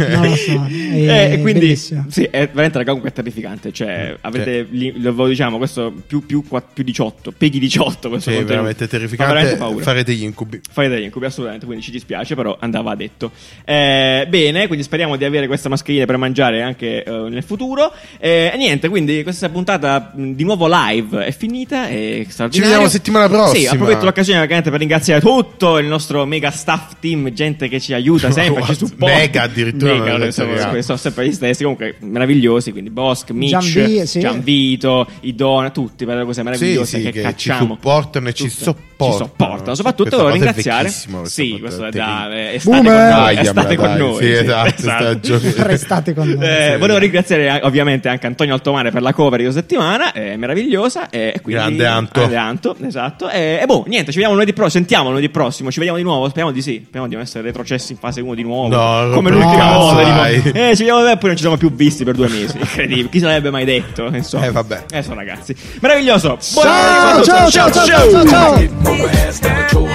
Speaker 2: Non lo so. È
Speaker 3: Eh, quindi,
Speaker 2: bellissimo.
Speaker 3: sì, è veramente raga, comunque è terrificante. Cioè, avete, li- lo, lo diciamo, questo più, più, qua- più 18, peghi 18. Questo
Speaker 1: Sì, è
Speaker 3: contenuto.
Speaker 1: veramente
Speaker 3: Fa
Speaker 1: terrificante.
Speaker 3: veramente paura.
Speaker 1: Fare degli incubi.
Speaker 3: Fai degli incubi, assolutamente, quindi ci dispiace, però andava detto. Eh, bene, quindi speriamo di avere questa mascherina per mangiare anche eh, nel futuro. Eh, E niente, quindi questa puntata mh, di nuovo live è finita. È straordinario.
Speaker 1: Ci vediamo settimana
Speaker 3: Sì,
Speaker 1: prossima.
Speaker 3: approfitto l'occasione veramente per ringraziare tutto il nostro mega staff team, gente che ci aiuta sempre, ci
Speaker 1: What?
Speaker 3: supporta.
Speaker 1: Mega addirittura,
Speaker 3: Mega,
Speaker 1: non
Speaker 3: non
Speaker 1: lo
Speaker 3: so,
Speaker 1: sapevamo.
Speaker 3: sono sempre gli stessi, comunque meravigliosi, quindi Bosch, Mitch,
Speaker 2: Gianvi- sì.
Speaker 3: Gianvito, Idona, tutti per le cose meravigliose
Speaker 1: Sì, sì,
Speaker 3: che,
Speaker 1: che ci
Speaker 3: cacciamo.
Speaker 1: supportano e ci
Speaker 3: Tutte.
Speaker 1: sopportano.
Speaker 3: Ci sopportano. Soprattutto
Speaker 1: Questa
Speaker 3: volevo
Speaker 1: cosa è
Speaker 3: ringraziare.
Speaker 1: vecchissima, questa
Speaker 3: Sì,
Speaker 1: cosa
Speaker 3: questo è
Speaker 1: è
Speaker 3: da
Speaker 1: terribile.
Speaker 3: estate con
Speaker 2: Boomer!
Speaker 3: noi.
Speaker 1: Dai,
Speaker 3: Estate
Speaker 1: dai,
Speaker 3: Eh, con
Speaker 1: dai,
Speaker 3: noi.
Speaker 1: sì, esatto, sta giocando.
Speaker 2: Restate con noi.
Speaker 3: Eh,
Speaker 1: Sì.
Speaker 3: volevo ringraziare eh, ovviamente anche Antonio Altomare per la cover di questa settimana, è meravigliosa. eh, E quindi,
Speaker 1: Grande Anto.
Speaker 3: Grande Anto, esatto. E, e boh, niente, ci vediamo lunedì prossimo. Sentiamo lunedì prossimo, ci vediamo di nuovo. Speriamo di sì. Speriamo di non essere retrocessi in fase 1 di nuovo.
Speaker 1: No,
Speaker 3: come
Speaker 1: no,
Speaker 3: l'ultima
Speaker 1: cazzo,
Speaker 3: volta.
Speaker 1: dai.
Speaker 3: tipo, eh, ci vediamo e poi non ci siamo più visti per due mesi. Incredibile, chi se l'avrebbe mai detto? Insomma.
Speaker 1: Eh, vabbè.
Speaker 3: Eh, so, ragazzi. Meraviglioso. Buona-
Speaker 2: Ciao, Ah, ciao, ciao, ciao, ciao, ciao, ciao.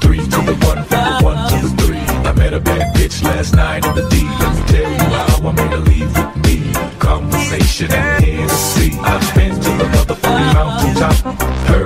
Speaker 12: Three to the one, from the one to the three. I met a bad bitch last night at the D. Let me